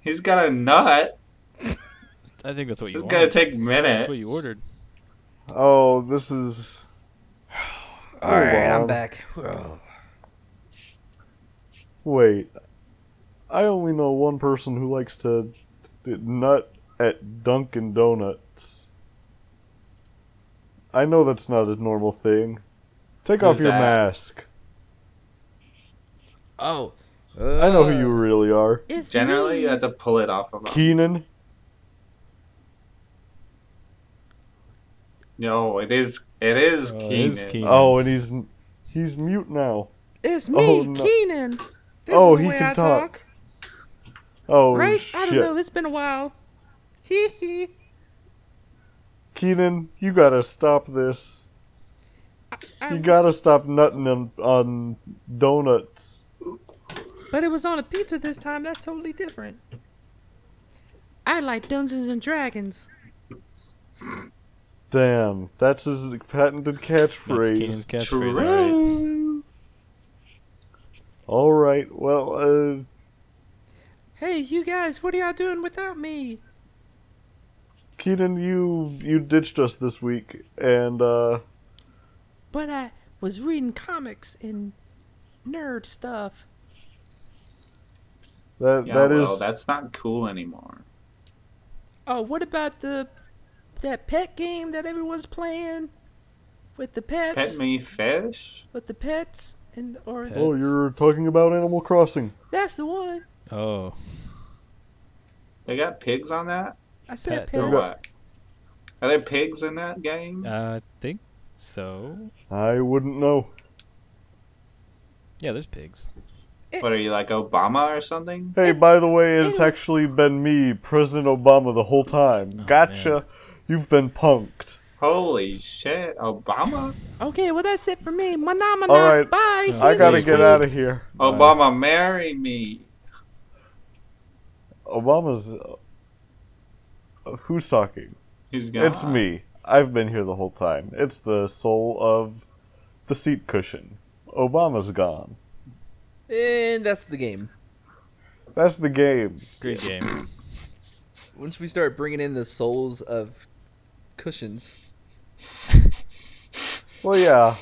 [SPEAKER 9] He's got a nut.
[SPEAKER 4] I think that's what you.
[SPEAKER 9] This gotta
[SPEAKER 4] ordered.
[SPEAKER 9] take
[SPEAKER 4] That's what
[SPEAKER 9] minutes.
[SPEAKER 4] you ordered.
[SPEAKER 1] Oh, this is.
[SPEAKER 7] All right, I'm
[SPEAKER 1] on.
[SPEAKER 7] back. Oh,
[SPEAKER 1] Wait. I only know one person who likes to nut at Dunkin' Donuts. I know that's not a normal thing. Take off
[SPEAKER 9] Who's
[SPEAKER 1] your
[SPEAKER 9] that?
[SPEAKER 1] mask.
[SPEAKER 7] oh.
[SPEAKER 1] I know who you
[SPEAKER 7] Uh,
[SPEAKER 1] really are.
[SPEAKER 7] It's
[SPEAKER 9] Generally,
[SPEAKER 7] me.
[SPEAKER 9] you have to pull it off of him.
[SPEAKER 1] Keenan.
[SPEAKER 9] No, it is. It is
[SPEAKER 4] Oh,
[SPEAKER 9] Keenan.
[SPEAKER 4] it is Keenan.
[SPEAKER 1] Oh, and he's he's mute now.
[SPEAKER 7] It's me,
[SPEAKER 1] Oh, no.
[SPEAKER 7] Keenan. This
[SPEAKER 1] Oh,
[SPEAKER 7] is the
[SPEAKER 1] he
[SPEAKER 7] way
[SPEAKER 1] can
[SPEAKER 7] I
[SPEAKER 1] talk.
[SPEAKER 7] talk.
[SPEAKER 1] Oh
[SPEAKER 7] Right?
[SPEAKER 1] shit.
[SPEAKER 7] I don't know. It's been a while. *laughs* Hee hee.
[SPEAKER 1] Keenan, you gotta stop this.
[SPEAKER 7] I
[SPEAKER 1] You
[SPEAKER 7] was-
[SPEAKER 1] gotta stop nutting on, on donuts.
[SPEAKER 7] But it was on a pizza this time. That's totally different. I like Dungeons and Dragons.
[SPEAKER 1] Damn, that's his patented
[SPEAKER 4] That's Keenan's
[SPEAKER 1] catchphrase.
[SPEAKER 4] catchphrase. All right.
[SPEAKER 1] All right, well, uh,
[SPEAKER 7] *gasps* Hey, you guys, what are y'all doing without me?
[SPEAKER 1] Keenan, you you ditched us this week, and uh,
[SPEAKER 7] But I was reading comics and nerd stuff.
[SPEAKER 1] that
[SPEAKER 9] Yeah,
[SPEAKER 1] that is
[SPEAKER 9] well, that's not cool anymore.
[SPEAKER 7] Oh, what about the that pet game that everyone's playing with the pets?
[SPEAKER 9] Pet me fish.
[SPEAKER 7] With the pets and or
[SPEAKER 4] Pet.
[SPEAKER 1] oh, you're talking about Animal Crossing.
[SPEAKER 7] that's the one.
[SPEAKER 4] Oh,
[SPEAKER 9] They got pigs on that.
[SPEAKER 7] I said
[SPEAKER 4] Pets.
[SPEAKER 7] pets.
[SPEAKER 9] Or what? Are there pigs in that game?
[SPEAKER 1] Uh,
[SPEAKER 4] I think so.
[SPEAKER 1] I wouldn't know.
[SPEAKER 4] Yeah, there's pigs.
[SPEAKER 9] What are you like Obama or something?
[SPEAKER 1] Hey, by the way, it's
[SPEAKER 7] Ew.
[SPEAKER 1] actually been me, President Obama, the whole time.
[SPEAKER 9] Oh,
[SPEAKER 1] Gotcha. You've been punked.
[SPEAKER 9] Holy shit, Obama!
[SPEAKER 7] Okay, well that's it for me. Manamana.
[SPEAKER 1] All right.
[SPEAKER 7] Bye. see
[SPEAKER 1] I
[SPEAKER 7] you
[SPEAKER 1] gotta
[SPEAKER 7] next
[SPEAKER 1] get
[SPEAKER 7] week.
[SPEAKER 1] out of here.
[SPEAKER 9] Obama, marry me. *laughs*
[SPEAKER 1] Obama's. Uh, who's talking?
[SPEAKER 9] He's gone.
[SPEAKER 1] It's me. I've been here the whole time. It's the soul of the seat cushion. Obama's gone.
[SPEAKER 2] And that's the game.
[SPEAKER 1] That's the game.
[SPEAKER 4] Great game.
[SPEAKER 2] *coughs* Once we start bringing in the souls of cushions,
[SPEAKER 1] Well, yeah.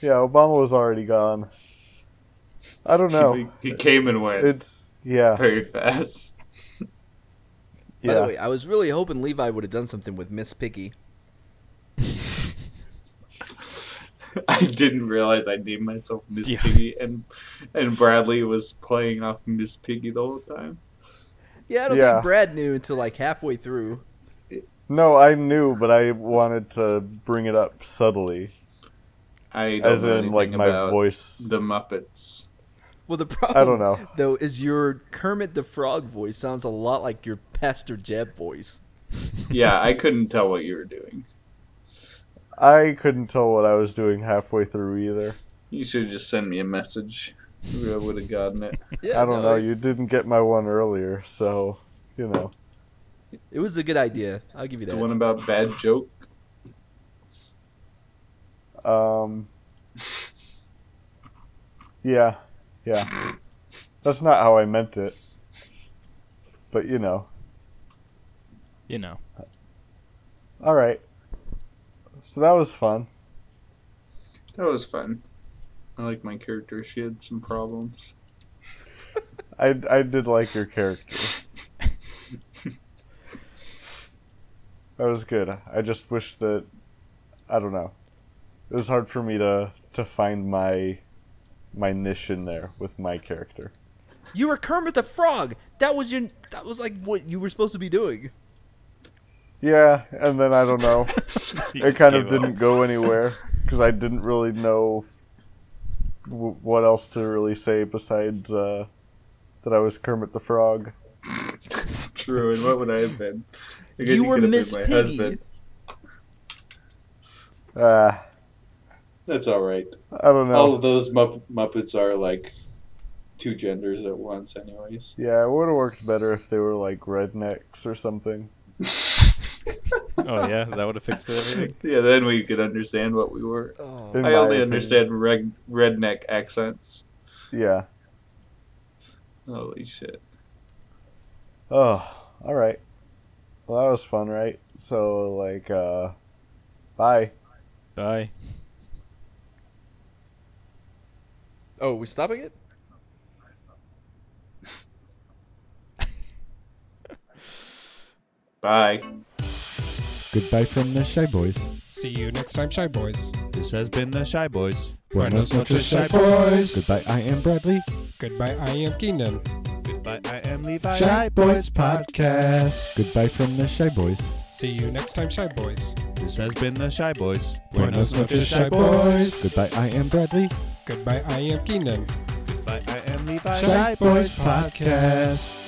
[SPEAKER 1] Yeah, Obama was already gone. I don't know.
[SPEAKER 9] He, he came and went
[SPEAKER 1] It's. Yeah.
[SPEAKER 9] very fast.
[SPEAKER 2] by the
[SPEAKER 1] Yeah.
[SPEAKER 2] way, I was really hoping Levi would have done something with Miss Piggy.
[SPEAKER 9] I didn't realize I named myself Miss
[SPEAKER 4] Yeah.
[SPEAKER 9] Piggy, and and Bradley was playing off Miss Piggy the whole time.
[SPEAKER 2] Yeah, I don't
[SPEAKER 1] Yeah.
[SPEAKER 2] think Brad knew until like halfway through.
[SPEAKER 1] No, I knew, but I wanted to bring it up subtly.
[SPEAKER 9] I don't
[SPEAKER 1] As
[SPEAKER 9] know
[SPEAKER 1] in, like,
[SPEAKER 9] anything
[SPEAKER 1] my
[SPEAKER 9] about
[SPEAKER 1] voice.
[SPEAKER 9] the Muppets.
[SPEAKER 2] Well, the *laughs* problem
[SPEAKER 1] I don't know.
[SPEAKER 2] though is your Kermit the Frog voice sounds a lot like your Pastor Jeb voice.
[SPEAKER 9] Yeah, I couldn't tell what you were doing.
[SPEAKER 1] I couldn't tell what I was doing halfway through either.
[SPEAKER 9] You should just send me a message. Maybe I would have gotten it.
[SPEAKER 2] Yeah,
[SPEAKER 1] I don't
[SPEAKER 2] no,
[SPEAKER 1] know. You didn't get my one earlier, so, you know.
[SPEAKER 2] It was a good idea. I'll give you
[SPEAKER 9] The
[SPEAKER 2] that.
[SPEAKER 9] one about bad *laughs* joke.
[SPEAKER 1] Um. Yeah, yeah. That's not how I meant it. But you know.
[SPEAKER 4] You know.
[SPEAKER 1] All right. So that was fun.
[SPEAKER 9] That was fun. I like my character. She had some problems.
[SPEAKER 1] I I did like your character. that was good. I just wish that I don't know. It was hard for me to to find my my niche in there with my character.
[SPEAKER 9] You were Kermit the Frog. That was your. That was like what you were supposed to be doing.
[SPEAKER 1] Yeah, and then I don't know.
[SPEAKER 4] *laughs* You
[SPEAKER 1] it
[SPEAKER 4] just
[SPEAKER 1] kind of
[SPEAKER 4] gave up.
[SPEAKER 1] didn't go anywhere because I didn't really know w- what else to really say besides uh, that I was Kermit the Frog.
[SPEAKER 3] True, and what would I have been? I guess
[SPEAKER 9] You were
[SPEAKER 3] could have been
[SPEAKER 9] Miss
[SPEAKER 3] my
[SPEAKER 9] Piggy.
[SPEAKER 3] husband.
[SPEAKER 1] Uh,
[SPEAKER 3] That's all right.
[SPEAKER 1] I don't know.
[SPEAKER 3] All of those Mupp- Muppets are like two genders at once, anyways.
[SPEAKER 1] Yeah, it would have worked better if they were like rednecks or something.
[SPEAKER 4] Oh yeah, that would have fixed everything.
[SPEAKER 3] Yeah, then we could understand what we were.
[SPEAKER 9] Oh.
[SPEAKER 1] in
[SPEAKER 3] I
[SPEAKER 1] my
[SPEAKER 3] only
[SPEAKER 1] opinion.
[SPEAKER 3] understand reg- redneck accents.
[SPEAKER 1] Yeah.
[SPEAKER 3] Holy shit.
[SPEAKER 1] Oh, all right. Well, that was fun, right? So, like, uh, bye.
[SPEAKER 4] Bye.
[SPEAKER 9] Oh, we stopping it?
[SPEAKER 3] Bye.
[SPEAKER 11] Goodbye from the Shy Boys.
[SPEAKER 12] See you next time, Shy Boys.
[SPEAKER 13] This has been the Shy Boys.
[SPEAKER 12] Buenos noches, Shy Boys.
[SPEAKER 11] Goodbye, I am Bradley.
[SPEAKER 12] Goodbye, I am Keenan.
[SPEAKER 13] Goodbye, I am Levi.
[SPEAKER 11] Podcast. Goodbye from the Shy Boys.
[SPEAKER 12] See you next time, Shy Boys.
[SPEAKER 13] This has been the Shy Boys.
[SPEAKER 12] Buenos noches, Shy Boys.
[SPEAKER 11] Goodbye, I am Bradley.
[SPEAKER 12] Goodbye, I am Keenan.
[SPEAKER 13] Goodbye, I am Levi.
[SPEAKER 12] Shy Boys Podcast.